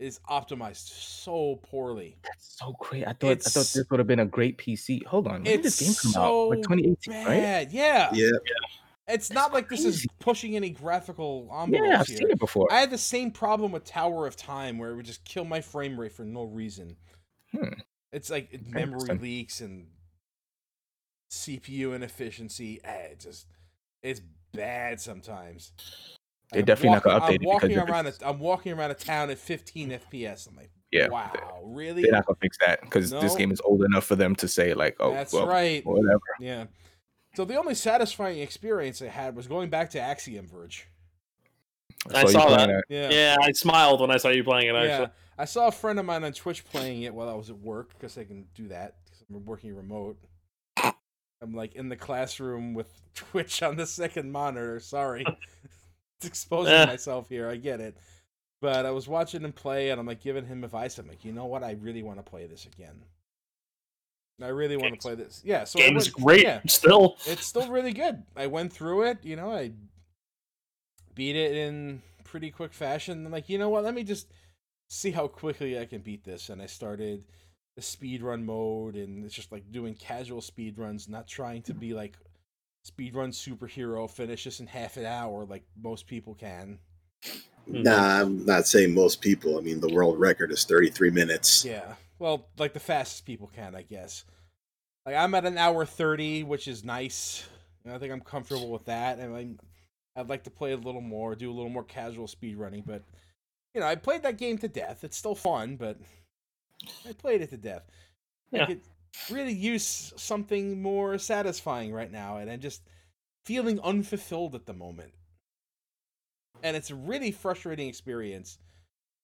Speaker 4: It's optimized so poorly.
Speaker 2: That's so great. I thought I thought
Speaker 4: It's-
Speaker 2: this would have been a great PC. Hold on. When did this game
Speaker 4: It's
Speaker 2: come out? Like
Speaker 4: so
Speaker 2: 2018, right?
Speaker 4: Bad, yeah.
Speaker 1: Yeah.
Speaker 4: It's not like this is
Speaker 2: crazy.
Speaker 4: pushing any graphical envelopes
Speaker 2: Yeah, I've
Speaker 4: here.
Speaker 2: seen it before.
Speaker 4: I had the same problem with Tower of Time where it would just kill my frame rate for no reason.
Speaker 2: Hmm.
Speaker 4: It's like it-
Speaker 2: Okay,
Speaker 4: memory
Speaker 2: interesting.
Speaker 4: leaks and CPU inefficiency. Eh, It just it's bad sometimes.
Speaker 2: They're definitely not gonna
Speaker 4: walking-
Speaker 2: update it
Speaker 4: I'm
Speaker 2: because
Speaker 4: walking
Speaker 2: they're
Speaker 4: around. A, I'm walking around a town at 15 FPS. I'm like,
Speaker 2: yeah.
Speaker 4: wow, really?
Speaker 2: They're not gonna fix that because this
Speaker 4: No.
Speaker 2: game is old enough for them to say like, oh,
Speaker 4: That's
Speaker 2: well,
Speaker 4: right.
Speaker 2: whatever.
Speaker 4: Yeah. So the only satisfying experience I had was going back to Axiom Verge.
Speaker 3: I
Speaker 2: you
Speaker 3: saw
Speaker 2: playing
Speaker 3: that.
Speaker 4: Yeah.
Speaker 3: Yeah. I smiled when I saw you playing it.
Speaker 4: yeah.
Speaker 3: Actually,
Speaker 4: I saw a friend of mine on Twitch playing it while I was at work because I can do that 'cause I'm working remote. I'm like in the classroom with Twitch on the second monitor. Sorry, it's exposing
Speaker 3: Eh.
Speaker 4: myself here. I get it, but I was watching him play, and I'm like giving him advice. I'm like, you know what? I really want to play this again. I really want to
Speaker 3: Game's-
Speaker 4: play this. Yeah. So I
Speaker 3: game is
Speaker 4: went-
Speaker 3: great
Speaker 4: Yeah,
Speaker 3: still.
Speaker 4: it's still really good. I went through it, you know, I beat it in pretty quick fashion. I'm like, you know what, let me just see how quickly I can beat this. And I started the speed run mode and it's just like doing casual speed runs, not trying to be like speedrun superhero, finish this in half an hour like most people can.
Speaker 2: Hmm.
Speaker 3: Mhm.
Speaker 1: Nah, I'm not saying most people. I mean, the world record is 33 minutes.
Speaker 4: Yeah. Well, like the fastest people can, I guess. Like I'm at an hour 30, which is nice. And I think I'm comfortable with that. And I'm, I'd like to play a little more, do a little more casual speed running. But you know, I played that game to death. It's still fun, but I played it to death. I
Speaker 3: Yeah.
Speaker 4: could really use something more satisfying right now, and I'm just feeling unfulfilled at the moment. And it's a really frustrating experience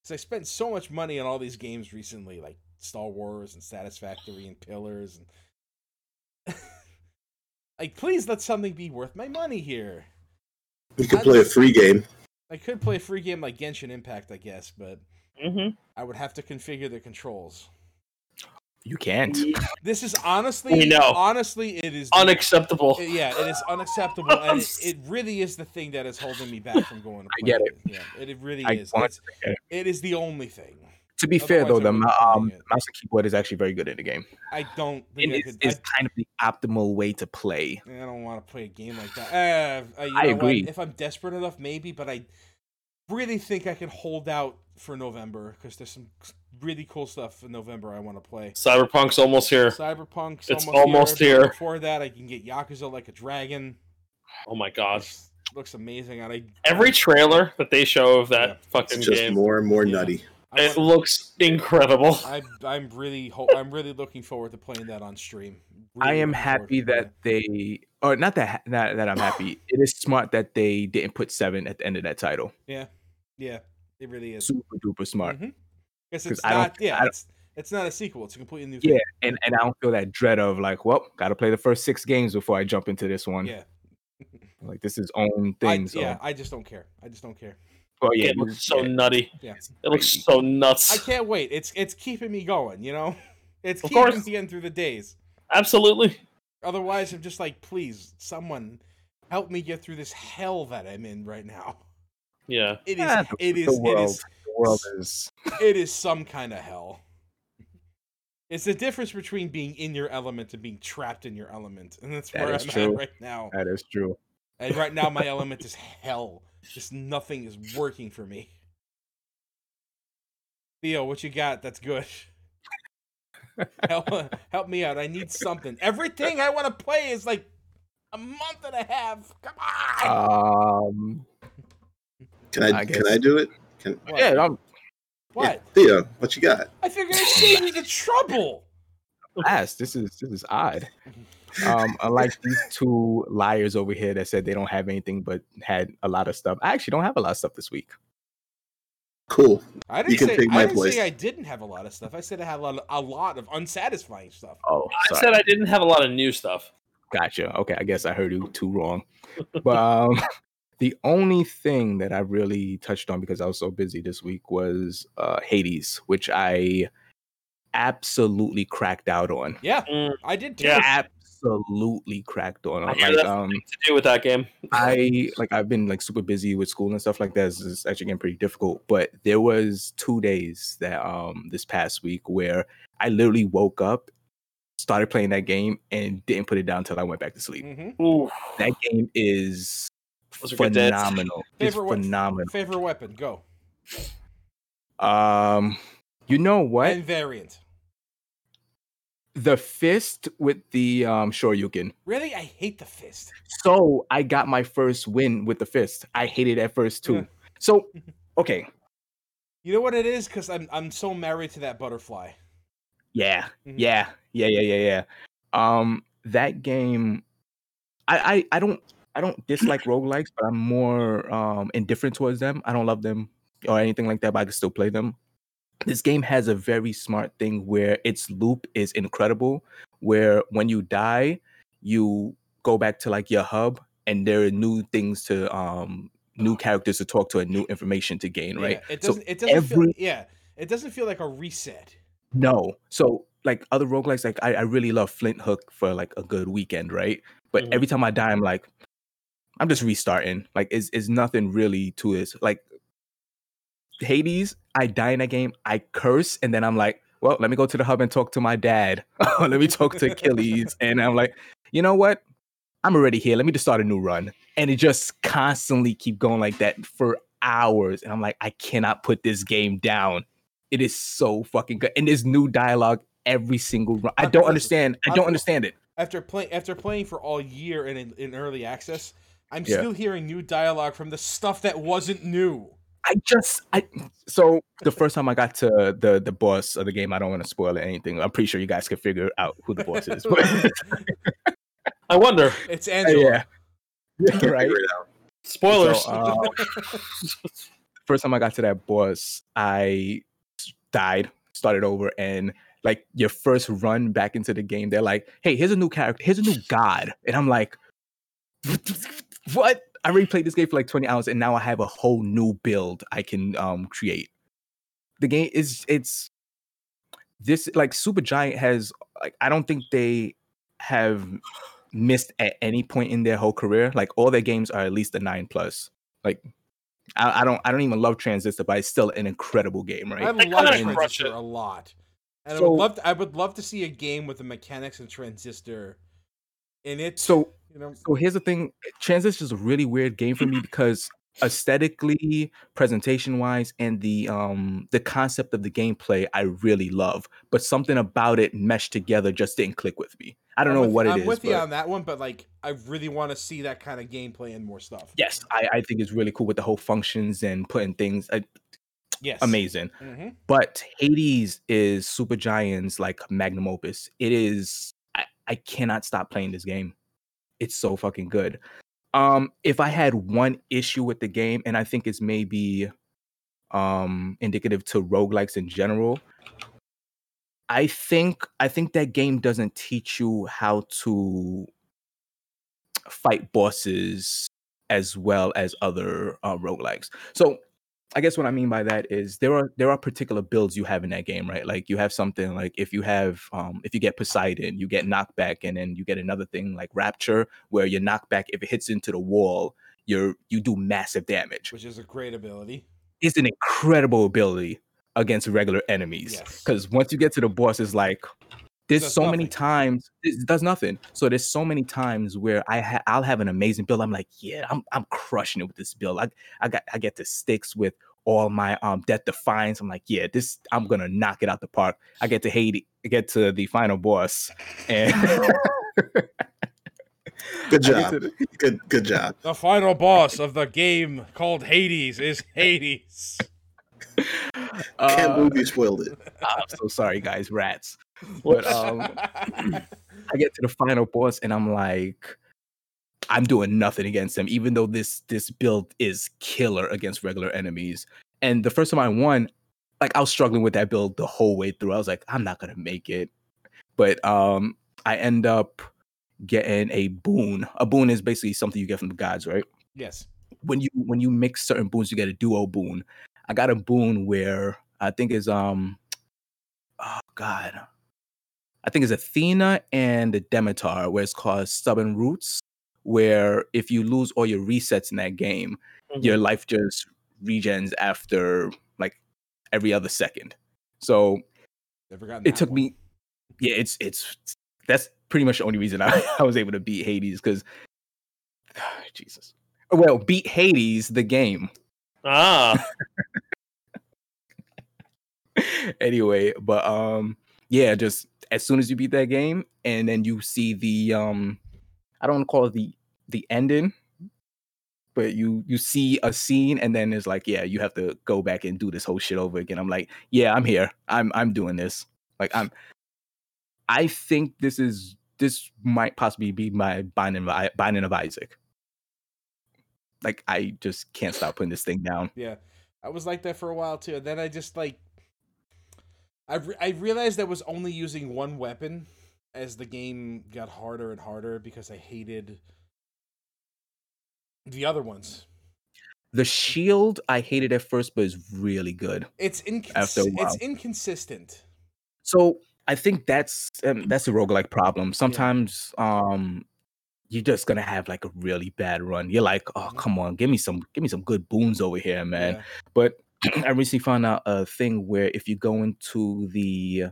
Speaker 4: because I spent so much money on all these games recently, like Star Wars and Satisfactory and Pillars, and like, please let something be worth my money here.
Speaker 1: You could play a free game.
Speaker 4: I could play a free game like Genshin Impact, I guess, but
Speaker 3: Mm-hmm.
Speaker 4: I would have to configure the controls.
Speaker 2: You can't.
Speaker 4: This is honestly,
Speaker 3: We know.
Speaker 4: honestly, it is the-
Speaker 3: Unacceptable.
Speaker 4: it- yeah, it is unacceptable, and it, it really is the thing that is holding me back from going. To
Speaker 2: I
Speaker 4: play
Speaker 2: get
Speaker 4: it. Yeah, it, it really
Speaker 2: I
Speaker 4: is.
Speaker 2: want
Speaker 4: It's,
Speaker 2: get it.
Speaker 4: it is the only thing.
Speaker 2: To be fair though, the
Speaker 4: Otherwise, I wouldn't
Speaker 2: ma-
Speaker 4: be playing
Speaker 2: um,
Speaker 4: it.
Speaker 2: mouse and keyboard is actually very good in the game.
Speaker 4: I don't think
Speaker 2: It
Speaker 4: I
Speaker 2: is,
Speaker 4: could.
Speaker 2: is kind of the optimal way to play.
Speaker 4: I, I don't want to play a game like that. Uh, uh, you
Speaker 2: I
Speaker 4: know what?
Speaker 2: agree.
Speaker 4: If I'm desperate enough, maybe, but I really think I can hold out for November because there's some really cool stuff in November I want to play.
Speaker 3: Cyberpunk's almost here.
Speaker 4: Cyberpunk's
Speaker 3: It's almost
Speaker 4: almost but
Speaker 3: here.
Speaker 4: Before that, I can get Yakuza like a dragon.
Speaker 3: Oh my god.
Speaker 4: Looks- Looks amazing, and I
Speaker 3: Every trailer that they show of that
Speaker 4: Yeah.
Speaker 3: fucking
Speaker 1: It's just
Speaker 3: game,
Speaker 1: more and more
Speaker 4: Yeah.
Speaker 1: nutty.
Speaker 4: I
Speaker 3: it looks incredible.
Speaker 4: I, I'm really ho- I'm really looking forward to playing that on stream.
Speaker 2: I
Speaker 4: Really
Speaker 2: am
Speaker 4: looking forward
Speaker 2: happy
Speaker 4: to playing
Speaker 2: that they, or not that ha- not that I'm happy. It is smart that they didn't put seven at the end of that title.
Speaker 4: it. yeah, it really is.
Speaker 2: Super duper smart.
Speaker 4: Mhm. 'Cause
Speaker 2: 'Cause
Speaker 4: it's
Speaker 2: I don't-
Speaker 4: not
Speaker 2: I
Speaker 4: yeah,
Speaker 2: don't-
Speaker 4: it's it's not a sequel. It's a completely new
Speaker 2: Yeah,
Speaker 4: thing.
Speaker 2: And and I don't feel that dread of like, well, got to play the first six games before I jump into this one.
Speaker 4: yeah.
Speaker 2: Like this is own
Speaker 4: I,
Speaker 2: thing. So,
Speaker 4: yeah, I just don't care. I just don't care.
Speaker 2: Oh, yeah,
Speaker 3: it
Speaker 2: you-
Speaker 3: looks so
Speaker 2: yeah.
Speaker 3: nutty.
Speaker 4: Yeah.
Speaker 3: It looks
Speaker 2: Like,
Speaker 3: so
Speaker 4: I
Speaker 3: nuts.
Speaker 4: can't wait. It's it's keeping me going. You know, it's
Speaker 3: Of
Speaker 4: keeping
Speaker 3: course.
Speaker 4: me in through the days.
Speaker 3: Absolutely.
Speaker 4: Otherwise, I'm just like, please, someone help me get through this hell that I'm in right now.
Speaker 3: Yeah.
Speaker 4: It is
Speaker 2: Yeah,
Speaker 4: it is
Speaker 2: Ah, the
Speaker 4: it
Speaker 2: world,
Speaker 4: is
Speaker 2: the world is
Speaker 4: it is some kind of hell. It's the difference between being in your element and being trapped in your element, and that's
Speaker 2: That
Speaker 4: where
Speaker 2: is
Speaker 4: I'm
Speaker 2: true.
Speaker 4: at right now.
Speaker 2: that is true.
Speaker 4: And right now, my element is hell. Just nothing is working for me. Theo, what you got? That's good. help, help me out. I need something. Everything I want to play is like a month and a half. Come on.
Speaker 1: Uh,
Speaker 2: Um,
Speaker 1: Can
Speaker 2: I
Speaker 1: I,
Speaker 2: guess.
Speaker 1: can I do it? Can
Speaker 4: what?
Speaker 2: yeah, I'm
Speaker 4: what?
Speaker 1: Theo, what you got?
Speaker 4: I figured I saved you the trouble.
Speaker 2: fast. This is this is odd. Um, unlike these two liars over here that said they don't have anything but had a lot of stuff. I actually don't have a lot of stuff this week.
Speaker 1: Cool.
Speaker 4: I
Speaker 1: You
Speaker 4: didn't
Speaker 1: can
Speaker 4: say
Speaker 1: take
Speaker 4: I
Speaker 1: my
Speaker 4: didn't
Speaker 1: place.
Speaker 4: say I didn't have a lot of stuff. I said I had a lot of, a lot of unsatisfying stuff.
Speaker 2: Oh,
Speaker 3: I
Speaker 2: sorry.
Speaker 3: said I didn't have a lot of new stuff.
Speaker 2: Gotcha. Okay, I guess I heard you too wrong. But um, the only thing that I really touched on because I was so busy this week was uh, Hades, which I absolutely cracked out on.
Speaker 4: Yeah,
Speaker 3: Mm.
Speaker 4: I did too.
Speaker 3: Yeah.
Speaker 2: Absolutely cracked on.
Speaker 3: I hear
Speaker 2: Like,
Speaker 3: that's
Speaker 2: um,
Speaker 3: the thing to do with that game.
Speaker 2: I like I've been like super busy with school and stuff like that. It's, it's actually getting pretty difficult. But there was two days that um this past week where I literally woke up, started playing that game, and didn't put it down until I went back to sleep.
Speaker 4: hmm
Speaker 3: Ooh.
Speaker 2: That game is
Speaker 3: Those are good days.
Speaker 2: phenomenal. It's
Speaker 4: Favorite one-
Speaker 2: phenomenal.
Speaker 4: Favorite weapon, go.
Speaker 2: Um, you know what?
Speaker 4: Invariant.
Speaker 2: The fist with the um shoryuken.
Speaker 4: Really, I hate the fist.
Speaker 2: So I got my first win with the fist. I hated it at first too.
Speaker 4: Yeah.
Speaker 2: So okay,
Speaker 4: You know what it is? Because I'm I'm so married to that butterfly.
Speaker 2: yeah,
Speaker 4: Mhm.
Speaker 2: yeah, yeah, yeah, yeah, yeah. Um, that game, I, I, I don't, I don't dislike roguelikes, but I'm more um indifferent towards them. I don't love them or anything like that, but I can still play them. This game has a very smart thing where its loop is incredible, where when you die, you go back to like your hub, and there are new things to um new characters to talk to and new information to gain, right?
Speaker 4: Yeah, it
Speaker 2: So
Speaker 4: doesn't. it doesn't feel.
Speaker 2: every-
Speaker 4: Yeah, it doesn't feel like a reset.
Speaker 2: No. So like other roguelikes, like I, I really love Flint Hook for like a good weekend, right? But
Speaker 3: Mhm.
Speaker 2: every time I die, I'm like, I'm just restarting. Like is is nothing really to this. Like Hades, I die in that game, I curse, and then I'm like, well, let me go to the hub and talk to my dad. let me talk to Achilles. and I'm like, you know what? I'm already here. Let me just start a new run. And it just constantly keep going like that for hours. And I'm like, I cannot put this game down. It is so fucking good. And there's new dialogue every single run. I
Speaker 4: Okay,
Speaker 2: don't
Speaker 4: listen.
Speaker 2: understand. I
Speaker 4: Okay.
Speaker 2: don't understand it.
Speaker 4: after playing after playing for all year and in, in early access, I'm
Speaker 2: Yeah.
Speaker 4: still hearing new dialogue from the stuff that wasn't new.
Speaker 2: I just I so the first time I got to the the boss of the game, I don't want to spoil anything. I'm pretty sure you guys can figure out who the boss is. But
Speaker 3: I wonder.
Speaker 4: It's Angela.
Speaker 2: yeah.
Speaker 1: Can't
Speaker 2: right.
Speaker 1: figure it out.
Speaker 3: Spoilers.
Speaker 2: So, uh, first time I got to that boss, I s- died, started over, and like your first run back into the game, they're like, "Hey, here's a new character, here's a new god," and I'm like, "What?" I already played this game for like 20 hours, and now I have a whole new build I can um create. The game is it's this like Super Giant has like I don't think they have missed at any point in their whole career. Like all their games are at least a nine plus. Like I, I don't I don't even love Transistor, but it's still an incredible game,
Speaker 4: I
Speaker 2: right?
Speaker 3: They
Speaker 4: love
Speaker 3: kinda crush
Speaker 4: Transistor
Speaker 3: it.
Speaker 4: a lot, and I
Speaker 2: So-
Speaker 4: would love to, I would love to see a game with the mechanics and Transistor in it.
Speaker 2: So
Speaker 4: you know,
Speaker 2: so here's the thing: Transistor is a really weird game for me because aesthetically, presentation wise, and the um the concept of the gameplay I really love, but something about it meshed together just didn't click with me. I don't
Speaker 4: I'm
Speaker 2: know
Speaker 4: with,
Speaker 2: what
Speaker 4: I'm
Speaker 2: it is.
Speaker 4: with you
Speaker 2: but-
Speaker 4: on that one, but like, I really want to see that kind of gameplay and more stuff.
Speaker 2: yes, I, I think it's really cool with the whole functions and putting things. I,
Speaker 4: Yes,
Speaker 2: amazing.
Speaker 4: hmm
Speaker 2: But Hades is Super Giant's like magnum opus. It is I, I cannot stop playing this game. It's so fucking good. Um if I had one issue with the game and I think it's maybe um indicative to roguelikes in general, I think I think that game doesn't teach you how to fight bosses as well as other uh, roguelikes. So I guess what I mean by that is there are there are particular builds you have in that game, right? Like you have something like if you have um if you get Poseidon, you get knockback, and then you get another thing like Rapture, where your knockback, if it hits into the wall, you're you do massive damage.
Speaker 4: which is a great ability.
Speaker 2: It's an incredible ability against regular enemies.
Speaker 4: Yes.
Speaker 2: Because once you get to the boss, it's like there's
Speaker 4: Does
Speaker 2: so many
Speaker 4: nothing.
Speaker 2: times it does nothing. So there's so many times where I ha- I'll have an amazing build. I'm like, yeah, I'm I'm crushing it with this build. I I got I get the sticks with all my um death defines. I'm like, yeah, this I'm gonna knock it out the park. I get to hate get to the final boss and
Speaker 1: Good
Speaker 2: I get
Speaker 1: job.
Speaker 2: to the-
Speaker 1: Good good job.
Speaker 4: The final boss of the game called Hades is Hades.
Speaker 1: Can't
Speaker 2: Uh,
Speaker 1: believe you spoiled it.
Speaker 2: I'm so sorry, guys, rats. But um I get to the final boss and I'm like, I'm doing nothing against them, even though this this build is killer against regular enemies. And the first time I won, like I was struggling with that build the whole way through. I was like, I'm not gonna make it. But um I end up getting a boon. A boon is basically something you get from the gods, right?
Speaker 4: yes,
Speaker 2: when you when you mix certain boons, you get a duo boon. I got a boon where I think is um oh god. I think it's Athena and the Demeter, where it's called Stubborn Roots, where if you lose all your resets in that game, your life just regens after like every other second. So
Speaker 4: never gotten.
Speaker 2: it
Speaker 4: that
Speaker 2: took
Speaker 4: one.
Speaker 2: me yeah it's it's that's pretty much the only reason i, I was able to beat hades because jesus well beat hades the game
Speaker 3: ah,
Speaker 2: anyway but um yeah just as soon as you beat that game and then you see the um i don't wanna call it the the ending but you you see a scene and then it's like yeah you have to go back and do this whole shit over again i'm like yeah i'm here i'm i'm doing this like i'm i think this is this might possibly be my binding of, I- binding of isaac like i just can't stop putting this thing down
Speaker 4: Yeah, I was like that for a while too. And then I just like, I re- I realized I was only using one weapon as the game got harder and harder because I hated the other ones.
Speaker 2: The shield I hated at first, but is really good.
Speaker 4: It's incons-
Speaker 2: After a while.
Speaker 4: it's inconsistent.
Speaker 2: So I think that's um, that's a roguelike problem. Sometimes um you're just gonna have like a really bad run. You're like, oh
Speaker 4: Mhm.
Speaker 2: come on, give me some give me some good boons over here, man.
Speaker 4: Yeah.
Speaker 2: But I recently found out a thing where if you go into the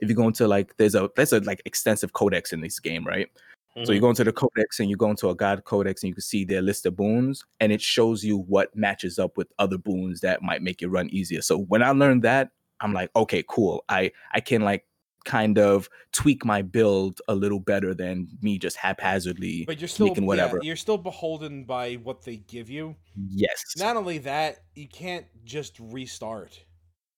Speaker 2: if you go into like there's a there's a like extensive codex in this game, right? So
Speaker 3: Mm-hmm.
Speaker 2: you go into the codex and you go into a god codex and you can see their list of boons and it shows you what matches up with other boons that might make your run easier. So when I learned that, I'm like, okay, cool. I I can like kind of tweak my build a little better than me just haphazardly.
Speaker 4: But you're still
Speaker 2: Sneaking whatever.
Speaker 4: Yeah, you're still beholden by what they give you.
Speaker 2: yes.
Speaker 4: Not only that, you can't just restart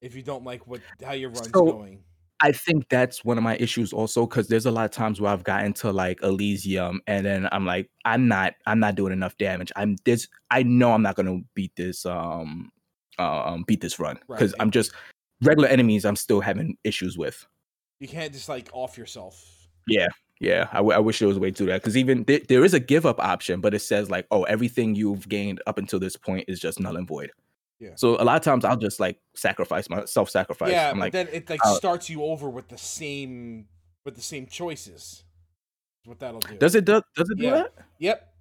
Speaker 4: if you don't like what how your run's
Speaker 2: So-
Speaker 4: going.
Speaker 2: I think that's one of my issues also because there's a lot of times where I've gotten to like Elysium and then I'm like, I'm not, I'm not doing enough damage. I'm this, I know I'm not gonna beat this, um, uh, um beat this run because
Speaker 4: Right.
Speaker 2: I'm just regular enemies. I'm still having issues with.
Speaker 4: You can't just like off yourself.
Speaker 2: Yeah, I, w- I wish there was a way to do that because even th- there is a give up option, but it says like, oh, everything you've gained up until this point is just null and void.
Speaker 4: Yeah.
Speaker 2: So a lot of times I'll just like sacrifice my self sacrifice.
Speaker 4: Yeah,
Speaker 2: I'm
Speaker 4: but
Speaker 2: like,
Speaker 4: then it like
Speaker 2: uh,
Speaker 4: starts you over with the same with the same choices. Is What that'll do.
Speaker 2: does it do, does it do
Speaker 4: Yeah.
Speaker 2: that?
Speaker 4: Yep.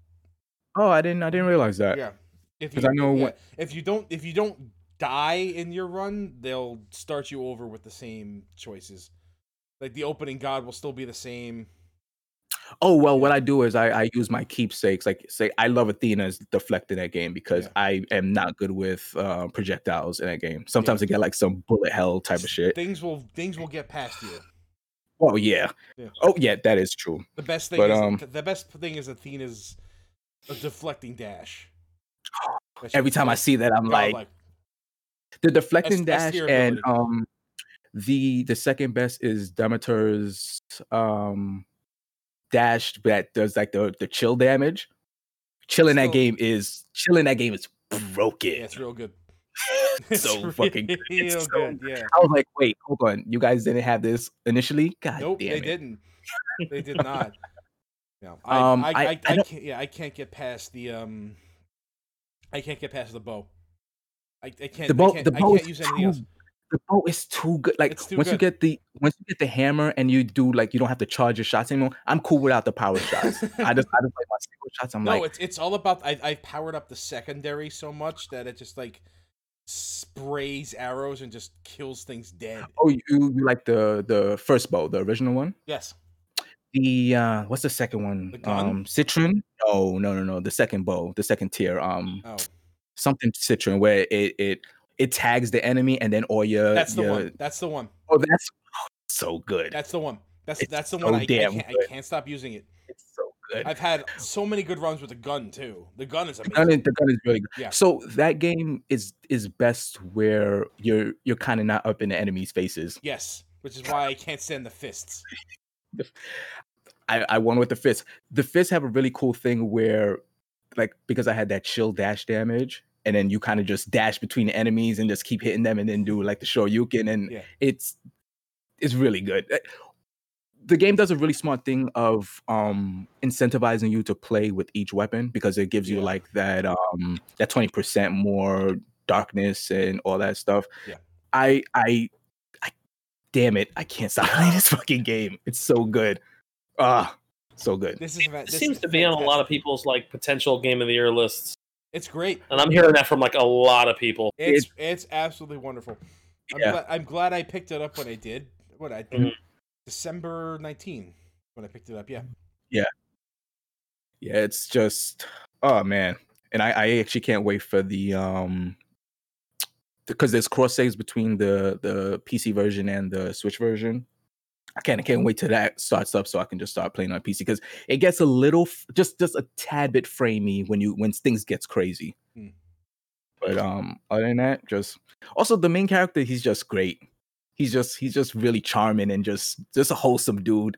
Speaker 2: Oh, I didn't I didn't realize that.
Speaker 4: Yeah. If
Speaker 2: uh, 'cause
Speaker 4: you
Speaker 2: I know
Speaker 4: yeah,
Speaker 2: when-
Speaker 4: if you don't if you don't die in your run, they'll start you over with the same choices. Like the opening god will still be the same.
Speaker 2: Oh well,
Speaker 4: Yeah.
Speaker 2: what I do is I, I use my keepsakes. Like say, I love Athena's deflect in that game because
Speaker 4: Yeah.
Speaker 2: I am not good with uh, projectiles in that game. Sometimes I get like some bullet hell type of shit.
Speaker 4: Things will things will get past you.
Speaker 2: Oh yeah.
Speaker 4: Yeah.
Speaker 2: Oh yeah, that is true.
Speaker 4: The best thing
Speaker 2: But,
Speaker 4: is
Speaker 2: um,
Speaker 4: the best thing is Athena's a deflecting dash. That she
Speaker 2: Every time I
Speaker 4: does.
Speaker 2: see that, I'm
Speaker 4: God,
Speaker 2: like the deflecting
Speaker 4: S- S
Speaker 2: dash
Speaker 4: tier
Speaker 2: and
Speaker 4: ability.
Speaker 2: um the the second best is Demeter's um dash that does like the the chill damage. Chilling that
Speaker 4: Still-
Speaker 2: game is chilling that game is broken.
Speaker 4: yeah, it's real good.
Speaker 2: so fucking good. It's
Speaker 4: real
Speaker 2: so
Speaker 4: good. Yeah.
Speaker 2: I was like, wait, hold on. You guys didn't have this initially? God
Speaker 4: Nope,
Speaker 2: damn
Speaker 4: they
Speaker 2: it.
Speaker 4: didn't. They did not. No, I,
Speaker 2: Um,
Speaker 4: I,
Speaker 2: I-
Speaker 4: I,
Speaker 2: I
Speaker 4: I
Speaker 2: don't-
Speaker 4: can't, yeah, I can't get past the um, I can't get past the bow. I, I can't.
Speaker 2: The bow,
Speaker 4: I can't,
Speaker 2: the
Speaker 4: I
Speaker 2: bow
Speaker 4: can't
Speaker 2: is
Speaker 4: use
Speaker 2: too,
Speaker 4: anything else.
Speaker 2: the bow is too good. Like
Speaker 4: It's too
Speaker 2: once you
Speaker 4: good.
Speaker 2: get the once you get the hammer and you do like you don't have to charge your shots anymore. I'm cool without the power shots. I just I just like my single shots. I'm
Speaker 4: no,
Speaker 2: like,
Speaker 4: it's it's all about. I I powered up the secondary so much that it just like sprays arrows and just kills things dead.
Speaker 2: oh, you you like the the first bow, the original one.
Speaker 4: Yes,
Speaker 2: The uh what's the second one?
Speaker 4: The gun?
Speaker 2: Um Citron? No, no, no, no. The second bow, the second tier. Um
Speaker 4: Oh,
Speaker 2: something Citron where it it it tags the enemy and then all your
Speaker 4: that's the
Speaker 2: your-
Speaker 4: one. That's the one.
Speaker 2: Oh, that's so good.
Speaker 4: That's the one. That's
Speaker 2: It's
Speaker 4: that's the
Speaker 2: so
Speaker 4: one. I, I,
Speaker 2: damn
Speaker 4: can't, I
Speaker 2: good.
Speaker 4: can't stop using it.
Speaker 2: It's so good.
Speaker 4: I've had so many good runs with the gun too. The gun is
Speaker 2: the
Speaker 4: amazing.
Speaker 2: gun is, the gun is really good.
Speaker 4: Yeah.
Speaker 2: So that game is is best where you're you're kind of not up in the enemy's faces.
Speaker 4: Yes, which is why I can't stand the fists.
Speaker 2: I, I won with the fists. The fists have a really cool thing where, like, because I had that chill dash damage, and then you kind of just dash between the enemies and just keep hitting them, and then do like the shoryuken, and
Speaker 4: Yeah.
Speaker 2: it's it's really good. Uh, The game does a really smart thing of um incentivizing you to play with each weapon because it gives you
Speaker 4: Yeah.
Speaker 2: like that um that twenty percent more darkness and all that stuff.
Speaker 4: Yeah.
Speaker 2: I I I damn it, I can't stop playing this fucking game. It's so good. Ah, so good.
Speaker 4: This is fa-
Speaker 3: It
Speaker 4: this
Speaker 3: seems
Speaker 4: is
Speaker 3: to be on a lot of
Speaker 4: fantastic.
Speaker 3: people's like potential game of the year lists,
Speaker 4: It's great.
Speaker 3: and I'm hearing that from like a lot of people.
Speaker 4: It's it's absolutely wonderful. I'm,
Speaker 2: Yeah.
Speaker 4: glad, I'm glad I picked it up when I did. What I
Speaker 3: Mhm.
Speaker 4: December 19 when I picked it up. Yeah,
Speaker 2: Yeah, it's just oh man. And I, I actually can't wait for the um because there's cross saves between the the PC version and the Switch version. I can't I can't wait till that starts up so I can just start playing on PC because it gets a little f- just just a tad bit framey when you when things gets crazy.
Speaker 4: Mm.
Speaker 2: But um other than that, just also the main character, he's just great. He's just he's just really charming and just just a wholesome dude.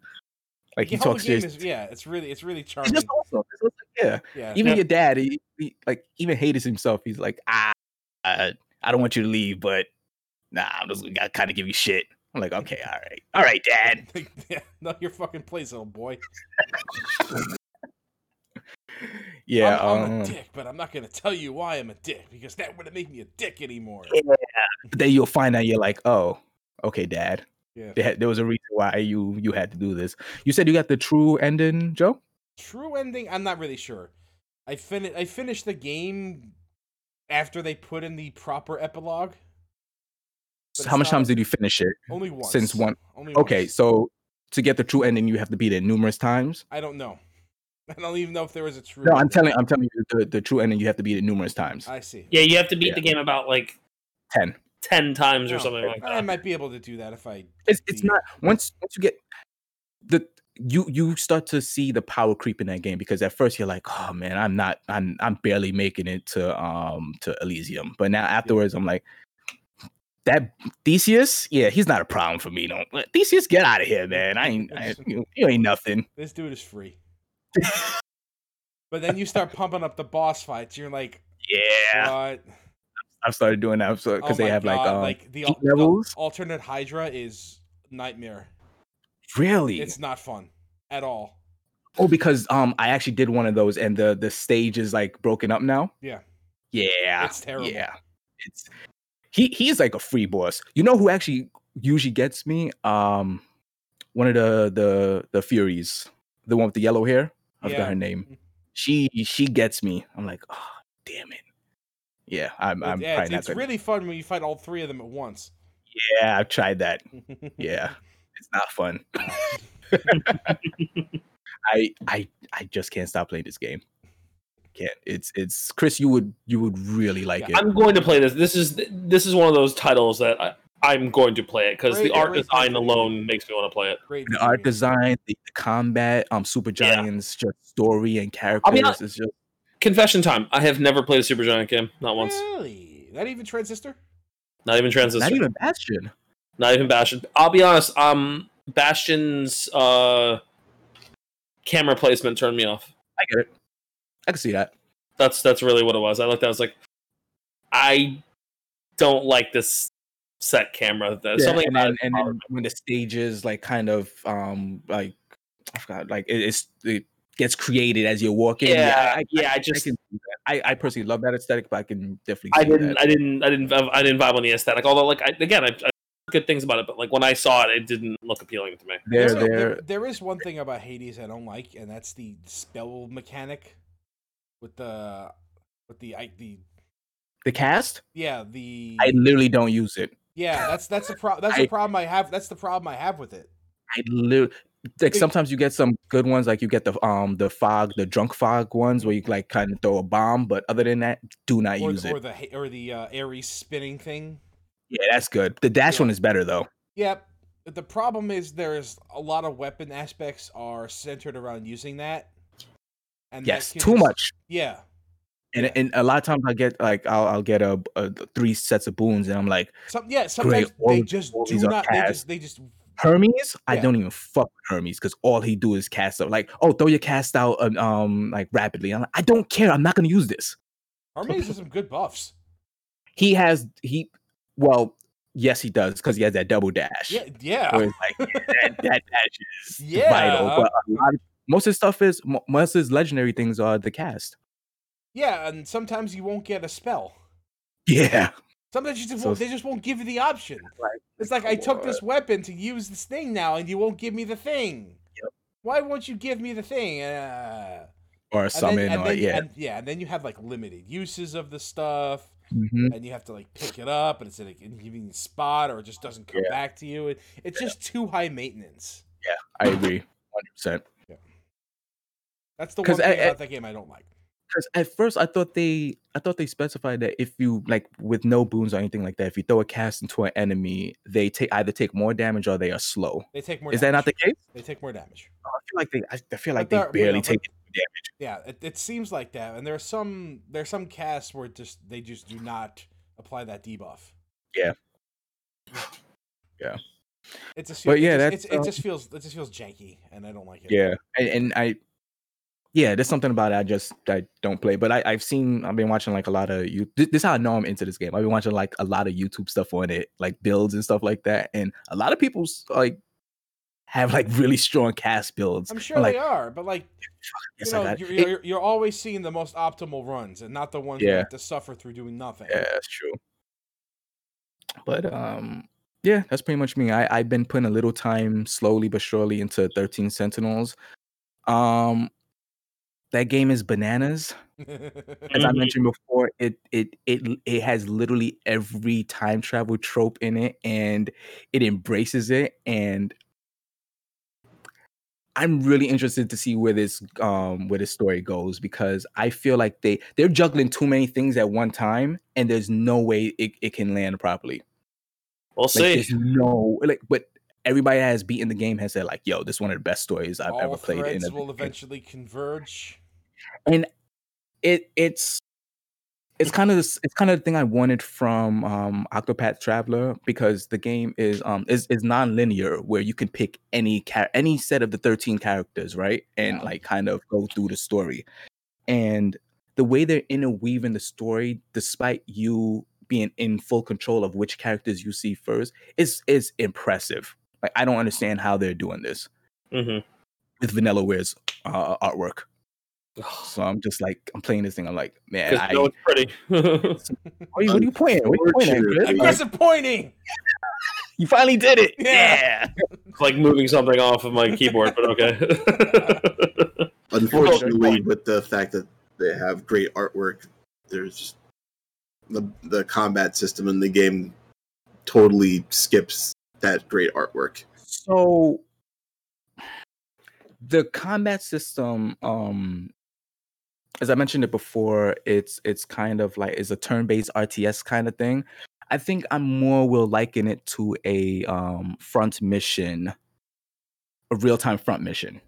Speaker 2: Like he
Speaker 4: The whole
Speaker 2: talks
Speaker 4: game
Speaker 2: shit.
Speaker 4: is- yeah, it's really it's really
Speaker 2: He's
Speaker 4: charming.
Speaker 2: just awesome. It's just like, yeah.
Speaker 4: yeah,
Speaker 2: Even
Speaker 3: Yeah.
Speaker 2: your dad, he, he- like even hated himself. He's like, ah, uh, I don't want you to leave, but nah, I'm just gonna kind of give you shit. I'm like, okay, all right, all right, dad.
Speaker 4: yeah, no, you're fucking place, little boy.
Speaker 2: Yeah,
Speaker 4: I'm, I'm
Speaker 2: um,
Speaker 4: a dick, but I'm not gonna tell you why I'm a dick because that wouldn't make me a dick anymore.
Speaker 2: but then you'll find out you're like, oh, okay, dad.
Speaker 4: Yeah.
Speaker 2: There, there was a reason why you you had to do this. You said you got the true ending, Joe.
Speaker 4: true ending i'm not really sure i fin- i finished the game after they put in the proper epilogue But
Speaker 2: How
Speaker 4: it's
Speaker 2: much
Speaker 4: not-
Speaker 2: times did you finish it?
Speaker 4: only once
Speaker 2: Since one-
Speaker 4: only
Speaker 2: Okay,
Speaker 4: once.
Speaker 2: so to get the true ending, you have to beat it numerous times.
Speaker 4: i don't know i don't even know if there was a true
Speaker 2: No, I'm
Speaker 4: ending.
Speaker 2: telling, I'm telling you, the, the true ending, you have to beat it numerous times.
Speaker 4: i see
Speaker 3: Yeah, you have to beat
Speaker 2: Yeah.
Speaker 3: the game about like
Speaker 2: Ten.
Speaker 3: ten times or
Speaker 4: Oh,
Speaker 3: something like
Speaker 4: I
Speaker 3: that.
Speaker 4: might be able to do that if I.
Speaker 2: It's it's
Speaker 4: the-
Speaker 2: not once once you get the you you start to see the power creep in that game because at first you're like, oh man, I'm not I'm I'm barely making it to um to Elysium. But now afterwards I'm like that Theseus, yeah, he's not a problem for me. No, Theseus, get out of here, man. I ain't, I, you, you ain't nothing.
Speaker 4: This dude is free. but then you start pumping up the boss fights. You're like,
Speaker 2: Yeah,
Speaker 4: what?
Speaker 2: I've started doing that because
Speaker 4: Oh
Speaker 2: they
Speaker 4: my
Speaker 2: have like
Speaker 4: God,
Speaker 2: um
Speaker 4: the,
Speaker 2: heat
Speaker 4: the
Speaker 2: levels?
Speaker 4: alternate Hydra is nightmare.
Speaker 2: really
Speaker 4: It's not fun at all.
Speaker 2: Oh, because um, I actually did one of those, and the the stage is like broken up now.
Speaker 4: Yeah.
Speaker 2: Yeah.
Speaker 4: It's terrible.
Speaker 2: Yeah. It's he he's like a free boss. You know who actually usually gets me? Um, one of the the the Furies, the one with the yellow hair. I forgot
Speaker 4: Yeah. Mm-hmm.
Speaker 2: her name. She she gets me. I'm like, oh damn it. Yeah, I'm
Speaker 4: It-
Speaker 2: I'm
Speaker 4: yeah, it's
Speaker 2: probably
Speaker 4: it's
Speaker 2: not good.
Speaker 4: really fun when you fight all three of them at once.
Speaker 2: yeah, I've tried that. Yeah, it's not fun. I I I just can't stop playing this game. Can't. It's it's Chris. You would you would really like
Speaker 4: Yeah,
Speaker 2: it.
Speaker 3: I'm going to play this. This is this is one of those titles that I, I'm going to play it because the
Speaker 4: Great,
Speaker 3: art
Speaker 4: great
Speaker 3: design
Speaker 4: video.
Speaker 3: alone makes me want to play it.
Speaker 4: Great.
Speaker 2: the art
Speaker 4: game.
Speaker 2: design, the, the combat, um, Super
Speaker 3: Yeah.
Speaker 2: Giants, just story and characters.
Speaker 3: I'll be hon-
Speaker 2: it's just
Speaker 3: Confession time. I have never played a Super Giant game. Not once.
Speaker 4: Mm. Really? Not even Transistor?
Speaker 3: Not even Transistor.
Speaker 2: not even Bastion.
Speaker 3: Not even Bastion. I'll be honest. Um, Bastion's uh camera placement turned me off.
Speaker 2: I get it. I can see that.
Speaker 3: That's that's really what it was. I looked. I was like, I don't like this set camera. There's
Speaker 2: Yeah,
Speaker 3: something
Speaker 2: and
Speaker 3: about
Speaker 2: then,
Speaker 3: it
Speaker 2: and
Speaker 3: bothered
Speaker 2: then when the stages like kind of um like I forgot like it, it's it gets created as you're walking.
Speaker 3: Yeah,
Speaker 2: I, I,
Speaker 3: yeah, I just-
Speaker 2: can see that. I, I personally love that aesthetic, but I can definitely.
Speaker 3: I
Speaker 2: see
Speaker 3: didn't,
Speaker 2: that.
Speaker 3: I didn't, I didn't, I didn't vibe on the aesthetic. Although, like I, again, I, I good things about it, but like when I saw it, it didn't look appealing to me.
Speaker 2: They're,
Speaker 4: There- there-
Speaker 2: they're,
Speaker 4: there is one thing about Hades I don't like, and that's the spell mechanic with the with the I, the
Speaker 2: the cast.
Speaker 4: yeah the
Speaker 2: I literally don't use it.
Speaker 4: yeah that's that's the problem that's the
Speaker 2: I-
Speaker 4: problem I have that's the problem I have with it.
Speaker 2: I literally like
Speaker 4: Big-
Speaker 2: sometimes you get some good ones, like you get the um the fog, the drunk fog ones where you like kind of throw a bomb, but other than that, do not
Speaker 4: Or,
Speaker 2: use
Speaker 4: or
Speaker 2: it.
Speaker 4: the ha- or the uh, Ares spinning thing.
Speaker 2: Yeah, that's good. The dash
Speaker 4: Yeah.
Speaker 2: one is better though.
Speaker 4: Yep. But the problem is there's a lot of weapon aspects are centered around using that. And that
Speaker 2: Yes,
Speaker 4: can
Speaker 2: too
Speaker 4: just-
Speaker 2: much.
Speaker 4: Yeah.
Speaker 2: And
Speaker 4: yeah.
Speaker 2: and a lot of times I get like I'll I'll get a, a three sets of boons and I'm like
Speaker 4: Some yeah, sometimes
Speaker 2: all
Speaker 4: they
Speaker 2: of-
Speaker 4: just
Speaker 2: all
Speaker 4: do
Speaker 2: these are
Speaker 4: not they
Speaker 2: cast.
Speaker 4: just they just
Speaker 2: Hermes. I
Speaker 4: Yeah.
Speaker 2: don't even fuck with Hermes because all he do is cast out. Like oh, throw your cast out um, um like rapidly. I'm like I don't care. I'm not gonna use this.
Speaker 4: Hermes has some good buffs.
Speaker 2: He has he well yes he does because he has that double dash.
Speaker 4: Yeah, yeah.
Speaker 2: where it's like yeah, that, that dash is
Speaker 4: Yeah.
Speaker 2: vital. But a lot of- most of his stuff is mo- most of his legendary things are the cast.
Speaker 4: Yeah, and sometimes you won't get a spell.
Speaker 2: Yeah,
Speaker 4: Sometimes you just
Speaker 2: So-
Speaker 4: won't, they just won't give you the option.
Speaker 2: Like,
Speaker 4: It's like I took this weapon to use this thing now, and you won't give me the thing. Why won't you give me the thing? Uh,
Speaker 2: or a
Speaker 4: and then-
Speaker 2: summon,
Speaker 4: and
Speaker 2: or
Speaker 4: then-
Speaker 2: yeah,
Speaker 4: and, yeah, and then you have like limited uses of the stuff,
Speaker 2: Mhm.
Speaker 4: and you have to like pick it up, and it's in an inconvenient spot, or it just doesn't come back to you. It, it's just too high maintenance.
Speaker 2: I agree, hundred percent.
Speaker 4: That's the one
Speaker 2: 'Cause
Speaker 4: thing
Speaker 2: I- I-
Speaker 4: about that game I don't like.
Speaker 2: Because at first I thought they, I thought they specified that if you like with no boons or anything like that, if you throw a cast into an enemy, they take either take more damage or they are slow.
Speaker 4: They take more.
Speaker 2: Is that
Speaker 4: damage.
Speaker 2: not the case?
Speaker 4: They take more damage.
Speaker 2: I feel like they, I- I feel like
Speaker 4: But
Speaker 2: they
Speaker 4: they're- well,
Speaker 2: barely
Speaker 4: no, but-
Speaker 2: take damage.
Speaker 4: Yeah, it, it seems like that, and there are some there are some casts where it just they just do not apply that debuff.
Speaker 2: Yeah. Yeah.
Speaker 4: It's a
Speaker 2: But yeah,
Speaker 4: it
Speaker 2: that's, uh,
Speaker 4: just, it's, it just feels it just feels janky, and I don't like it.
Speaker 2: Yeah, and, and I, yeah, there's something about it I just I don't play. But I, I've seen I've been watching like a lot of you. This is how I know I'm into this game. I've been watching like a lot of YouTube stuff on it, like builds and stuff like that. And a lot of people's like have like really strong cast builds.
Speaker 4: I'm sure
Speaker 2: like,
Speaker 4: they are, but like you
Speaker 2: yes, I
Speaker 4: know,
Speaker 2: got it."
Speaker 4: you're,
Speaker 2: It-
Speaker 4: you're, you're always seeing the most optimal runs, and not the ones where you
Speaker 2: Yeah.
Speaker 4: have to suffer through doing nothing.
Speaker 2: Yeah, that's true. But um, yeah, that's pretty much me. I I've been putting a little time slowly but surely into 13 Sentinels. Um, that game is bananas. as I
Speaker 4: Mm-hmm.
Speaker 3: Mhm.
Speaker 2: mentioned before, it it it l- it has literally every time travel trope in it, and it embraces it. And I'm really interested to see where this um where this story goes because I feel like they they're juggling too many things at one time, and there's no way it, it can land properly.
Speaker 3: We'll
Speaker 2: Like,
Speaker 3: see.
Speaker 2: there's no like, but everybody that has beaten the game has said like, "Yo, this is one of the best stories I've
Speaker 4: All
Speaker 2: ever played." In
Speaker 4: threads
Speaker 2: a
Speaker 4: will
Speaker 2: video game."
Speaker 4: eventually converge.
Speaker 2: it it's it's kind of this, it's kind of the thing I wanted from um, Octopath Traveler because the game is um is is non-linear where you can pick any char- any set of the 13 characters, right? And
Speaker 4: Yeah.
Speaker 2: like kind of go through the story. And the way they're interweaving the story despite you being in full control of which characters you see first is is impressive. Like I don't understand how they're doing this
Speaker 3: Mhm.
Speaker 2: with Vanillaware's uh, artwork. So I'm just like I'm playing this thing. I'm like, man,
Speaker 3: 'Cause
Speaker 2: I,
Speaker 3: no, it's pretty.
Speaker 2: what, are you, what are you playing? What are you playing? at,
Speaker 1: Unfortunately,
Speaker 2: Chris?
Speaker 4: You guys are pointing.
Speaker 2: You finally did it!
Speaker 4: Yeah.
Speaker 2: Yeah.
Speaker 3: It's like moving something off of my keyboard, but okay.
Speaker 1: Unfortunately, with the fact that they have great artwork, there's just the the combat system in the game totally skips that great artwork.
Speaker 2: So the combat system, um, as I mentioned it before, it's it's kind of like it's a turn-based RTS kind of thing. I think I'm more will liken it to a um front mission, a real-time front mission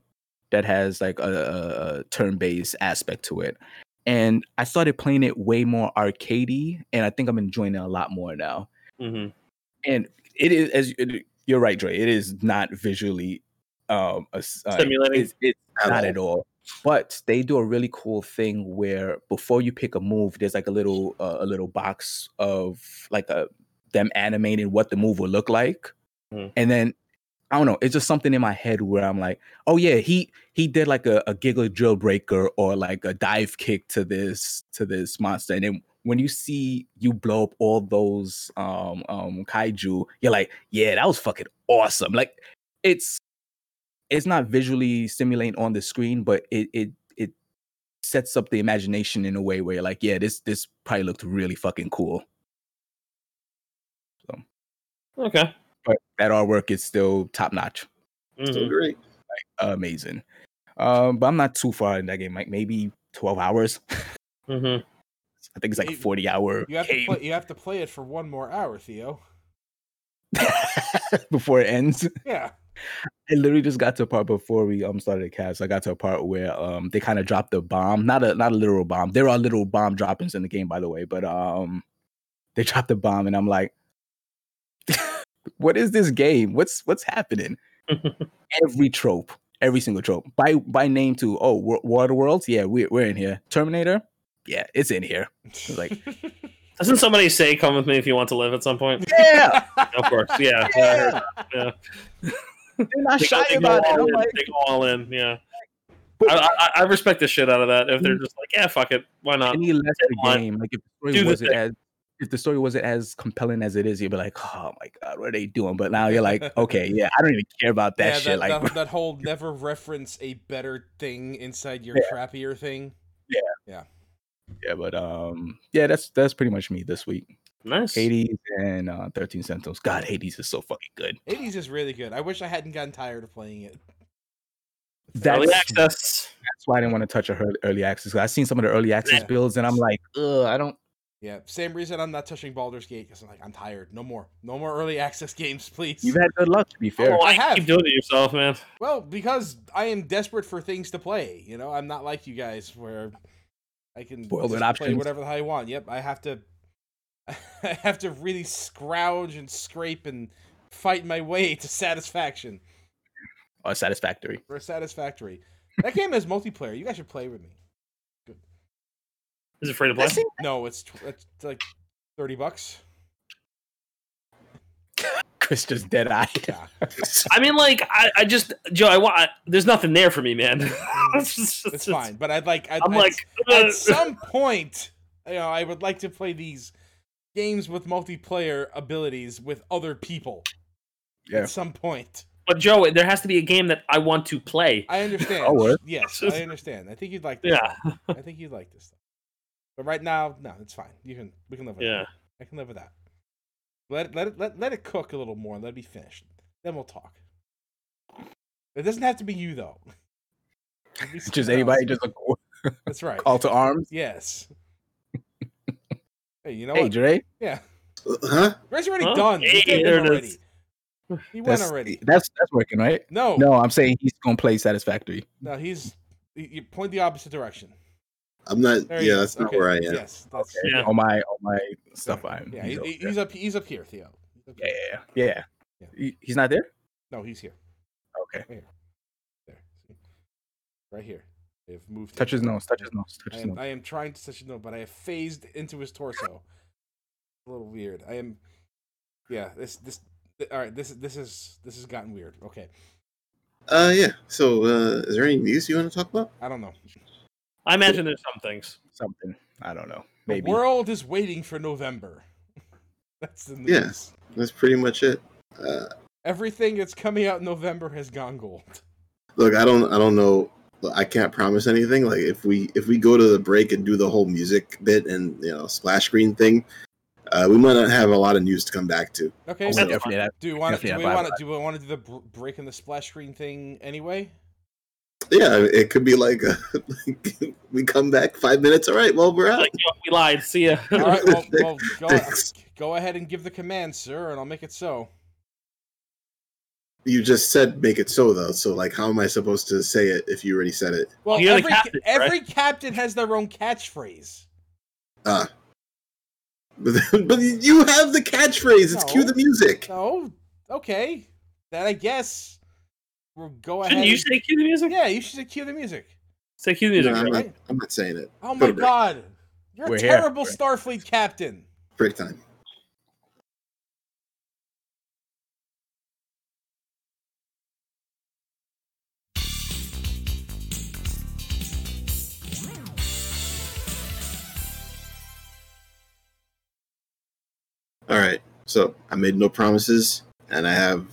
Speaker 2: that has like a, a, a turn-based aspect to it. And I started playing it way more arcadey, and I think I'm enjoying it a lot more now.
Speaker 3: hmm
Speaker 2: and it is as it, you're right, Dre. It is not visually um a, s- uh,
Speaker 3: Stimulating.
Speaker 2: It's, it's not at all. But they do a really cool thing where before you pick a move, there's like a little uh, a little box of like a them animating what the move will look like,
Speaker 3: Mhm.
Speaker 2: and then I don't know. It's just something in my head where I'm like, oh yeah, he he did like a, a giggle drill breaker or like a dive kick to this to this monster, and then when you see you blow up all those um um kaiju, you're like, yeah, that was fucking awesome. Like it's it's not visually stimulating on the screen, but it it it sets up the imagination in a way where you're like, yeah, this this probably looked really fucking cool.
Speaker 3: Okay.
Speaker 2: But that artwork is still top notch,
Speaker 1: So
Speaker 3: Mhm.
Speaker 1: great.
Speaker 2: amazing. Um, but I'm not too far in that game, like maybe 12 hours.
Speaker 3: Mhm.
Speaker 2: I think it's like a
Speaker 4: You-
Speaker 2: 40 hour
Speaker 4: You have to
Speaker 2: game
Speaker 4: play. You have to play it for one more hour, Theo.
Speaker 2: before it ends.
Speaker 4: Yeah.
Speaker 2: I literally just got to a part before we um started the cast. I got to a part where um they kind of dropped the bomb. Not a not a literal bomb. There are little bomb droppings in the game, by the way, but um they dropped the bomb and I'm like, what is this game? What's what's happening? every trope, every single trope. By by name too. Oh, Wa- Waterworlds? Yeah, we're we're in here. Terminator? Yeah, it's in here. like-
Speaker 3: Doesn't somebody say "Come with me if you want to live" at some point?
Speaker 2: Yeah,
Speaker 3: of course. Yeah.
Speaker 2: yeah.
Speaker 3: Yeah.
Speaker 2: They're not
Speaker 3: They go,
Speaker 2: shy
Speaker 3: they go
Speaker 2: about it.
Speaker 3: all
Speaker 2: I'm
Speaker 3: in.
Speaker 2: like,
Speaker 3: they go all in. Yeah.
Speaker 2: but Mm-hmm.
Speaker 3: I, I, I respect the shit out of that. If they're just like, yeah, fuck it, why not?
Speaker 2: any less
Speaker 3: want-
Speaker 2: the game. Like if the
Speaker 3: Uh, Do
Speaker 2: story
Speaker 3: the
Speaker 2: wasn't
Speaker 3: thing.
Speaker 2: as if the story wasn't as compelling as it is, you'd be like, oh my god, what are they doing? But now you're like, okay, yeah, I don't even care about that
Speaker 4: yeah,
Speaker 2: shit.
Speaker 4: That,
Speaker 2: like,
Speaker 4: that, that whole never reference a better thing inside your trappier thing.
Speaker 2: yeah, but um, yeah, that's that's pretty much me this week.
Speaker 3: Nice.
Speaker 2: Hades and uh, Thirteen Sentinels. God, Hades is so fucking good.
Speaker 4: Hades is really good. I wish I hadn't gotten tired of playing it.
Speaker 2: That's,
Speaker 3: Early
Speaker 2: that's
Speaker 3: access.
Speaker 2: why I didn't want to touch a ear- early access. 'cause I've seen some of the early access
Speaker 4: Yeah.
Speaker 2: builds, and I'm like, ugh, I don't.
Speaker 4: Yeah, same reason I'm not touching Baldur's Gate because I'm like I'm tired. No more, no more early access games, please.
Speaker 2: You've had good luck, to be fair.
Speaker 3: Oh,
Speaker 4: I
Speaker 3: why
Speaker 4: have.
Speaker 3: you keep doing it yourself, man?
Speaker 4: Well, because I am desperate for things to play. You know, I'm not like you guys where I can
Speaker 2: Spoiled
Speaker 4: just
Speaker 2: with
Speaker 4: play
Speaker 2: options.
Speaker 4: whatever the hell I want. Yep, I have to. I have to really scrounge and scrape and fight my way to satisfaction
Speaker 2: Or Oh, satisfactory.
Speaker 4: or satisfactory. That game has multiplayer. You guys should play with me.
Speaker 3: Is it free to play?
Speaker 4: No, it's tw- it's like thirty bucks.
Speaker 2: Chris just dead eyed.
Speaker 4: Yeah,
Speaker 3: I mean, like, I, I just, Joe, I want. there's nothing there for me, man. it's, just-
Speaker 4: it's Mm, fine. But I'd like. I'd,
Speaker 3: I'm
Speaker 4: I'd-
Speaker 3: like, uh,
Speaker 4: at some point, you know, I would like to play these games with multiplayer abilities with other people.
Speaker 2: Yeah.
Speaker 4: At some point,
Speaker 3: but Joe, there has to be a game that I want to play.
Speaker 4: I understand.
Speaker 2: Oh, word.
Speaker 4: Yes, I understand. I think you'd like this.
Speaker 3: Yeah.
Speaker 4: one. I think you'd like this. Stuff. But right now, no, it's fine. You can we can live with
Speaker 3: Yeah.
Speaker 4: that. I can live with that. Let it, let it let, let it cook a little more and let it be finished. Then we'll talk. It doesn't have to be you though. It could be
Speaker 2: Just
Speaker 4: someone
Speaker 2: anybody,
Speaker 4: else.
Speaker 2: just a
Speaker 4: That's right.
Speaker 2: call to arms.
Speaker 4: Yes. hey, you know
Speaker 2: Hey,
Speaker 4: what?
Speaker 2: Dre.
Speaker 4: Yeah.
Speaker 1: Uh, Huh?
Speaker 4: Ray's already
Speaker 3: Huh?
Speaker 4: done. He
Speaker 3: Hey,
Speaker 4: did
Speaker 3: there
Speaker 4: win
Speaker 3: it
Speaker 4: already.
Speaker 3: is.
Speaker 4: He went
Speaker 2: That's,
Speaker 4: already.
Speaker 2: that's that's working, right?
Speaker 4: No, no,
Speaker 2: No, I'm saying he's gonna play satisfactory.
Speaker 4: he's you- you point the opposite direction.
Speaker 1: I'm not.
Speaker 4: There he
Speaker 1: yeah,
Speaker 4: is.
Speaker 1: that's not
Speaker 4: Okay,
Speaker 1: where I am.
Speaker 4: Yes, that's
Speaker 3: Yeah.
Speaker 2: On my on my stuff, I'm
Speaker 4: yeah.
Speaker 2: he's
Speaker 4: he-
Speaker 2: over
Speaker 4: he-
Speaker 2: there.
Speaker 4: he's up. He's up here, Theo. He's up
Speaker 2: yeah,
Speaker 4: here.
Speaker 2: yeah, yeah.
Speaker 4: Yeah.
Speaker 2: He- he's not there.
Speaker 4: No, he's here.
Speaker 2: Okay.
Speaker 4: There, see? right here. They've moved. him.
Speaker 2: Touch his nose. Touch his nose. Touch
Speaker 4: I
Speaker 2: his
Speaker 4: am,
Speaker 2: nose.
Speaker 4: I am trying to touch his nose, but I have phased into his torso. A little weird. I am. Yeah. This. This. th- All right. This. This is. This has gotten weird. Okay.
Speaker 1: Uh, yeah. So, uh, is there any news you want to talk about?
Speaker 4: I don't know.
Speaker 3: I imagine there's some things.
Speaker 2: Something. I don't know.
Speaker 4: The
Speaker 2: Maybe.
Speaker 4: world is waiting for November. That's the news.
Speaker 1: Yeah. That's pretty much it. Uh,
Speaker 4: Everything that's coming out in November has gone gold.
Speaker 1: look, I don't, I don't know. I can't promise anything. Like, if we if we go to the break and do the whole music bit and you know splash screen thing, uh, we might not have a lot of news to come back to.
Speaker 4: Okay.
Speaker 2: Oh,
Speaker 4: so
Speaker 2: definitely, that-
Speaker 4: do you want to?
Speaker 2: definitely
Speaker 4: Do
Speaker 2: have
Speaker 4: we
Speaker 2: vibe
Speaker 4: want
Speaker 2: vibe.
Speaker 4: to? Do we want to do the br- break in the splash screen thing anyway?
Speaker 1: Yeah, it could be like, uh like we come back five minutes. All right, well we're
Speaker 4: Uh,
Speaker 1: out.
Speaker 3: Like, you know, we lied. See ya.
Speaker 4: All right. Well, well go,
Speaker 1: Thanks.
Speaker 4: go ahead and give the command, sir, and I'll make it so.
Speaker 1: You just said make it so though. So like, how am I supposed to say it if you already said it?
Speaker 4: Well,
Speaker 3: You're the
Speaker 4: every
Speaker 3: captain, right?
Speaker 4: every captain has their own catchphrase.
Speaker 1: Ah. But, but you have the catchphrase. It's cue
Speaker 4: No.
Speaker 1: the music.
Speaker 4: No, okay, then I guess we'll go ahead.
Speaker 3: Shouldn't you
Speaker 4: and-
Speaker 3: say cue the music?
Speaker 4: yeah, you should cue the music.
Speaker 3: Say cue the
Speaker 1: No,
Speaker 3: music.
Speaker 1: I'm, not,
Speaker 4: right?
Speaker 1: I'm not saying it. Go
Speaker 4: Oh my
Speaker 1: to break.
Speaker 4: God, you're
Speaker 2: We're
Speaker 4: a
Speaker 2: here.
Speaker 4: terrible
Speaker 2: We're-
Speaker 4: Starfleet captain.
Speaker 1: Break time. All right. So I made no promises, and I have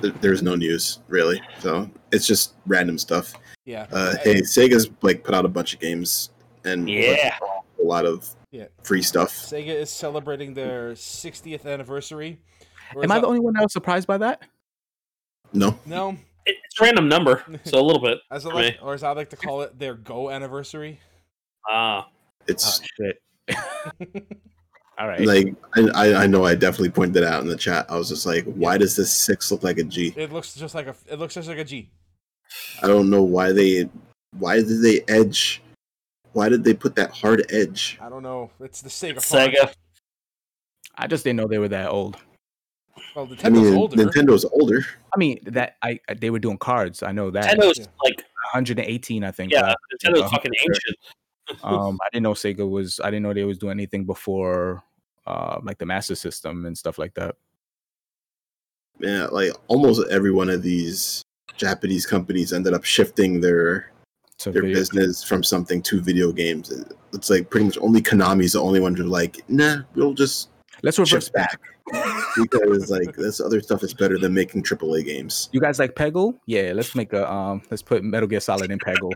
Speaker 1: th- there's no news really. So it's just random stuff.
Speaker 4: Yeah.
Speaker 1: Uh,
Speaker 4: I-
Speaker 1: hey, Sega's like put out a bunch of games and
Speaker 3: Yeah.
Speaker 1: a lot of
Speaker 4: Yeah.
Speaker 1: free stuff.
Speaker 4: Sega is celebrating their 60th anniversary.
Speaker 2: Am I the only one that was surprised by that?
Speaker 1: No,
Speaker 4: no?
Speaker 3: It- It's a random number, so a little bit.
Speaker 4: As I
Speaker 3: For
Speaker 4: like,
Speaker 3: me.
Speaker 4: or as I like to call it, their Go anniversary.
Speaker 3: Ah,
Speaker 1: it's
Speaker 2: shit. All right.
Speaker 1: Oh, like I, I- I know I definitely pointed it out in the chat. I was just like, why does this six look like a G?
Speaker 4: It looks just like a. It looks just like a G.
Speaker 1: I don't know why they why did they edge? Why did they put that hard edge?
Speaker 4: I don't know. It's the Sega. font.
Speaker 3: Sega.
Speaker 2: I just didn't know they were that old.
Speaker 4: Well,
Speaker 1: I
Speaker 4: Nintendo's
Speaker 1: mean,
Speaker 4: older.
Speaker 1: Nintendo's older.
Speaker 2: I mean, that I I- they were doing cards. I know that.
Speaker 3: Nintendo's
Speaker 4: Yeah.
Speaker 3: like
Speaker 2: 118, I think.
Speaker 3: yeah,
Speaker 2: Yeah.
Speaker 3: Nintendo's fucking ancient.
Speaker 2: um, I didn't know Sega was. I didn't know they was doing anything before, uh, like the Master System and stuff like that.
Speaker 1: Yeah, like almost every one of these Japanese companies ended up shifting their
Speaker 2: So
Speaker 1: their
Speaker 2: video-
Speaker 1: business from something to video games. It's like pretty much only Konami's the only one who's like, nah, we'll just
Speaker 2: Let's reverse
Speaker 1: shift
Speaker 2: back.
Speaker 1: back because like this other stuff is better than making AAA games.
Speaker 2: You guys like Peggle? Yeah, let's make a um, let's put Metal Gear Solid in Peggle.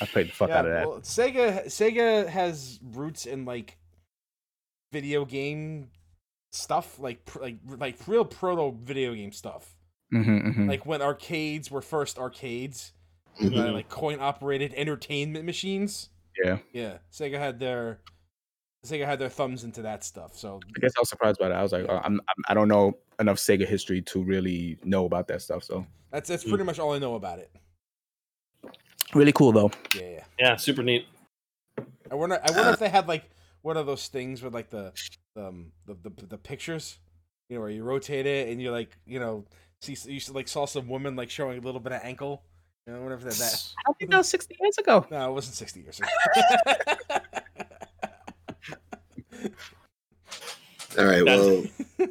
Speaker 2: I played the fuck out of that.
Speaker 4: Well, Sega Sega has roots in like video game stuff, like pr- like like real proto video game stuff.
Speaker 2: Mhm, mhm.
Speaker 4: Like when arcades were first arcades,
Speaker 1: Mhm.
Speaker 4: uh, like coin operated entertainment machines.
Speaker 2: Mm-hmm. Yeah.
Speaker 4: Yeah, Sega had their Sega had their thumbs into that stuff. So
Speaker 2: I guess I was surprised by that. I was like, oh, I'm, I'm I don't know enough Sega history to really know about that stuff. So
Speaker 4: that's that's pretty much all I know about it.
Speaker 2: really cool though.
Speaker 4: Yeah, yeah.
Speaker 3: Yeah, super neat.
Speaker 4: I wonder I wonder if they had like one of those things with like the um the the, the pictures, you know, where you rotate it and you like you know see you s- like saw some woman like showing a little bit of ankle. You know, I wonder if they had that.
Speaker 2: I think that was 60 years ago.
Speaker 4: No, it wasn't sixty years. ago.
Speaker 1: All right,
Speaker 3: That's-
Speaker 1: well.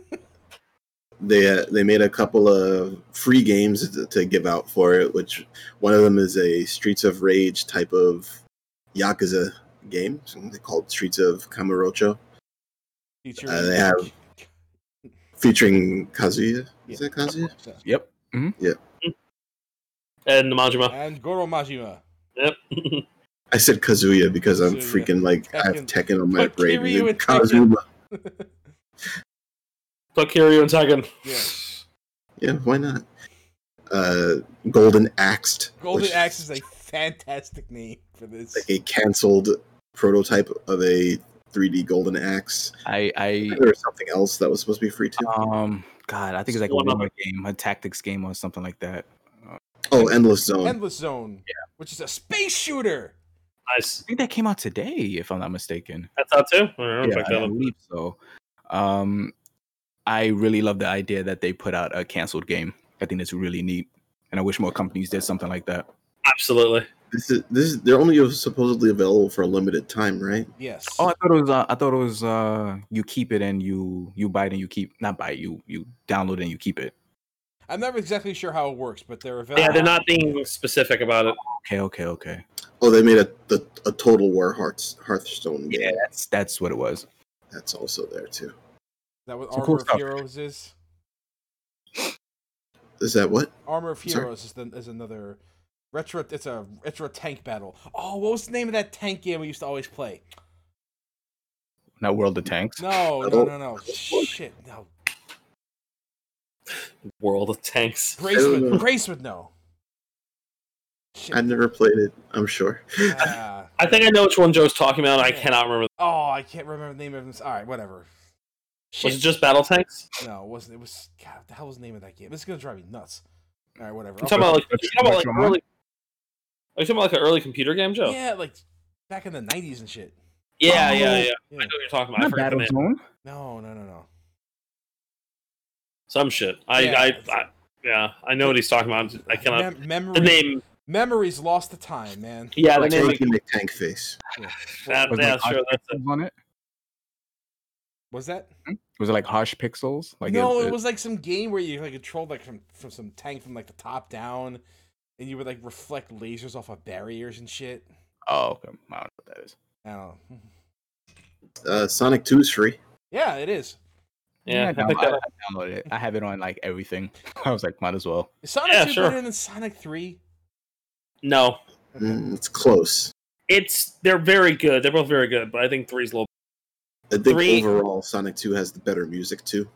Speaker 1: they uh, they made a couple of free games to, to give out for it, which one of them is a Streets of Rage type of yakuza game something called Streets of Kamurocho,
Speaker 4: Featuring-
Speaker 1: Uh, they have- featuring Kazuya.
Speaker 4: Yeah.
Speaker 1: Is that Kazuya?
Speaker 2: Yep. hmm
Speaker 3: And the Majima.
Speaker 4: and Goro Majima.
Speaker 3: Yep.
Speaker 1: I said Kazuya because I'm
Speaker 4: Kazuya.
Speaker 1: freaking like I have
Speaker 4: Tekken.
Speaker 1: Tekken on my
Speaker 4: But
Speaker 1: brain. and
Speaker 4: Kiryu
Speaker 1: then
Speaker 4: and Tekken.
Speaker 1: Kazuma.
Speaker 3: Put Kiryu in second.
Speaker 4: Yeah.
Speaker 1: Yeah, why not? Uh, Golden Axe.
Speaker 4: Golden
Speaker 1: which
Speaker 4: Axe is a fantastic name for this.
Speaker 1: like a canceled prototype of a 3D Golden Axe.
Speaker 2: I I
Speaker 1: There was something else that was supposed to be free too.
Speaker 2: um God, I think it's like a
Speaker 3: One
Speaker 2: Warhammer game, a tactics game or something like that.
Speaker 1: oh, Endless Zone.
Speaker 4: Endless Zone, which is a space shooter.
Speaker 2: I
Speaker 3: Nice.
Speaker 2: think that came out today, if I'm not mistaken.
Speaker 3: That's out too. All right, I'll
Speaker 2: yeah,
Speaker 3: check
Speaker 2: I
Speaker 3: that out.
Speaker 2: believe so. Um, I really love the idea that they put out a canceled game. I think it's really neat, and I wish more companies did something like that.
Speaker 3: Absolutely.
Speaker 1: This is this is they're only supposedly available for a limited time, right?
Speaker 4: Yes.
Speaker 2: Oh, I thought it was. Uh, I thought it was. Uh, you keep it and you you buy it and you keep not buy it, you you download it and you keep it.
Speaker 4: I'm not exactly sure how it works, but they're available.
Speaker 3: Yeah, they're not being specific about it.
Speaker 2: Okay, okay, okay.
Speaker 1: Oh, they made a the, a Total War Hearts Hearthstone game.
Speaker 2: that's that's what it was.
Speaker 1: That's also there too.
Speaker 4: That what
Speaker 2: Some
Speaker 4: Armor
Speaker 2: cool
Speaker 4: of
Speaker 2: stuff.
Speaker 4: Heroes is.
Speaker 1: Is that what?
Speaker 4: Armor of
Speaker 1: Sorry?
Speaker 4: Heroes is, the, is another retro. It's a retro tank battle. Oh, what was the name of that tank game we used to always play?
Speaker 2: Not World of Tanks.
Speaker 4: No, no, no, no. Shit, no.
Speaker 3: World of Tanks.
Speaker 4: Grace
Speaker 1: know.
Speaker 4: would, Grace would know. Shit.
Speaker 1: I never played it. I'm sure.
Speaker 4: Ah.
Speaker 3: I think I know which one Joe's talking about. I
Speaker 4: Yeah.
Speaker 3: cannot remember.
Speaker 4: oh, I can't remember the name of this. All right, whatever. Shit.
Speaker 3: Was it just Battle Tanks?
Speaker 4: No, it wasn't. It was. God, what the hell was the name of that game? This is gonna drive me nuts. All right, whatever.
Speaker 3: I'm talking about like, you talking about, like
Speaker 2: Retro Mon-
Speaker 3: early. Are you talking about like an early computer game, Joe?
Speaker 4: yeah, like back in the '90s and shit.
Speaker 3: yeah, yeah.
Speaker 2: Oh.
Speaker 3: yeah. I
Speaker 4: Yeah.
Speaker 3: know what you're talking about. I
Speaker 2: Not
Speaker 3: forgot the name.
Speaker 2: Battlezone.
Speaker 4: No, no, no, no.
Speaker 3: Some shit. I,
Speaker 4: Yeah.
Speaker 3: I, I, yeah. I know what he's talking about. I cannot.
Speaker 4: Mem- memory,
Speaker 3: The name.
Speaker 4: Memories lost to time, man.
Speaker 3: Yeah, the
Speaker 1: Like,
Speaker 3: name.
Speaker 1: Tanky McTank Face.
Speaker 3: That,
Speaker 2: Was,
Speaker 3: yeah,
Speaker 2: like,
Speaker 3: sure. That's it.
Speaker 2: Pixels on it?
Speaker 4: Was that?
Speaker 2: Was it like harsh pixels? Like
Speaker 4: no, it, was like some game where you like controlled like from from some tank from like the top down, and you would like reflect lasers off of barriers and shit.
Speaker 2: Oh, okay. I don't know what that is.
Speaker 4: I don't know.
Speaker 1: Uh, Sonic 2 is free.
Speaker 4: Yeah, it is.
Speaker 3: Yeah,
Speaker 2: I,
Speaker 3: I think
Speaker 2: download-
Speaker 3: that-
Speaker 2: I downloaded it. I have it on like everything. I was like, might as well.
Speaker 4: Is Sonic
Speaker 3: Yeah,
Speaker 4: 2
Speaker 3: sure.
Speaker 4: better than Sonic 3?
Speaker 3: No,
Speaker 1: Mm, it's close.
Speaker 3: it's they're very good. They're both very good, but I think three's a little.
Speaker 1: I think
Speaker 3: Three.
Speaker 1: overall, Sonic 2 has the better music too.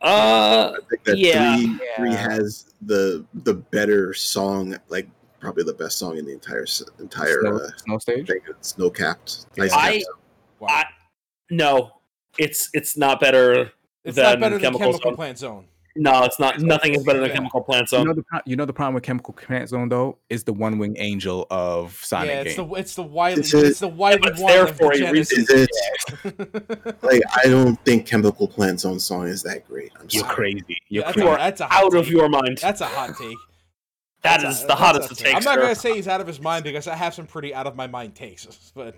Speaker 3: Uh,
Speaker 1: I think that
Speaker 3: Yeah.
Speaker 1: three, three
Speaker 2: Yeah.
Speaker 1: has the the better song, like probably the best song in the entire s- entire
Speaker 2: Snow,
Speaker 1: uh,
Speaker 2: Snow stage.
Speaker 1: thing. Snow capped,
Speaker 4: Yeah.
Speaker 1: ice
Speaker 3: I-
Speaker 1: capped.
Speaker 4: Wow.
Speaker 3: I- no, it's it's not better.
Speaker 4: it's
Speaker 3: than
Speaker 4: not better than
Speaker 3: Chemical
Speaker 4: Chemical
Speaker 3: Zone.
Speaker 4: Plant Zone.
Speaker 3: No, it's not. Nothing is better than
Speaker 4: Yeah.
Speaker 3: Chemical Plant
Speaker 2: you
Speaker 3: Zone.
Speaker 2: know the pro- you know the problem with Chemical Plant Zone though is the one wing angel of Sonic
Speaker 4: yeah, it's
Speaker 2: game.
Speaker 4: the it's the Wily
Speaker 1: It's
Speaker 4: it's,
Speaker 1: a-
Speaker 4: the Wily
Speaker 3: but it's
Speaker 4: one
Speaker 3: there
Speaker 4: of
Speaker 3: for
Speaker 4: the
Speaker 3: a
Speaker 1: Is
Speaker 4: Genesis.
Speaker 1: it like I don't think Chemical Plant's own song is that great. I'm
Speaker 2: You're
Speaker 1: sorry.
Speaker 2: crazy. You're
Speaker 4: that's,
Speaker 2: crazy.
Speaker 4: a, that's a hot
Speaker 3: Out of
Speaker 4: take.
Speaker 3: your mind.
Speaker 4: That's a hot take.
Speaker 3: That
Speaker 4: That's
Speaker 3: is
Speaker 4: a-
Speaker 3: the
Speaker 4: that's a
Speaker 3: hottest of
Speaker 4: hot take.
Speaker 3: takes.
Speaker 4: I'm not
Speaker 3: sir.
Speaker 4: gonna say he's out of his mind because I have some pretty out of my mind takes, but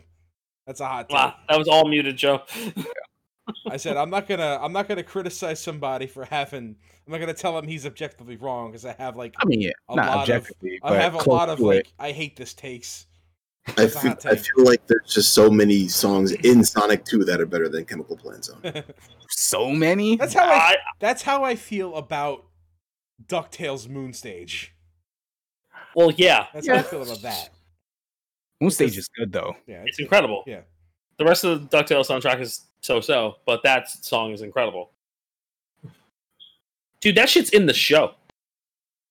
Speaker 4: that's a hot take.
Speaker 3: Wow, that was all muted, Joe.
Speaker 4: I said I'm not gonna I'm not gonna criticize somebody for having I'm not gonna tell him he's objectively wrong because I have like
Speaker 2: I mean, yeah,
Speaker 4: a
Speaker 2: not
Speaker 4: lot of-
Speaker 2: objectively,
Speaker 4: I
Speaker 2: but
Speaker 4: have a
Speaker 2: close
Speaker 4: lot of
Speaker 2: to it.
Speaker 4: like I hate this takes.
Speaker 1: I
Speaker 4: That's a
Speaker 1: feel,
Speaker 4: hot
Speaker 1: I
Speaker 4: take.
Speaker 1: feel like there's just so many songs in Sonic 2 that are better than Chemical Plant Zone.
Speaker 2: so many.
Speaker 4: That's how I
Speaker 3: I,
Speaker 4: that's how I feel about DuckTales Moon Stage.
Speaker 3: well, yeah,
Speaker 4: That's
Speaker 2: Yeah.
Speaker 4: how I feel about that.
Speaker 2: Moon stage is good though.
Speaker 4: Yeah.
Speaker 3: it's incredible.
Speaker 4: Yeah.
Speaker 3: The rest of the Ducktales soundtrack is so-so, but that song is incredible. Dude, that shit's in the show.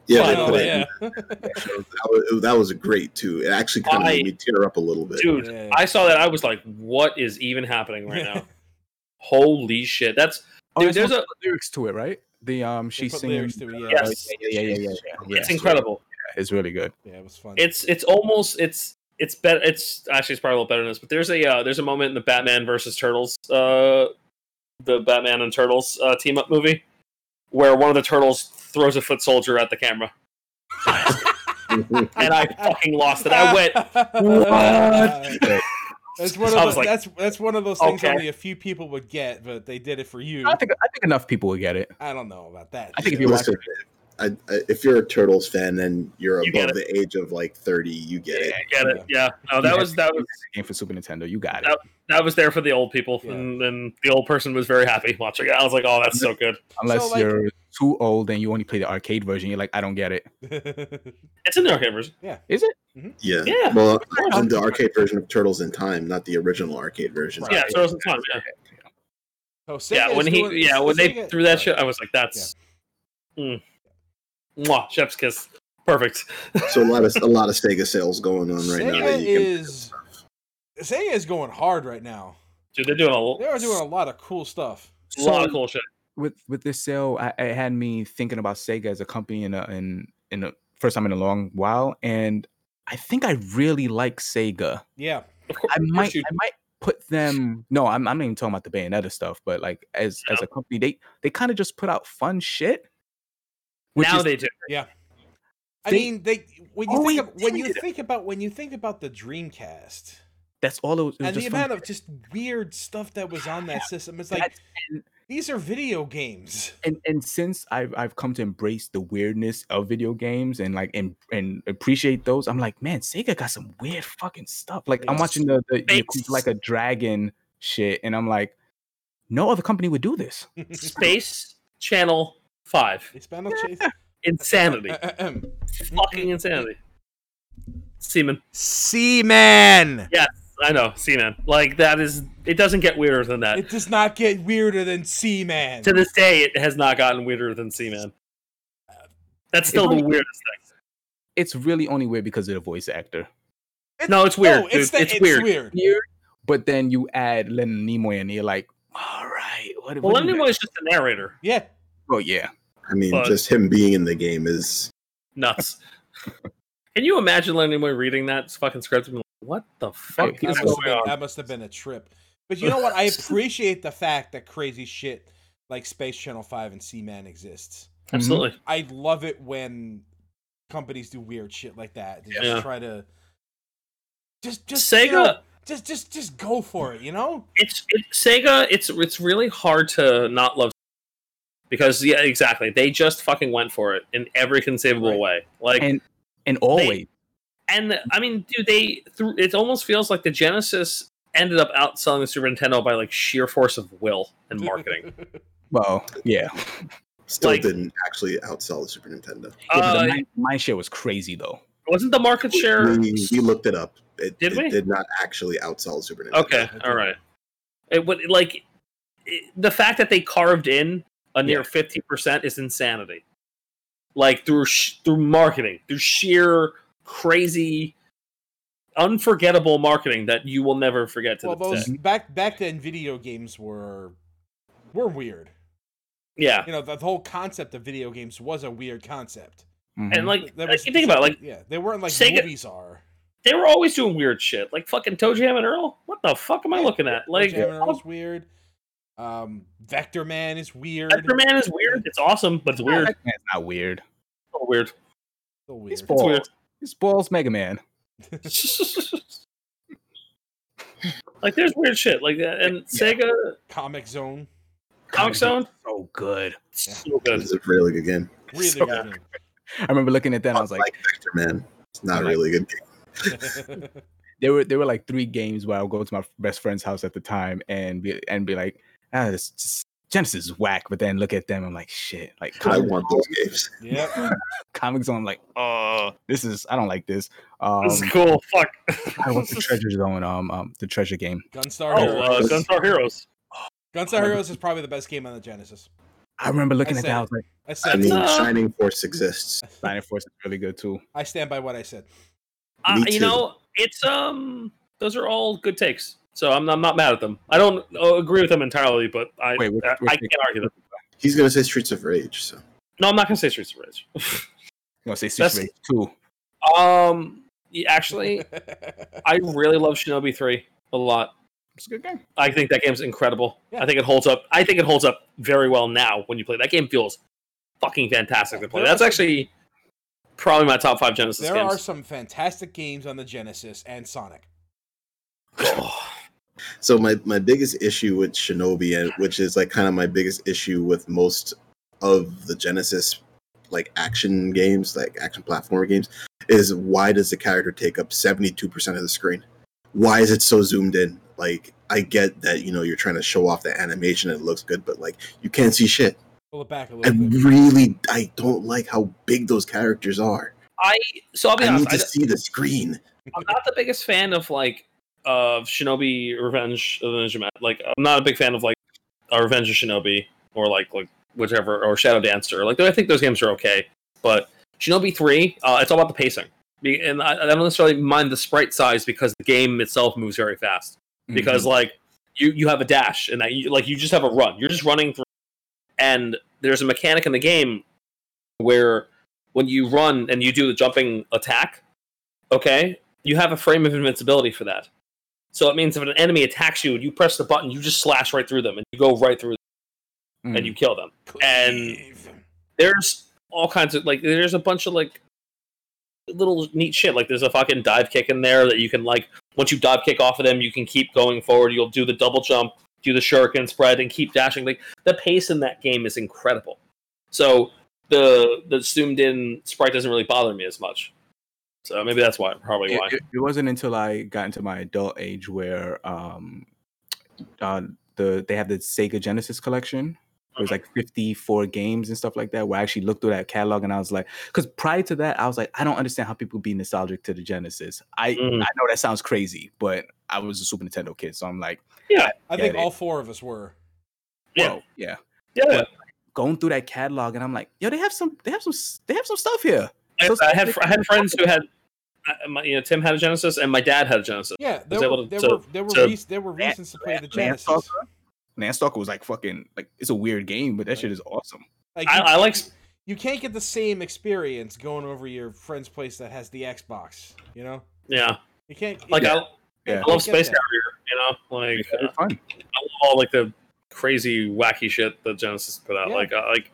Speaker 1: Yeah, they
Speaker 3: Wow,
Speaker 1: put it in
Speaker 4: yeah.
Speaker 1: That was, that was great too. It actually kind of
Speaker 3: I-
Speaker 1: made me tear up a little bit.
Speaker 3: Dude,
Speaker 4: Yeah.
Speaker 3: I saw that. I was like, "What is even happening right now?" Holy shit! That's
Speaker 2: Oh,
Speaker 3: Dude,
Speaker 2: it's
Speaker 3: there's
Speaker 2: also
Speaker 3: a-
Speaker 2: put lyrics to it, right? The um,
Speaker 4: They
Speaker 2: she's
Speaker 4: put
Speaker 2: singing.
Speaker 4: lyrics to it, yeah.
Speaker 3: Yes.
Speaker 2: Yeah, yeah, yeah, yeah, yeah. yeah.
Speaker 3: it's incredible.
Speaker 2: It's really good.
Speaker 4: Yeah, it was fun.
Speaker 3: It's it's almost it's it's better. It's actually it's probably a little better than this. But there's a uh, there's a moment in the Batman versus Turtles, uh, the Batman and Turtles uh, team up movie, where one of the turtles throws a foot soldier at the camera, and I fucking lost it. I went.
Speaker 2: What?
Speaker 4: That's one of
Speaker 3: So I
Speaker 4: those,
Speaker 3: was like,
Speaker 4: that's that's one of those things
Speaker 3: okay.
Speaker 4: only a few people would get, but they did it for you.
Speaker 2: I think I think enough people will get it.
Speaker 4: I don't know about that.
Speaker 2: I think if
Speaker 4: shit.
Speaker 2: you watch
Speaker 1: Listen,
Speaker 2: it,
Speaker 1: I, I, if you're a Turtles fan and you're
Speaker 3: You get
Speaker 1: above the age of like 30, you get it.
Speaker 3: Get it? Yeah. No, that was that was
Speaker 2: it's a game for Super Nintendo. You got it.
Speaker 3: that was there for the old people,
Speaker 4: Yeah.
Speaker 3: and, and the old person was very happy watching it. I was like, "Oh, that's so good."
Speaker 2: Unless
Speaker 4: like-
Speaker 2: you're too old and you only play the arcade version, you're like, I don't get it.
Speaker 3: It's in the arcade version.
Speaker 2: Is it?
Speaker 1: Yeah.
Speaker 3: Yeah.
Speaker 1: Well, in the arcade version of Turtles in Time, not the original arcade version.
Speaker 4: Right.
Speaker 3: Yeah, Turtles in Time. Yeah.
Speaker 4: So Oh, Sega
Speaker 3: yeah,
Speaker 4: is
Speaker 3: when he
Speaker 4: doing-
Speaker 3: yeah when they
Speaker 4: Sega-
Speaker 3: threw that
Speaker 4: sorry.
Speaker 3: shit, I was like, that's, mm. Mwah, chef's kiss, perfect.
Speaker 1: So a lot of a lot of Sega sales going on right now.
Speaker 4: Sega
Speaker 1: that you can-
Speaker 4: is Sega is going hard right now.
Speaker 3: Dude, they're doing a
Speaker 4: They
Speaker 3: l-
Speaker 4: are doing a lot of cool stuff.
Speaker 3: lot of
Speaker 2: So-
Speaker 3: cool shit.
Speaker 2: with with this sale, I, it had me thinking about Sega as a company in a, in in a first time in a long while, and I think I really like Sega.
Speaker 4: Yeah.
Speaker 3: Of course,
Speaker 2: I
Speaker 3: of course
Speaker 2: might
Speaker 3: you-
Speaker 2: I might put them. No, I'm I'm not even talking about the Bayonetta stuff, but like as as a company, they they kind of just put out fun shit. which
Speaker 3: now
Speaker 2: is-
Speaker 3: they do.
Speaker 4: I
Speaker 2: They-
Speaker 4: mean, they when you
Speaker 2: Oh,
Speaker 4: think
Speaker 2: wait,
Speaker 4: of, when you
Speaker 2: did it.
Speaker 4: think about when you think about the Dreamcast
Speaker 2: that's all it was. It was
Speaker 4: and the
Speaker 2: just fun
Speaker 4: amount of
Speaker 2: shit.
Speaker 4: just weird stuff that was on that system, it's like
Speaker 2: That's- and,
Speaker 4: these are video games.
Speaker 2: and and since I've I've come to embrace the weirdness of video games and like and and appreciate those, I'm like, man, Sega got some weird fucking stuff. Like I'm
Speaker 4: Yes.
Speaker 2: watching the, the
Speaker 3: They-
Speaker 2: Yakuza like a dragon shit, and I'm like, no other company would do this.
Speaker 4: they
Speaker 3: Space Channel Five.
Speaker 4: spend on chase.
Speaker 3: Insanity.
Speaker 4: Ahem.
Speaker 3: Fucking insanity. Seaman.
Speaker 4: Seaman.
Speaker 3: Yes, I know. Seaman. Like that is. It doesn't get weirder than that.
Speaker 4: It does not get weirder than Seaman.
Speaker 3: to this day, it has not gotten weirder than Seaman. That's still the
Speaker 2: only-
Speaker 3: weirdest thing.
Speaker 2: It's really only weird because of the voice actor.
Speaker 3: No, it's weird.
Speaker 4: No, it's,
Speaker 3: dude.
Speaker 4: the,
Speaker 3: it's weird.
Speaker 2: Weird, but then you add Lennon Nimoy, and you're like, all right, what? what
Speaker 3: Well,
Speaker 2: do
Speaker 3: Lenny
Speaker 2: you
Speaker 3: Moore is just a narrator.
Speaker 4: Yeah.
Speaker 2: Oh yeah,
Speaker 1: I mean,
Speaker 3: But-
Speaker 1: just him being in the game is
Speaker 3: Nuts. Can you imagine Lenny Moore reading that fucking script and be like, what the fuck
Speaker 2: Hey,
Speaker 3: is
Speaker 2: That's
Speaker 4: That must,
Speaker 3: going
Speaker 4: have been,
Speaker 3: on?
Speaker 4: that must have been a trip. But you know what? I appreciate the fact that crazy shit like Space Channel 5 and Seaman exists.
Speaker 2: Mm-hmm.
Speaker 3: Absolutely.
Speaker 4: I love it when companies do weird shit like that. They just
Speaker 3: Yeah.
Speaker 4: try to just just
Speaker 3: Sega.
Speaker 4: you know, just just just go for it, you know?
Speaker 3: it's it, Sega. It's it's really hard to not love because yeah, exactly. They just fucking went for it in every conceivable
Speaker 4: Right.
Speaker 3: way. Like
Speaker 2: And- and always
Speaker 3: and I mean, dude, they through it almost feels like the Genesis ended up outselling the Super Nintendo by like sheer force of will and marketing.
Speaker 2: well, yeah.
Speaker 1: still
Speaker 3: Like-
Speaker 1: didn't actually outsell the Super Nintendo.
Speaker 2: Yeah, but
Speaker 3: uh,
Speaker 2: the mind- mind share was crazy though.
Speaker 3: wasn't the market share?
Speaker 1: We, we looked it up. It,
Speaker 3: Did
Speaker 1: it
Speaker 3: we?
Speaker 1: did not actually outsell the Super Nintendo.
Speaker 3: Okay,
Speaker 4: I
Speaker 3: all
Speaker 4: did.
Speaker 3: right. It would like it, the fact that they carved in a near
Speaker 2: Yeah.
Speaker 3: fifty percent is insanity. Like through sh- through marketing, through sheer crazy, unforgettable marketing that you will never forget to
Speaker 4: well,
Speaker 3: this
Speaker 4: those
Speaker 3: day.
Speaker 4: back back then video games were were weird.
Speaker 3: Yeah,
Speaker 4: You know, the, the whole concept of video games was a weird concept.
Speaker 3: and
Speaker 2: Mhm.
Speaker 3: like,
Speaker 4: That
Speaker 3: like, you think about it, like
Speaker 4: yeah, they weren't like
Speaker 3: Sega-
Speaker 4: movies are.
Speaker 3: they were always doing weird shit, like fucking Toe Jam and Earl. What the fuck am I
Speaker 4: Yeah,
Speaker 3: looking at? Like
Speaker 4: Jam and Earl's
Speaker 3: Vector
Speaker 4: weird. Um, Vector Man is weird.
Speaker 3: Man is weird. It's awesome, but it's weird. It's
Speaker 2: Mega Man's not weird.
Speaker 3: still weird.
Speaker 4: Still weird.
Speaker 2: He's balls.
Speaker 3: weird.
Speaker 2: He's balls Mega Man.
Speaker 3: like there's weird shit like that, and
Speaker 2: Yeah.
Speaker 3: Sega
Speaker 4: Comic Zone.
Speaker 3: Comic Zone.
Speaker 2: so good.
Speaker 3: So
Speaker 1: It
Speaker 3: good.
Speaker 1: was a really good game.
Speaker 4: Really
Speaker 2: So-
Speaker 4: good
Speaker 2: I remember looking at that and I was like,
Speaker 1: Vector Man. It's not
Speaker 2: I'm
Speaker 1: a
Speaker 2: like-
Speaker 1: really good game.
Speaker 4: game.
Speaker 2: there were there were like three games where I would go to my best friend's house at the time and be and be like, ah, this this Genesis is whack. But then look at them, I'm like, shit. Like
Speaker 1: I
Speaker 2: comic,
Speaker 1: want those games.
Speaker 4: yep.
Speaker 2: comic zone, like, oh, this is I don't like this. Um,
Speaker 3: This is cool. Fuck.
Speaker 2: I want the treasure zone. Um, um, the treasure game.
Speaker 4: Gunstar
Speaker 3: Oh,
Speaker 4: Heroes.
Speaker 3: uh, Gunstar Heroes.
Speaker 4: Gunstar Heroes is probably the best game on the Genesis.
Speaker 2: I remember looking at
Speaker 4: said
Speaker 2: that.
Speaker 4: it.
Speaker 2: I was like,
Speaker 4: I
Speaker 1: I
Speaker 4: said.
Speaker 1: mean,
Speaker 3: Uh,
Speaker 1: Shining Force exists.
Speaker 2: Sign Force is really good too.
Speaker 4: I stand by what I said.
Speaker 3: Uh,
Speaker 1: Me too.
Speaker 3: you know, it's um, those are all good takes. So I'm, I'm not mad at them. I don't uh, agree with them entirely, but I uh,
Speaker 2: Wait, which-
Speaker 3: I,
Speaker 2: which
Speaker 3: I
Speaker 2: take?
Speaker 3: can't argue them.
Speaker 1: He's gonna say Streets of Rage. So
Speaker 3: No, I'm not gonna say Streets of Rage.
Speaker 2: I'm gonna say
Speaker 3: That's-
Speaker 2: Super Rage too.
Speaker 3: um, yeah, actually, I really love Shinobi Three a lot.
Speaker 2: It's a good game.
Speaker 3: I think that game's incredible.
Speaker 4: Yeah.
Speaker 3: I think it holds up. I think it holds up very well now when you play. That game feels fucking fantastic to play.
Speaker 4: There are
Speaker 3: That's
Speaker 4: some-
Speaker 3: actually probably my top five Genesis
Speaker 4: there are
Speaker 3: games.
Speaker 4: some fantastic games on the Genesis and Sonic.
Speaker 1: So my, my biggest issue with Shinobi, and which is like kind of my biggest issue with most of the Genesis like action games, like action platformer games, is why does the character take up seventy two percent of the screen? Why is it so zoomed in? Like I get that you know you're trying to show off the animation and it looks good, but like you can't see shit.
Speaker 4: Pull it back a
Speaker 1: I
Speaker 4: little bit.
Speaker 3: Mm-hmm.
Speaker 1: really I don't like how big those characters are.
Speaker 3: so I'll be
Speaker 1: I need
Speaker 3: honest.
Speaker 1: to
Speaker 3: I,
Speaker 1: see the screen.
Speaker 3: I'm not the biggest fan of like of Shinobi Revenge of the Ninja Ma- Like I'm not a big fan of like uh, Revenge of Shinobi or like like whichever or Shadow Dancer. Like I think those games are okay, but Shinobi Three, uh, it's all about the pacing. Be- And
Speaker 2: Mm-hmm.
Speaker 3: I, I don't necessarily mind the sprite size because the game itself moves very fast. Because like you you have a dash and that you, like you just have a run. You're just running through. And there's a mechanic in the game where when you run and you do the jumping attack, okay, you have a frame of invincibility for that. So it means if an enemy attacks you and you press the button, you just slash right through them and you go right through
Speaker 2: Mm-hmm.
Speaker 3: them and you kill them. And- There's all kinds of like there's a bunch of like little neat shit. Like there's a fucking dive kick in there that you can like once you dive kick off of them, you can keep going forward. You'll do the double jump, do the shuriken spread, and keep dashing. Like the pace in that game is incredible. So the the zoomed in sprite doesn't really bother me as much. So maybe that's why probably
Speaker 2: it,
Speaker 3: why.
Speaker 2: it- it wasn't until I got into my adult age where um uh the they had the Sega Genesis collection. It was like 54 games and stuff like that. Where I actually looked through that catalog and I was like, because prior to that, I was like, I don't understand how people be nostalgic to the Genesis. I
Speaker 3: Mm.
Speaker 2: I know that sounds crazy, but I was a Super Nintendo kid, so I'm like,
Speaker 4: I
Speaker 2: Get
Speaker 4: think
Speaker 2: it.
Speaker 4: all four of us were.
Speaker 3: Yeah.
Speaker 2: whoa, yeah.
Speaker 3: Yeah,
Speaker 2: Going through that catalog and I'm like, yo, they have some, they have some, s- they have some stuff here.
Speaker 3: I,
Speaker 2: So-
Speaker 3: I had I had friends who had, I- my, you know, Tim had a Genesis and my dad had a Genesis.
Speaker 4: Yeah,
Speaker 3: Was
Speaker 4: there were
Speaker 3: able to-
Speaker 4: there,
Speaker 3: to-
Speaker 4: were there were
Speaker 3: to-
Speaker 4: reas- there were
Speaker 2: Yeah,
Speaker 4: reasons to play the
Speaker 2: Man
Speaker 4: Genesis.
Speaker 2: Stalker, Man Stalker was like fucking like it's a weird game, but that shit is awesome.
Speaker 4: Like,
Speaker 3: I,
Speaker 4: you-
Speaker 3: I like
Speaker 4: you can't get the same experience going over your friend's place that has the Xbox. You know,
Speaker 3: yeah,
Speaker 4: you can't. you
Speaker 3: like
Speaker 4: can't-
Speaker 3: I,
Speaker 2: Yeah.
Speaker 3: I love
Speaker 4: Get
Speaker 3: Space
Speaker 4: that.
Speaker 3: Harrier. You know, like
Speaker 2: It's fun.
Speaker 3: I love all like the crazy wacky shit that Genesis put out.
Speaker 4: Yeah.
Speaker 3: Like I like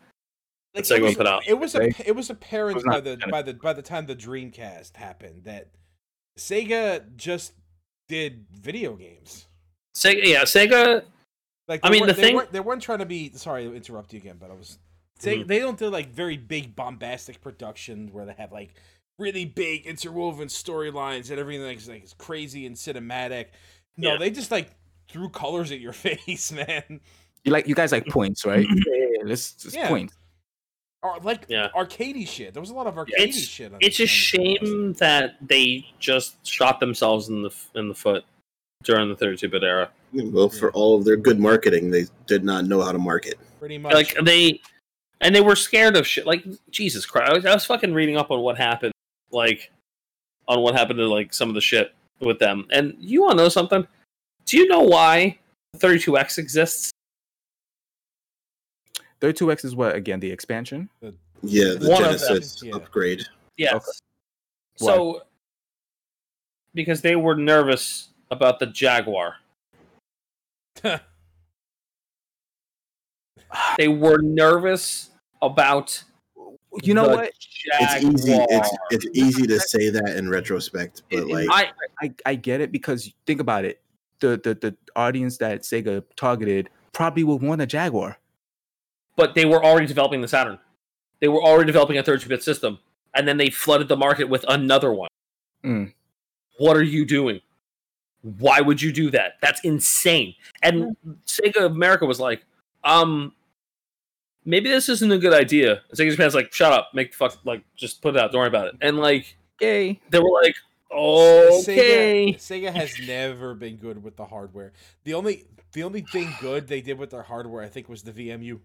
Speaker 4: like,
Speaker 3: Sega
Speaker 4: it was-
Speaker 3: put out.
Speaker 4: It was
Speaker 2: They-
Speaker 4: a it was apparent
Speaker 2: It was
Speaker 4: by
Speaker 2: not
Speaker 4: the
Speaker 2: Genesis.
Speaker 4: by the by the time the Dreamcast happened that Sega just did video games.
Speaker 3: Sega. Yeah, Sega.
Speaker 4: Like
Speaker 3: I
Speaker 4: they
Speaker 3: mean,
Speaker 4: weren't-
Speaker 3: the
Speaker 4: they
Speaker 3: thing-
Speaker 4: weren't, they weren't trying to be. Sorry to interrupt you again, but I was
Speaker 3: Mm-hmm.
Speaker 4: saying they don't do like very big bombastic productions where they have like really big interwoven storylines and everything like, is, like is crazy and cinematic. No,
Speaker 3: Yeah.
Speaker 4: they just like threw colors at your face, man.
Speaker 2: You like you guys like points, right? yeah, let's just
Speaker 4: Yeah.
Speaker 2: point.
Speaker 4: Or like
Speaker 3: Yeah.
Speaker 4: arcadey shit. There was a lot of arcadey
Speaker 3: It's-
Speaker 4: shit. On
Speaker 3: It's
Speaker 4: on
Speaker 3: a
Speaker 4: this list.
Speaker 3: shame that they just shot themselves in the f- in the foot during the 32-bit era.
Speaker 1: Well, for all of their good marketing, they did not know how to market.
Speaker 4: Pretty much.
Speaker 3: Like they, and they were scared of shit. Like Jesus Christ, I was, I was fucking reading up on what happened. Like on what happened to like some of the shit with them. And you want to know something? Do you know why 32x exists?
Speaker 2: 32X is what again? The expansion?
Speaker 1: Yeah, the
Speaker 3: One of
Speaker 1: Genesis
Speaker 4: them, yeah.
Speaker 1: upgrade.
Speaker 3: Yes.
Speaker 2: Okay.
Speaker 3: So because they were nervous about the Jaguar. They were nervous about
Speaker 2: You know
Speaker 3: the
Speaker 2: what?
Speaker 1: It's
Speaker 3: Jaguar.
Speaker 1: easy. It's it's easy to say that in retrospect, but
Speaker 2: It- it-
Speaker 1: like
Speaker 3: I
Speaker 2: I, I get it because think about it. The the the audience that Sega targeted probably would want a Jaguar.
Speaker 3: but they were already developing the Saturn. They were already developing a 32-bit system, and then they flooded the market with another one.
Speaker 2: Mm.
Speaker 3: What are you doing? Why would you do that? That's insane. And Sega of America was like, um, maybe this isn't a good idea. And Sega Japan's like, shut up, make the fuck, like, just put it out, don't worry about it. And like,
Speaker 2: Yay.
Speaker 3: they were like,
Speaker 4: S-
Speaker 3: okay,
Speaker 4: Sega, Sega has never been good with the hardware. The only the only thing good they did with their hardware, I think, was the VMU.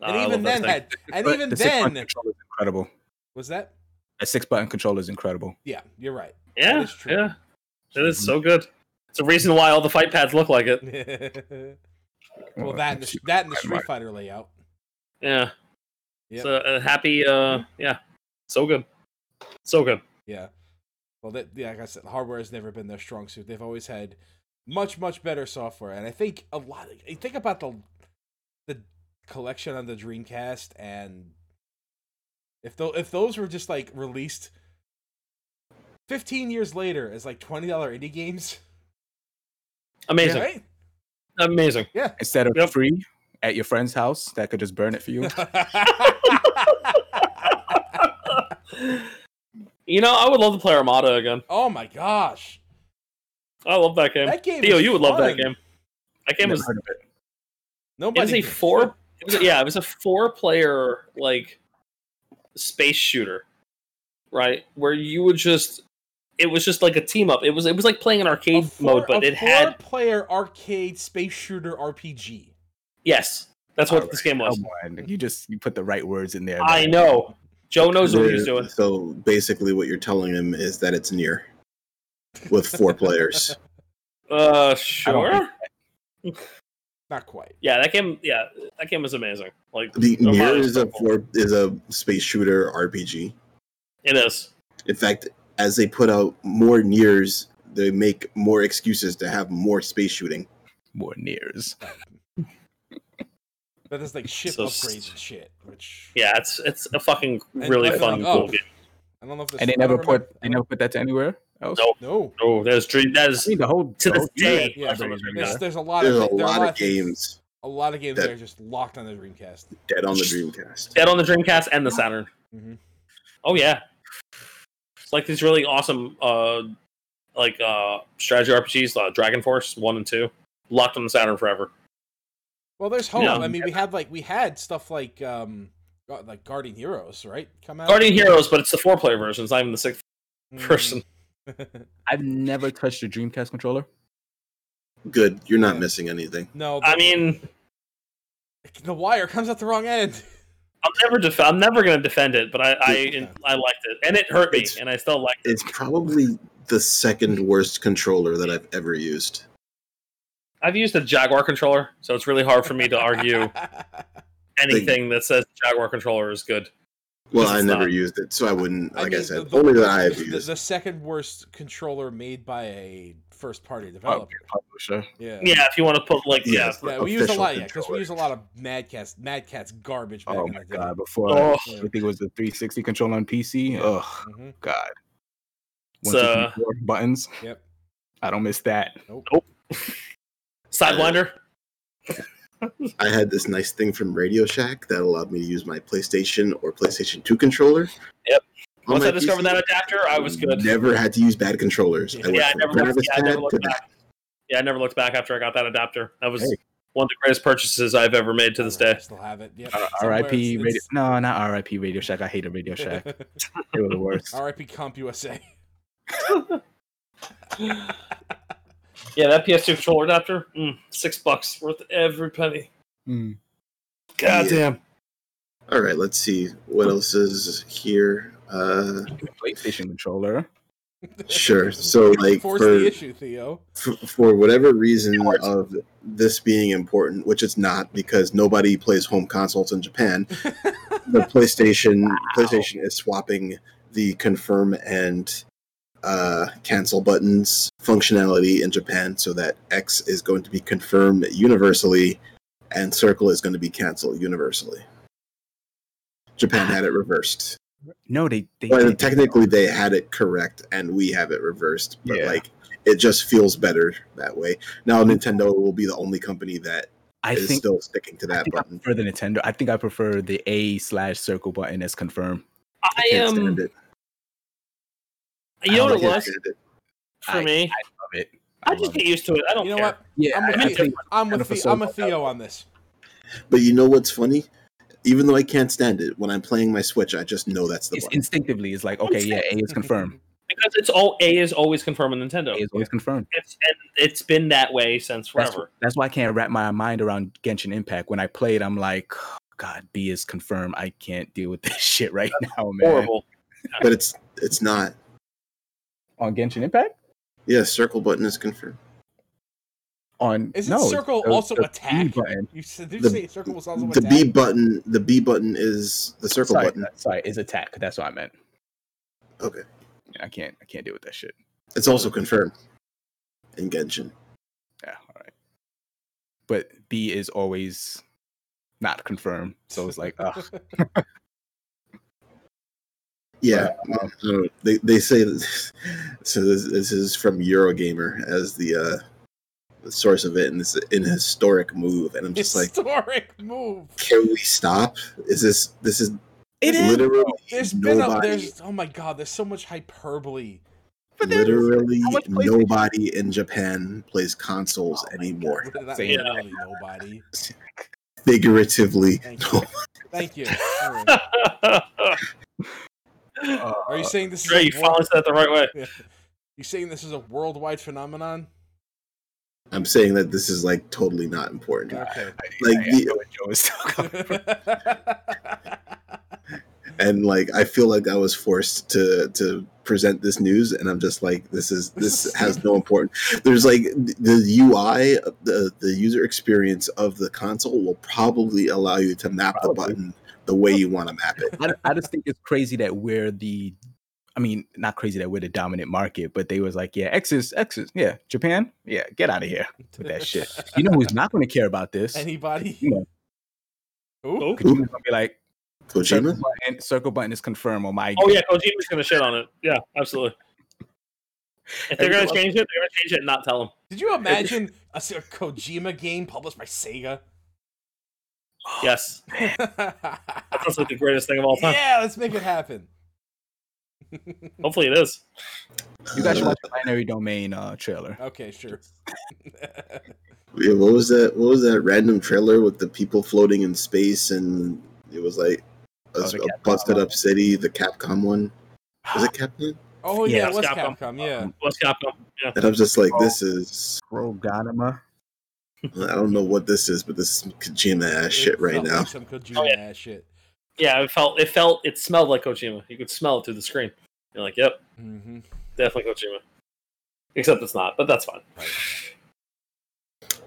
Speaker 3: Ah,
Speaker 4: And
Speaker 3: I
Speaker 4: even
Speaker 3: love that
Speaker 4: then
Speaker 3: thing.
Speaker 4: had and
Speaker 2: But
Speaker 4: even
Speaker 2: the six-button
Speaker 4: then
Speaker 2: controller is incredible.
Speaker 4: was that?
Speaker 2: A six button controller is incredible.
Speaker 4: Yeah, you're right.
Speaker 3: yeah,
Speaker 4: is true.
Speaker 3: yeah, it is so good. It's a reason why all the fight pads look like it.
Speaker 4: well,
Speaker 2: Well,
Speaker 4: that and
Speaker 2: let's
Speaker 4: the, that and the
Speaker 2: Right,
Speaker 4: Street
Speaker 2: right.
Speaker 4: Fighter layout.
Speaker 3: Yeah.
Speaker 4: Yep.
Speaker 3: So uh, happy. Uh, yeah. So good. So good.
Speaker 4: Yeah. Well, that yeah, like I said, hardware has never been their strong suit. They've always had much much better software, and I think a lot. I think about the the collection on the Dreamcast, and if though if those were just like released fifteen years later as like twenty dollar indie games,
Speaker 3: Amazing.
Speaker 4: right?
Speaker 3: Amazing.
Speaker 2: Instead of
Speaker 3: Yep.
Speaker 2: free at your friend's house that could just burn it for you.
Speaker 3: You know, I would love to play Armada again.
Speaker 4: oh my gosh,
Speaker 3: I love that game.
Speaker 4: that game.
Speaker 3: Theo,
Speaker 4: is
Speaker 3: you would love that
Speaker 4: fun.
Speaker 3: game. That game
Speaker 2: Never
Speaker 3: was.
Speaker 2: heard of it.
Speaker 4: Nobody
Speaker 3: It was a
Speaker 4: can-
Speaker 3: four. It was a, yeah, it was a four-player like space shooter, right? Where you would just. It was just like a team up. It was it was like playing an
Speaker 4: a
Speaker 3: arcade
Speaker 4: four-
Speaker 3: mode, but
Speaker 4: a
Speaker 3: it had
Speaker 4: four-player arcade space shooter RPG.
Speaker 3: yes. That's what
Speaker 2: Alright,
Speaker 3: this game was.
Speaker 2: Come on. You just you put the right words in there.
Speaker 3: I
Speaker 2: man.
Speaker 3: know. Joe knows what he's
Speaker 1: they're-
Speaker 3: doing.
Speaker 1: So basically, what you're telling them is that it's near with four players.
Speaker 3: Uh,
Speaker 2: I don't
Speaker 3: sure.
Speaker 2: think
Speaker 4: Not quite.
Speaker 3: Yeah, that game. Yeah, that game was amazing. Like
Speaker 1: The
Speaker 3: Omari's
Speaker 1: Nier is a
Speaker 3: purple.
Speaker 1: four, is a space shooter RPG.
Speaker 3: it is.
Speaker 1: In fact, as they put out more Niers, they make more excuses to have more space shooting.
Speaker 2: More nears.
Speaker 4: But there's like ship
Speaker 3: So s-
Speaker 4: upgrades and shit, which
Speaker 3: Yeah, it's it's a fucking
Speaker 4: And oh.
Speaker 3: really
Speaker 4: leveling
Speaker 3: fun
Speaker 4: up.
Speaker 3: cool game.
Speaker 4: I don't know if this
Speaker 2: And they
Speaker 4: I don't
Speaker 2: never
Speaker 4: remember-
Speaker 2: put they never put that to anywhere else.
Speaker 3: No.
Speaker 4: no.
Speaker 3: Oh, there's dream. That is
Speaker 2: I mean the whole the
Speaker 3: To this
Speaker 2: whole Nier
Speaker 3: day,
Speaker 4: Yeah,
Speaker 2: project
Speaker 3: everyone's
Speaker 2: is
Speaker 3: been
Speaker 2: really
Speaker 4: There's,
Speaker 3: Yeah.
Speaker 4: there's a lot
Speaker 1: There's
Speaker 4: of
Speaker 1: a
Speaker 4: thi- there are
Speaker 1: lot of
Speaker 4: things-
Speaker 1: games
Speaker 4: A lot of games
Speaker 1: that-
Speaker 4: that are just locked on the Dreamcast.
Speaker 1: dead on the Dreamcast.
Speaker 3: dead on the Dreamcast and the Saturn.
Speaker 4: Mhm.
Speaker 3: Oh yeah, it's like these really awesome, uh, like uh, strategy RPGs, uh, Dragon Force one and two, locked on the Saturn forever.
Speaker 4: Well, there's hope.
Speaker 3: Yeah.
Speaker 4: I mean, we had like we had stuff like um gu- like Guardian Heroes, right? Come out.
Speaker 3: Guardian Heroes, but it's the four player version. It's not even the sixth
Speaker 4: Mhm.
Speaker 3: person.
Speaker 2: I've never touched a Dreamcast controller.
Speaker 1: Good, you're not
Speaker 4: Yeah.
Speaker 1: missing anything.
Speaker 4: no, the,
Speaker 3: I mean,
Speaker 4: the wire comes out the wrong end.
Speaker 3: I'm never def- I'm never gonna defend it, but I I,
Speaker 4: Yeah.
Speaker 3: I liked it, and it hurt me,
Speaker 1: It's-
Speaker 3: and I still like.
Speaker 1: It's probably the second worst controller that I've ever used.
Speaker 3: I've used a Jaguar controller, so it's really hard for me to argue anything that says Jaguar controller is good.
Speaker 1: Well,
Speaker 3: This
Speaker 1: I
Speaker 3: is
Speaker 1: never
Speaker 3: not-
Speaker 1: used it, so I wouldn't. Like I,
Speaker 4: mean,
Speaker 1: said, only that I have
Speaker 4: the-
Speaker 1: used.
Speaker 4: the second worst controller made by a first party developer.
Speaker 2: Oh, Publisher.
Speaker 4: Yeah.
Speaker 3: Yeah, if you want to put like yeah,
Speaker 1: Yes.
Speaker 4: Yeah, we used a
Speaker 1: Official
Speaker 4: lot, yeah, because we
Speaker 1: controller.
Speaker 4: used a lot of Mad Cat's, Mad Cat's garbage back
Speaker 2: Oh
Speaker 4: in
Speaker 2: my
Speaker 4: the day.
Speaker 2: god! Before
Speaker 3: Oh.
Speaker 2: I think it was the 360 controller on PC. Ugh,
Speaker 4: Mhm.
Speaker 2: god. One,
Speaker 3: It's,
Speaker 2: two,
Speaker 3: uh,
Speaker 2: three, four buttons.
Speaker 4: Yep.
Speaker 2: I don't miss that.
Speaker 3: Sidewinder.
Speaker 1: I had this nice thing from Radio Shack that allowed me to use my PlayStation or PlayStation 2 controller.
Speaker 3: Yep.
Speaker 1: On
Speaker 3: Once
Speaker 1: my
Speaker 3: I discovered
Speaker 1: PC,
Speaker 3: that adapter, I was good.
Speaker 1: Never had to use bad controllers.
Speaker 4: Yeah,
Speaker 1: went
Speaker 3: Yeah, I
Speaker 1: from
Speaker 3: never looked,
Speaker 1: Gravis
Speaker 3: yeah, I never
Speaker 1: pad
Speaker 3: looked
Speaker 1: to
Speaker 3: back. Yeah, I never looked back after I got that adapter. That was
Speaker 2: Hey.
Speaker 3: one of the greatest purchases I've ever made to this
Speaker 4: I
Speaker 3: day.
Speaker 4: still have it. Yep.
Speaker 2: Uh,
Speaker 4: somewhere
Speaker 2: R.I.P. Radio.
Speaker 4: it's-
Speaker 2: No, not R.I.P. Radio Shack. I hated Radio Shack.
Speaker 4: it's-
Speaker 2: They were the worst.
Speaker 4: R.I.P. Comp USA.
Speaker 3: Yeah, that PS2 controller adapter, mm, six bucks worth every penny.
Speaker 2: Mm.
Speaker 3: God
Speaker 1: Yeah.
Speaker 3: damn.
Speaker 1: All right, let's see what else is here. Uh,
Speaker 2: PlayStation controller.
Speaker 1: sure. So, like,
Speaker 4: Force
Speaker 1: for,
Speaker 4: the issue, Theo.
Speaker 1: f- for whatever reason of this being important, which it's not because nobody plays home consoles in Japan, the PlayStation PlayStation is swapping the confirm and uh, cancel buttons functionality in Japan so that X is going to be confirmed universally and circle is going to be canceled universally. Japan had it reversed.
Speaker 2: No, they. they
Speaker 1: Well,
Speaker 2: did.
Speaker 1: technically they had it correct and we have it reversed, but
Speaker 2: Yeah. Mm-hmm.
Speaker 1: like it just feels better that way. Now Nintendo will be the only company that
Speaker 2: I
Speaker 1: is
Speaker 2: think.
Speaker 1: still sticking to
Speaker 2: I
Speaker 1: that
Speaker 2: think I
Speaker 1: button.
Speaker 2: prefer the Nintendo. I think I prefer the A slash circle button as confirm.
Speaker 3: I
Speaker 1: Can't
Speaker 3: am.
Speaker 1: stand
Speaker 3: Um,
Speaker 1: it.
Speaker 3: you know what it
Speaker 1: Can't
Speaker 3: was
Speaker 1: stand it.
Speaker 3: for
Speaker 2: I-
Speaker 3: me?
Speaker 2: Love it.
Speaker 3: I, just
Speaker 2: love it.
Speaker 3: get used to it. I don't
Speaker 4: You know
Speaker 3: care.
Speaker 4: what?
Speaker 2: yeah.
Speaker 4: I'm
Speaker 2: I- I
Speaker 4: with, Theo.
Speaker 2: think-
Speaker 4: I'm
Speaker 2: kind
Speaker 4: with,
Speaker 2: of a
Speaker 4: Theo. I'm
Speaker 2: soul
Speaker 4: with Theo on this.
Speaker 1: But you know what's funny? Even though I can't stand it, when I'm playing my Switch, I just know that's the
Speaker 2: it's
Speaker 1: button.
Speaker 2: instinctively. It's like okay, yeah, A is confirmed.
Speaker 3: Because it's all A is always confirmed on Nintendo.
Speaker 2: A is always confirmed.
Speaker 3: It's, and it's been that way since
Speaker 2: That's,
Speaker 3: forever.
Speaker 2: that's why I can't wrap my mind around Genshin Impact. When I played, I'm like, "Oh, God, B is confirmed. I can't deal with this shit right now, man.
Speaker 3: Horrible.
Speaker 1: But it's it's not.
Speaker 2: On Genshin Impact?
Speaker 1: Yeah, circle button is confirmed.
Speaker 2: On
Speaker 4: Isn't
Speaker 2: no,
Speaker 4: circle
Speaker 2: the-
Speaker 4: also
Speaker 2: the B
Speaker 4: attack?
Speaker 2: button.
Speaker 4: You said, did you
Speaker 1: The-
Speaker 4: say circle was also
Speaker 1: the
Speaker 4: attack?
Speaker 1: B button, the B button is the circle
Speaker 2: sorry,
Speaker 1: button.
Speaker 2: uh, sorry, is attack. That's what I meant.
Speaker 1: Okay.
Speaker 2: Yeah, I can't. I can't deal with that shit.
Speaker 1: It's also confirmed in Genshin.
Speaker 2: Yeah, all right. But B is always not confirmed, so it's like, ugh.
Speaker 1: Yeah,
Speaker 2: But, um,
Speaker 1: I don't- they they say that- so. This, this is from Eurogamer as the uh, the source of it, and it's an historic move. And I'm just like,
Speaker 4: Historic move.
Speaker 1: can we stop? Is this this is
Speaker 2: it is.
Speaker 1: literally
Speaker 4: There's been a,
Speaker 1: nobody?
Speaker 4: there's oh my god, there's so much hyperbole.
Speaker 2: But then-
Speaker 1: literally
Speaker 2: how much PlayStation-
Speaker 1: nobody in Japan plays consoles anymore.
Speaker 4: Not
Speaker 2: Same.
Speaker 4: literally nobody.
Speaker 1: Figuratively,
Speaker 4: Thank you.
Speaker 1: no.
Speaker 4: Thank you. Alright. Are
Speaker 2: uh,
Speaker 4: you saying this is
Speaker 3: Dre, you
Speaker 4: a world-
Speaker 3: finally said it the right way.
Speaker 4: Yeah. you saying this is a worldwide phenomenon?
Speaker 1: I'm saying that this is like totally not important.
Speaker 4: Okay.
Speaker 1: Like
Speaker 2: I- I
Speaker 1: the-
Speaker 2: know what Joe is talking about.
Speaker 1: and like I feel like I was forced to to present this news, and I'm just like, this is this has no importance. There's like the UI, the the user experience of the console will probably allow you to map the
Speaker 2: Probably.
Speaker 1: button the way you want to map it.
Speaker 2: I, I just think it's crazy that we're the, I mean, not crazy that we're the dominant market, but they was like, yeah, X is X is yeah, Japan, yeah, get out of here with that shit. You know who's not going to care about this?
Speaker 4: Anybody?
Speaker 2: No.
Speaker 4: Ooh.
Speaker 2: Kojima's gonna be like, circle
Speaker 1: Kojima,
Speaker 2: button, circle button is confirmed. Oh my,
Speaker 3: Oh yeah, Kojima's gonna shit on it. Yeah, absolutely. If they're gonna
Speaker 2: Everyone-
Speaker 3: change it, they're gonna change it and not tell them.
Speaker 4: Did you imagine a, s- a Kojima game published by Sega?
Speaker 3: Yes, that sounds like the greatest thing of all time.
Speaker 4: yeah, let's make it happen.
Speaker 3: Hopefully, it is.
Speaker 2: you guys
Speaker 1: Uh,
Speaker 2: should watch the binary domain uh, trailer.
Speaker 4: okay, sure.
Speaker 1: Yeah, what was that? What was that random trailer with the people floating in space and it was like a,
Speaker 2: Oh, the
Speaker 1: a
Speaker 2: Capcom
Speaker 1: busted
Speaker 2: one.
Speaker 1: up city, the Capcom one. Was it Capcom?
Speaker 4: oh yeah,
Speaker 2: Yeah,
Speaker 4: it was
Speaker 3: Capcom.
Speaker 4: Capcom. Yeah,
Speaker 3: What's Capcom? Yeah,
Speaker 1: And I'm just like,
Speaker 2: Oh.
Speaker 1: this is.
Speaker 2: Roganima.
Speaker 1: I don't know what this is, but this is Kojima ass
Speaker 4: It
Speaker 1: shit right
Speaker 4: felt
Speaker 1: now.
Speaker 4: like some Kojima
Speaker 3: Oh, yeah.
Speaker 4: ass shit.
Speaker 3: yeah. It felt, it felt, it smelled like Kojima. You could smell it through the screen. You're like, yep,
Speaker 4: hmm
Speaker 3: definitely Kojima. Except it's not, but that's fine.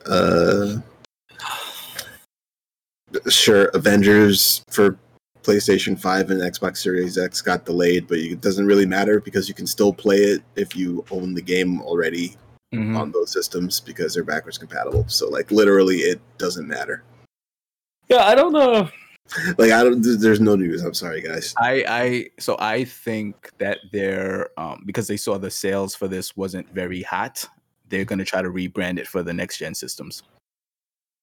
Speaker 1: Uh, sure, Avengers for PlayStation 5 and Xbox Series X got delayed, but it doesn't really matter because you can still play it if you own the game already
Speaker 2: Mm-hmm. Hmm.
Speaker 1: on those systems because they're backwards compatible. So, like, literally, it doesn't matter.
Speaker 3: Yeah, I don't know.
Speaker 1: Like, I don't, th- there's no news. I'm sorry, guys.
Speaker 2: I, I so I think that they're um, because they saw the sales for this wasn't very hot. They're gonna try to rebrand it for the next gen systems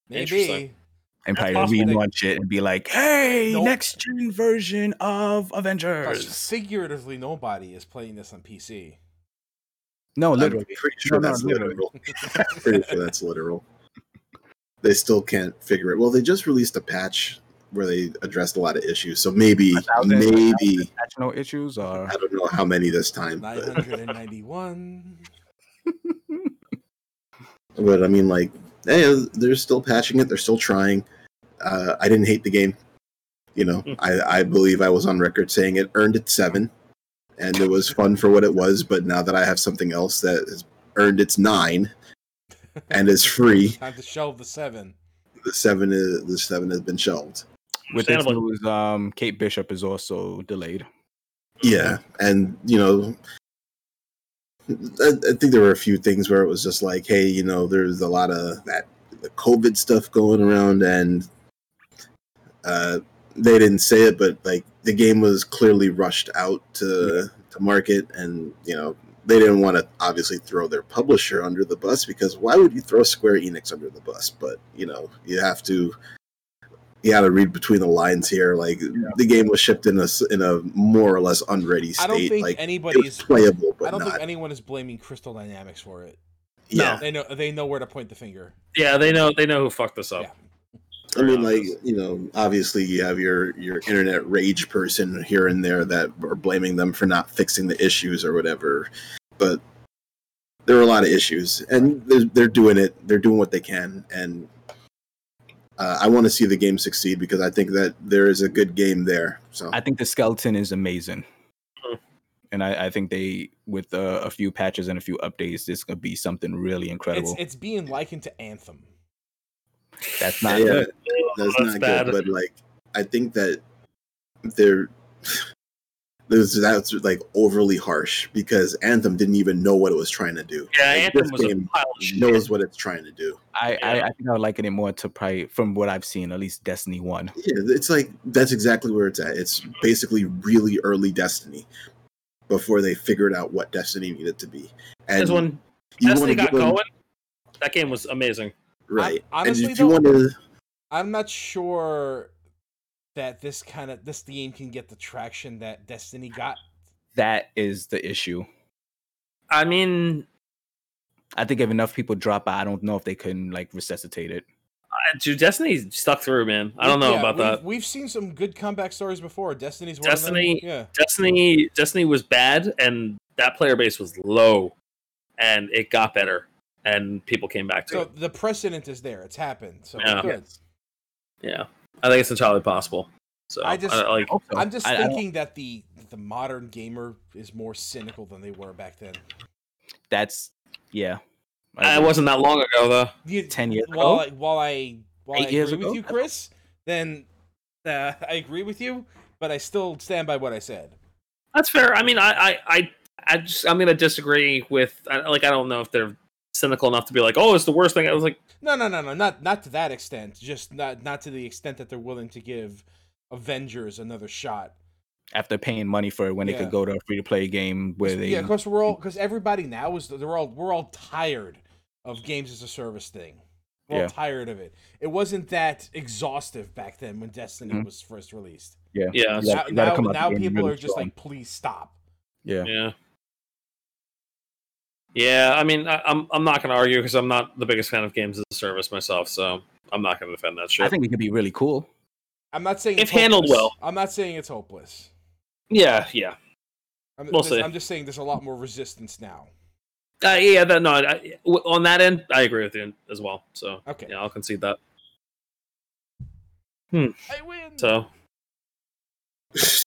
Speaker 4: Maybe.
Speaker 3: Interesting.
Speaker 2: and
Speaker 3: That's
Speaker 2: probably
Speaker 3: possible.
Speaker 2: relaunch it and be like, "Hey,
Speaker 4: Nope.
Speaker 2: next gen version of
Speaker 4: Plus,
Speaker 2: Avengers."
Speaker 4: figuratively, nobody is playing this on PC.
Speaker 2: No,
Speaker 1: I'm
Speaker 2: literally,
Speaker 1: pretty sure
Speaker 2: No, no,
Speaker 1: that's
Speaker 2: literally.
Speaker 1: literal. pretty sure that's literal. They still can't figure it. Well, they just released a patch where they addressed a lot of issues. So maybe,
Speaker 2: A thousand- a
Speaker 1: maybe
Speaker 2: national issues are.
Speaker 1: I don't know how many this time. But,
Speaker 4: 991.
Speaker 1: but I mean, like, hey, they're still patching it. They're still trying. Uh, I didn't hate the game. You know,
Speaker 2: Hmm.
Speaker 3: Mm.
Speaker 1: I, I believe I was on record saying it earned its seven, and it was fun for what it was. But now that I have something else that has earned its nine and is free,
Speaker 4: Time to shelve the seven.
Speaker 1: the seven is the seven has been shelved.
Speaker 2: With this
Speaker 3: Understandable.
Speaker 2: news, um, Kate Bishop is also delayed.
Speaker 1: Yeah, and you know, I, I think there were a few things where it was just like, hey, you know, there's a lot of that the COVID stuff going around, and uh, they didn't say it, but like the game was clearly rushed out to to market, and you know, they didn't want to obviously throw their publisher under the bus because why would you throw Square Enix under the bus? But you know, you have to you got to read between the lines here. Like the game was shipped in a s- in a more or less unready state.
Speaker 4: I don't think
Speaker 1: like it was
Speaker 4: anybody's.
Speaker 1: playable, but
Speaker 4: I don't
Speaker 1: not.
Speaker 4: think anyone is blaming Crystal Dynamics for it.
Speaker 1: yeah,
Speaker 4: They know they know where to point the finger.
Speaker 3: Yeah, they know, they know who fucked this
Speaker 4: Yeah.
Speaker 3: up.
Speaker 1: I mean,
Speaker 3: Yeah.
Speaker 1: like you know, obviously you have your your internet rage person here and there that are blaming them for not fixing the issues or whatever, but there are a lot of issues, and they're, they're doing it. They're doing what they can, and uh, I want to see the game succeed because I think that there is a good game there. So
Speaker 2: I think the skeleton is amazing.
Speaker 3: Mhm.
Speaker 2: And I, I think they, with uh, a few patches and a few updates, this could be something really
Speaker 4: It's
Speaker 2: incredible.
Speaker 4: it's being likened to Anthem.
Speaker 2: That's not
Speaker 1: Yeah,
Speaker 2: good.
Speaker 1: that's,
Speaker 3: That's
Speaker 1: not
Speaker 3: bad.
Speaker 1: good. But like, I think that they're this that's like overly harsh because Anthem didn't even know what it was trying to do.
Speaker 3: Yeah,
Speaker 1: Like,
Speaker 3: Anthem
Speaker 1: this
Speaker 3: was a
Speaker 1: game
Speaker 3: pile of shit.
Speaker 1: knows what it's trying to do.
Speaker 2: I, I,
Speaker 3: Yeah.
Speaker 2: I think I would liken it more to probably from what I've seen, at least Destiny One.
Speaker 1: Yeah, it's like that's exactly where it's at. It's basically really early Destiny before they figured out what Destiny needed to be. And
Speaker 3: This one,
Speaker 1: you
Speaker 3: as
Speaker 1: wanna
Speaker 3: they got
Speaker 1: give them-
Speaker 3: going, that game was amazing.
Speaker 1: right?
Speaker 4: Hon-
Speaker 1: and
Speaker 4: honestly,
Speaker 1: if you
Speaker 4: though-
Speaker 1: want to,
Speaker 4: I'm not sure that this kind of this game can get the traction that Destiny got.
Speaker 2: That is the issue.
Speaker 3: I mean,
Speaker 2: I think if enough people drop out, I don't know if they can like resuscitate it.
Speaker 3: I- dude, Destiny stuck through, man. I don't know
Speaker 4: Yeah,
Speaker 3: about
Speaker 4: we've-
Speaker 3: that.
Speaker 4: We've seen some good comeback stories before. Destiny's one
Speaker 3: Destiny-
Speaker 4: of them. Yeah.
Speaker 3: Destiny Destiny was bad and that player base was low and it got better and people came back to
Speaker 4: So
Speaker 3: it.
Speaker 4: the precedent is there. It's happened. So
Speaker 3: Yeah.
Speaker 4: good.
Speaker 3: Yeah. I think it's entirely possible. So
Speaker 4: I just-
Speaker 3: like
Speaker 2: hope so.
Speaker 4: I'm just
Speaker 2: I- I don't-
Speaker 4: thinking that the the modern gamer is more cynical than they were back then.
Speaker 2: that's yeah.
Speaker 3: I
Speaker 2: agree.
Speaker 3: wasn't that long ago though.
Speaker 4: You-
Speaker 2: ten years
Speaker 4: while
Speaker 2: ago.
Speaker 4: I, while I while I
Speaker 2: Eight years
Speaker 4: agree
Speaker 2: ago?
Speaker 4: with you, Chris, then uh, I agree with you, but I still stand by what I said.
Speaker 3: That's fair. I mean, I, I, I, I just, I'm gonna disagree with. I, like, I don't know if they're cynical enough to be like, "Oh, it's the worst thing." I was like,
Speaker 4: No, no, no, no, not not to that extent. Just not not to the extent that they're willing to give Avengers another shot.
Speaker 2: after paying money for it when they
Speaker 4: Yeah.
Speaker 2: could go to a free to play game where they
Speaker 4: yeah, because we're all because everybody now is they're all we're all tired of games as a service thing. We're
Speaker 2: Yeah.
Speaker 4: all tired of it. It wasn't that exhaustive back then when Destiny
Speaker 3: Mm-hmm.
Speaker 2: Mhm.
Speaker 4: was first released.
Speaker 3: "Yeah,
Speaker 2: Yeah.
Speaker 3: yeah,
Speaker 4: Now,
Speaker 2: you gotta
Speaker 4: now,
Speaker 2: come out the
Speaker 4: now
Speaker 2: game
Speaker 4: people
Speaker 2: really
Speaker 4: are just
Speaker 2: strong.
Speaker 4: like, please stop.
Speaker 2: yeah.
Speaker 3: yeah." I mean, I, I'm I'm not gonna argue because I'm not the biggest fan of games as a service myself, so I'm not gonna defend that shit.
Speaker 2: I think it could be really cool.
Speaker 4: I'm not saying
Speaker 3: If
Speaker 4: it's hopeless.
Speaker 3: handled well.
Speaker 4: I'm not saying it's hopeless.
Speaker 3: yeah, yeah,
Speaker 4: I'm,
Speaker 3: We'll
Speaker 4: there's-
Speaker 3: see.
Speaker 4: I'm just saying there's a lot more resistance now.
Speaker 3: uh, yeah. That, no, I, I- w- on that end, I agree with you as well. So
Speaker 4: Okay,
Speaker 3: yeah, I'll concede that.
Speaker 4: I win.
Speaker 3: So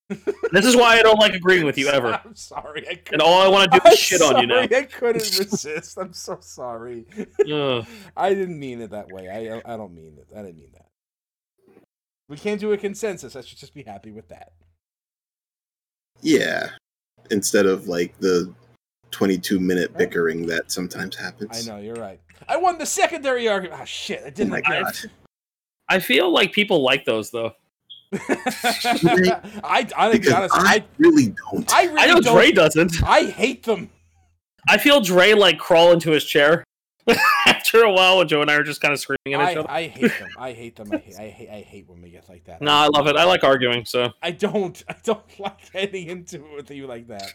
Speaker 3: this is why I don't like agreeing with you ever.
Speaker 4: I'm sorry. I
Speaker 3: And
Speaker 4: couldn't.
Speaker 3: all I want to do
Speaker 4: I'm
Speaker 3: is shit on you now.
Speaker 4: sorry, I couldn't resist. I'm so sorry.
Speaker 3: Ugh.
Speaker 4: I didn't mean it that way. I I don't mean it. I didn't mean that. We came to a consensus. I should just be happy with that.
Speaker 1: Yeah. Instead of like the 22 minute bickering that sometimes
Speaker 4: I
Speaker 1: happens.
Speaker 4: know you're right. I won the secondary argument. Oh shit! I
Speaker 1: Oh
Speaker 4: didn't.
Speaker 1: my
Speaker 4: I-
Speaker 1: god.
Speaker 3: I feel like people like those though.
Speaker 4: I I to be
Speaker 1: Because
Speaker 4: honest.
Speaker 1: I
Speaker 4: I
Speaker 1: really don't.
Speaker 4: I really
Speaker 3: I know
Speaker 4: don't.
Speaker 3: Dre doesn't.
Speaker 4: I hate them.
Speaker 3: I feel Dre like crawl into his chair. After a while, Joe and I are just kind of screaming at
Speaker 4: I,
Speaker 3: each other.
Speaker 4: I hate them. I hate them. I hate, I hate. I hate when we get like that.
Speaker 3: No, I love it. I like arguing. So
Speaker 4: I don't. I don't like getting into it with you like that.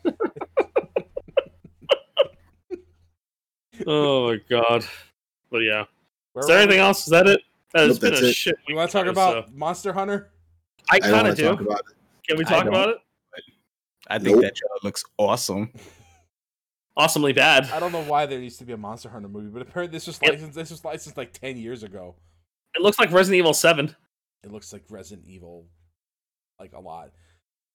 Speaker 3: oh my god. But yeah,
Speaker 4: Where
Speaker 3: is there
Speaker 4: were we?
Speaker 3: anything else? Is that it? That has
Speaker 1: Nope,
Speaker 3: been
Speaker 1: that's
Speaker 3: a
Speaker 1: it.
Speaker 3: shit.
Speaker 4: You
Speaker 3: week,
Speaker 4: want to talk
Speaker 3: guys,
Speaker 4: about
Speaker 3: so-
Speaker 4: Monster Hunter?
Speaker 3: I
Speaker 1: I don't
Speaker 3: kind
Speaker 1: want
Speaker 3: of
Speaker 1: to
Speaker 3: do.
Speaker 1: talk about it.
Speaker 3: Can we
Speaker 2: I
Speaker 3: talk
Speaker 2: don't.
Speaker 3: about it?
Speaker 2: I think
Speaker 1: Nope.
Speaker 2: that show looks awesome.
Speaker 3: Awesomely bad.
Speaker 4: I don't know why there used to be a Monster Hunter movie, but apparently this was
Speaker 3: Yep.
Speaker 4: licensed. This was licensed like ten years ago.
Speaker 3: It looks like Resident Evil Seven.
Speaker 4: It looks like Resident Evil, like a lot.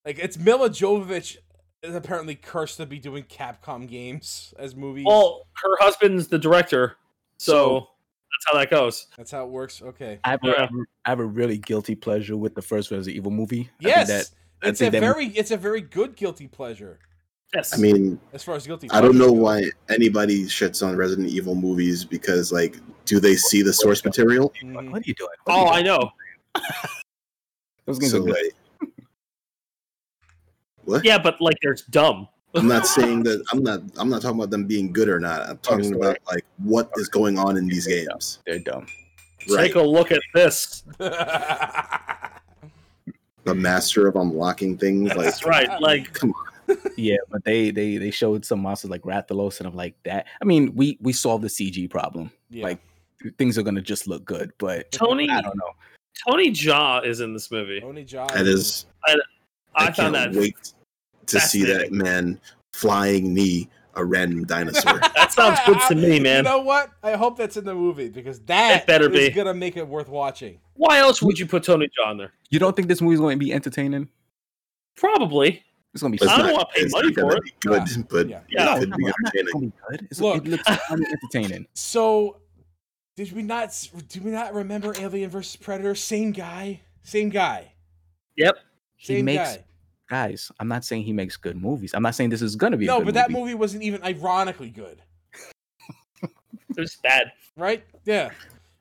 Speaker 4: Like it's Mila Jovovich is apparently cursed to be doing Capcom games as movies.
Speaker 3: Well, her husband's the director, so,
Speaker 2: So-
Speaker 3: that's how that goes.
Speaker 4: That's how it works. Okay.
Speaker 2: I have,
Speaker 3: Yeah.
Speaker 2: a, I have a really guilty pleasure with the first Resident Evil movie.
Speaker 4: Yes,
Speaker 2: I think I
Speaker 4: it's a
Speaker 2: think that-
Speaker 4: very it's a very good guilty pleasure
Speaker 3: Yes.
Speaker 1: I mean,
Speaker 4: as far as guilty.
Speaker 1: I don't
Speaker 4: pleasures
Speaker 1: know
Speaker 4: go.
Speaker 1: why anybody shits on Resident Evil movies because, like, do they see the source material?
Speaker 2: that,
Speaker 4: Mhm.
Speaker 2: what are you doing? What are
Speaker 3: oh,
Speaker 2: you
Speaker 3: I
Speaker 2: doing?
Speaker 3: know.
Speaker 2: It was gonna
Speaker 1: So,
Speaker 2: go good.
Speaker 1: like, what?
Speaker 3: Yeah, but like, there's dumb.
Speaker 1: I'm not saying that. I'm not. I'm not talking about them being good or not. I'm talking
Speaker 2: Understood.
Speaker 1: about like what is going on in these games.
Speaker 2: They're dumb.
Speaker 1: Right.
Speaker 3: Take a look at this.
Speaker 1: The master of unlocking things. Like,
Speaker 3: That's right. Like,
Speaker 2: Yeah, but they they they showed some monsters like Rathalos, and I'm like that. I mean, we we solved the CG problem.
Speaker 4: yeah.
Speaker 2: Like, Things are gonna just look good, but
Speaker 3: Tony-
Speaker 2: I don't know.
Speaker 3: Tony Jaw is in this movie.
Speaker 4: Tony Jaa
Speaker 1: that is.
Speaker 3: I, found that
Speaker 1: wait to see that
Speaker 3: fascinating.
Speaker 1: man flying me a random dinosaur.
Speaker 3: That sounds good to me,
Speaker 4: You
Speaker 3: man.
Speaker 4: know what? I hope that's in the movie because that
Speaker 3: It better be.
Speaker 4: is gonna make it worth watching.
Speaker 3: Why else would you put Tony Jaw in there?
Speaker 2: You don't think this movie's going to be entertaining?
Speaker 3: Probably.
Speaker 2: It's going to be.
Speaker 1: It's
Speaker 3: I don't
Speaker 1: not-
Speaker 3: wanna pay
Speaker 1: it's
Speaker 3: money
Speaker 1: not gonna
Speaker 3: for it.
Speaker 1: be good, but
Speaker 4: Yeah.
Speaker 3: Yeah.
Speaker 1: it could
Speaker 2: No,
Speaker 1: be
Speaker 2: I'm not
Speaker 1: entertaining.
Speaker 2: calling it good. It's,
Speaker 4: Look.
Speaker 2: it looks kinda entertaining.
Speaker 4: So, did we not? s- Do we not remember Alien versus Predator? Same guy, same guy,
Speaker 3: Yep.
Speaker 2: He
Speaker 4: same
Speaker 2: makes
Speaker 4: guy.
Speaker 2: guys. I'm not saying he makes good movies. I'm not saying this is going to be. a
Speaker 4: No,
Speaker 2: good
Speaker 4: but that
Speaker 2: movie.
Speaker 4: movie wasn't even ironically good,
Speaker 3: It was bad.
Speaker 4: right? Yeah.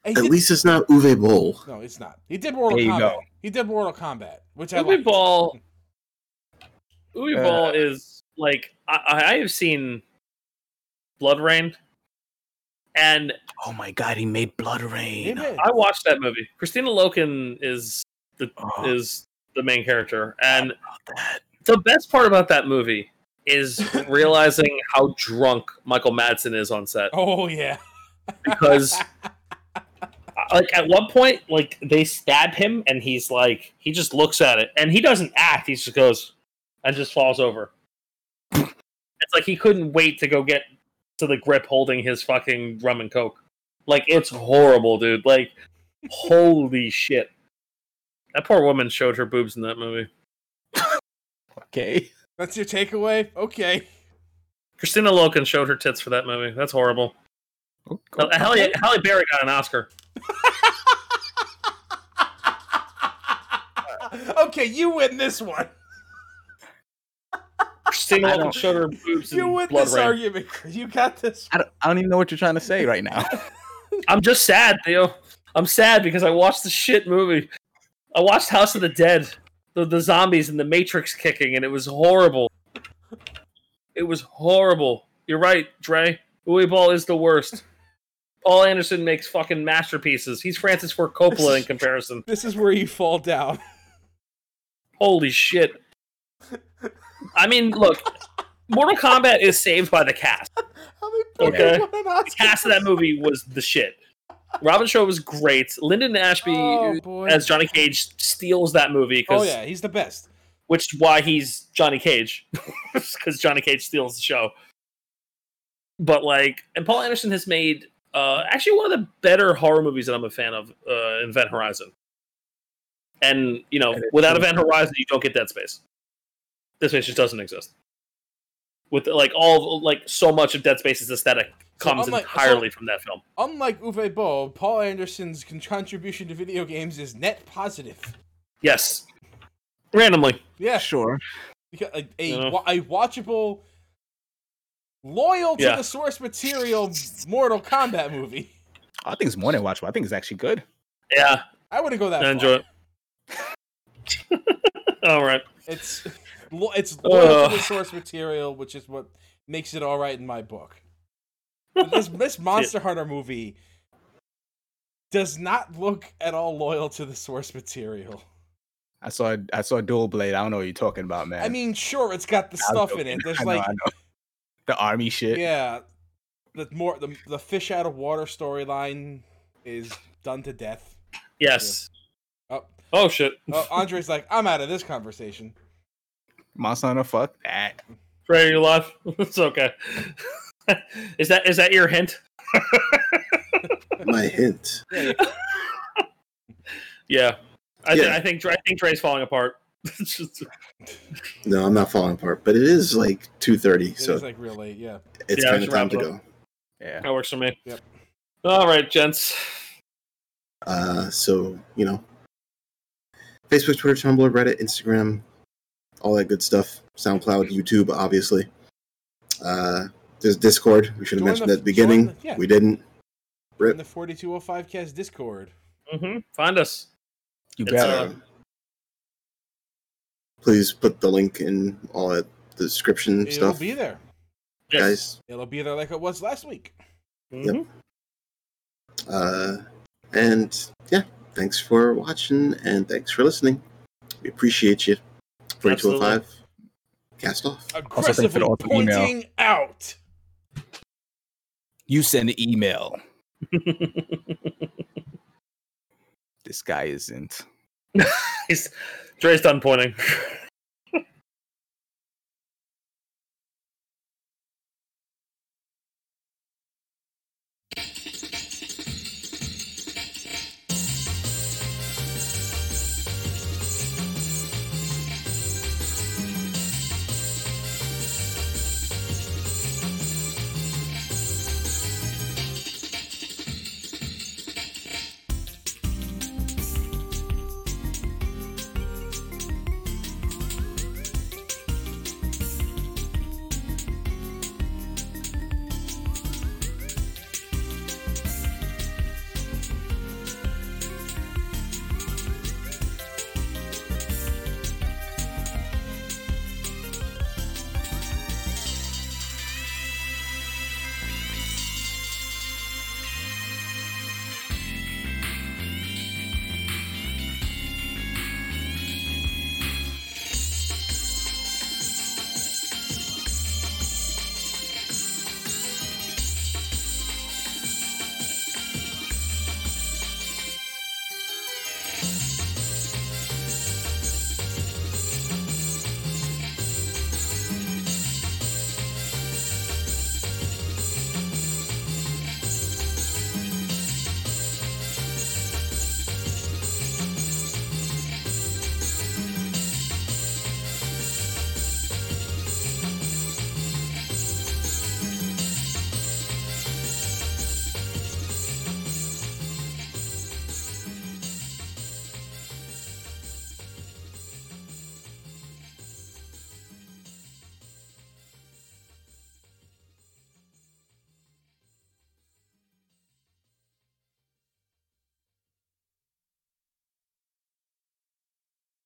Speaker 4: And
Speaker 1: At
Speaker 4: he did-
Speaker 1: least it's not Uwe Boll.
Speaker 4: no, it's not. He did Mortal
Speaker 2: There you
Speaker 4: Kombat.
Speaker 2: go.
Speaker 4: He did Mortal Kombat, which I
Speaker 3: Uwe
Speaker 4: like.
Speaker 3: Ball. Uwe
Speaker 2: Uh,
Speaker 3: Ball is like I, I- I have seen Blood Rain, and
Speaker 2: Oh my god, he made Blood
Speaker 4: He
Speaker 2: Rain.
Speaker 4: did.
Speaker 3: I watched that movie. Christina Loken is
Speaker 2: Oh,
Speaker 3: is the main character, and
Speaker 2: that.
Speaker 3: the best part about that movie is realizing how drunk Michael Madsen is on set
Speaker 4: Oh yeah.
Speaker 3: because like at one point like they stab him and he's like he just looks at it and he doesn't act he just goes and just falls over it's like he couldn't wait to go get to the grip holding his fucking rum and coke like it's horrible dude like holy shit That poor woman showed her boobs in that movie.
Speaker 2: Okay.
Speaker 4: That's your takeaway? Okay.
Speaker 3: Christina Loken showed her tits for that movie. That's horrible.
Speaker 2: Oh,
Speaker 3: Hell Halle, Halle Berry got an Oscar.
Speaker 4: okay, you win this one.
Speaker 3: Christina
Speaker 2: I
Speaker 3: Loken
Speaker 2: don't-
Speaker 3: showed her boobs in
Speaker 4: You win
Speaker 3: Blood
Speaker 4: this
Speaker 3: Rain.
Speaker 4: argument. Chris. You got this.
Speaker 2: I don't, I don't even know what you're trying to say right now.
Speaker 3: I'm just sad, Theo. I'm sad because I watched the shit movie. I watched House of the Dead, the, the zombies and the Matrix kicking, and it was horrible. It was horrible. You're right, Dre. Uwe Ball is the worst. Paul Anderson makes fucking masterpieces. He's Francis Ford Coppola in comparison.
Speaker 4: This is where you fall down.
Speaker 3: Holy shit. I mean, look, Mortal Kombat is saved by the cast.
Speaker 4: How many people
Speaker 3: Okay.
Speaker 4: won an
Speaker 3: The
Speaker 4: Oscar?
Speaker 3: cast of that movie was the shit. Robin Shaw was great. Lyndon Ashby
Speaker 4: Oh, boy.
Speaker 3: as Johnny Cage steals that movie
Speaker 4: oh,
Speaker 3: because
Speaker 4: yeah, he's the best.
Speaker 3: which is why he's Johnny Cage because Johnny Cage steals the show. But like, and Paul Anderson has made uh, actually one of the better horror movies that I'm a fan of, uh, Event Horizon. And you know,
Speaker 2: That is
Speaker 3: without
Speaker 2: true.
Speaker 3: Event Horizon, you don't get Dead Space. Dead Space just doesn't exist. With like all like so much of Dead Space's aesthetic comes
Speaker 4: unlike- so-
Speaker 3: entirely from that film.
Speaker 4: Unlike Uwe Boll, Paul Anderson's con- contribution to video games is net positive.
Speaker 3: Yes, randomly.
Speaker 4: Yeah,
Speaker 2: sure.
Speaker 4: because a,
Speaker 3: Yeah.
Speaker 4: a, wa- a watchable, loyal to
Speaker 3: Yeah.
Speaker 4: the source material Mortal Kombat movie.
Speaker 2: I think it's more than watchable. I think it's actually good.
Speaker 3: Yeah,
Speaker 4: I wouldn't go that
Speaker 3: I
Speaker 4: far.
Speaker 3: enjoy it. all right.
Speaker 4: It's lo- it's loyal
Speaker 3: Ugh.
Speaker 4: to the source material, which is what makes it all right in my book. But This this Monster Hunter movie does not look at all loyal to the source material.
Speaker 2: I saw I saw Dual Blade. I don't know what you're talking about, man.
Speaker 4: I mean, sure, it's got the
Speaker 2: I'm
Speaker 4: stuff in
Speaker 2: joking.
Speaker 4: it. There's
Speaker 2: I know,
Speaker 4: like
Speaker 2: I know. the army shit.
Speaker 4: yeah, the more the the fish out of water storyline is done to death.
Speaker 3: Yes.
Speaker 4: Oh,
Speaker 3: Oh shit.
Speaker 4: oh, Andre's like, I'm out of this conversation.
Speaker 2: Monster Hunter, fuck that.
Speaker 3: Trey, are you live? it's okay. is that is that your hint?
Speaker 1: My hint.
Speaker 3: Yeah. I, thi-
Speaker 1: Yeah.
Speaker 3: I think Dre, I think Dre's falling apart. It's just-
Speaker 1: No, I'm not falling apart, but it is like 2:30,
Speaker 4: It
Speaker 1: so
Speaker 4: is like real late. Yeah,
Speaker 1: it's
Speaker 3: Yeah,
Speaker 1: kind
Speaker 3: it's
Speaker 1: of time to
Speaker 3: wrapping
Speaker 1: go.
Speaker 2: Yeah.
Speaker 3: that works for me.
Speaker 4: Yep.
Speaker 3: All right, gents.
Speaker 1: Uh, so you know, Facebook, Twitter, Tumblr, Reddit, Instagram, all that good stuff. SoundCloud, YouTube, obviously. Uh, there's Discord. We should have
Speaker 4: Join
Speaker 1: mentioned
Speaker 4: the-
Speaker 1: at the beginning.
Speaker 4: join the- yeah.
Speaker 1: We didn't.
Speaker 4: in the 4205 cast Discord.
Speaker 3: hmm Find us.
Speaker 2: You
Speaker 3: It's,
Speaker 2: better.
Speaker 3: uh,
Speaker 1: Um, please put the link in all that the description
Speaker 4: It'll
Speaker 1: stuff,
Speaker 4: be there.
Speaker 3: Yes.
Speaker 1: guys.
Speaker 4: It'll be there like it was last week.
Speaker 3: Mhm.
Speaker 1: Uh, and yeah, thanks for watching and thanks for listening. We appreciate you. 4205, cast off.
Speaker 2: Also, thanks for
Speaker 4: Aggressively
Speaker 2: the auto
Speaker 4: pointing
Speaker 2: email.
Speaker 4: out.
Speaker 2: you send an email.
Speaker 3: Mm-hmm.
Speaker 2: This guy isn't.
Speaker 3: He's, Dre's done pointing.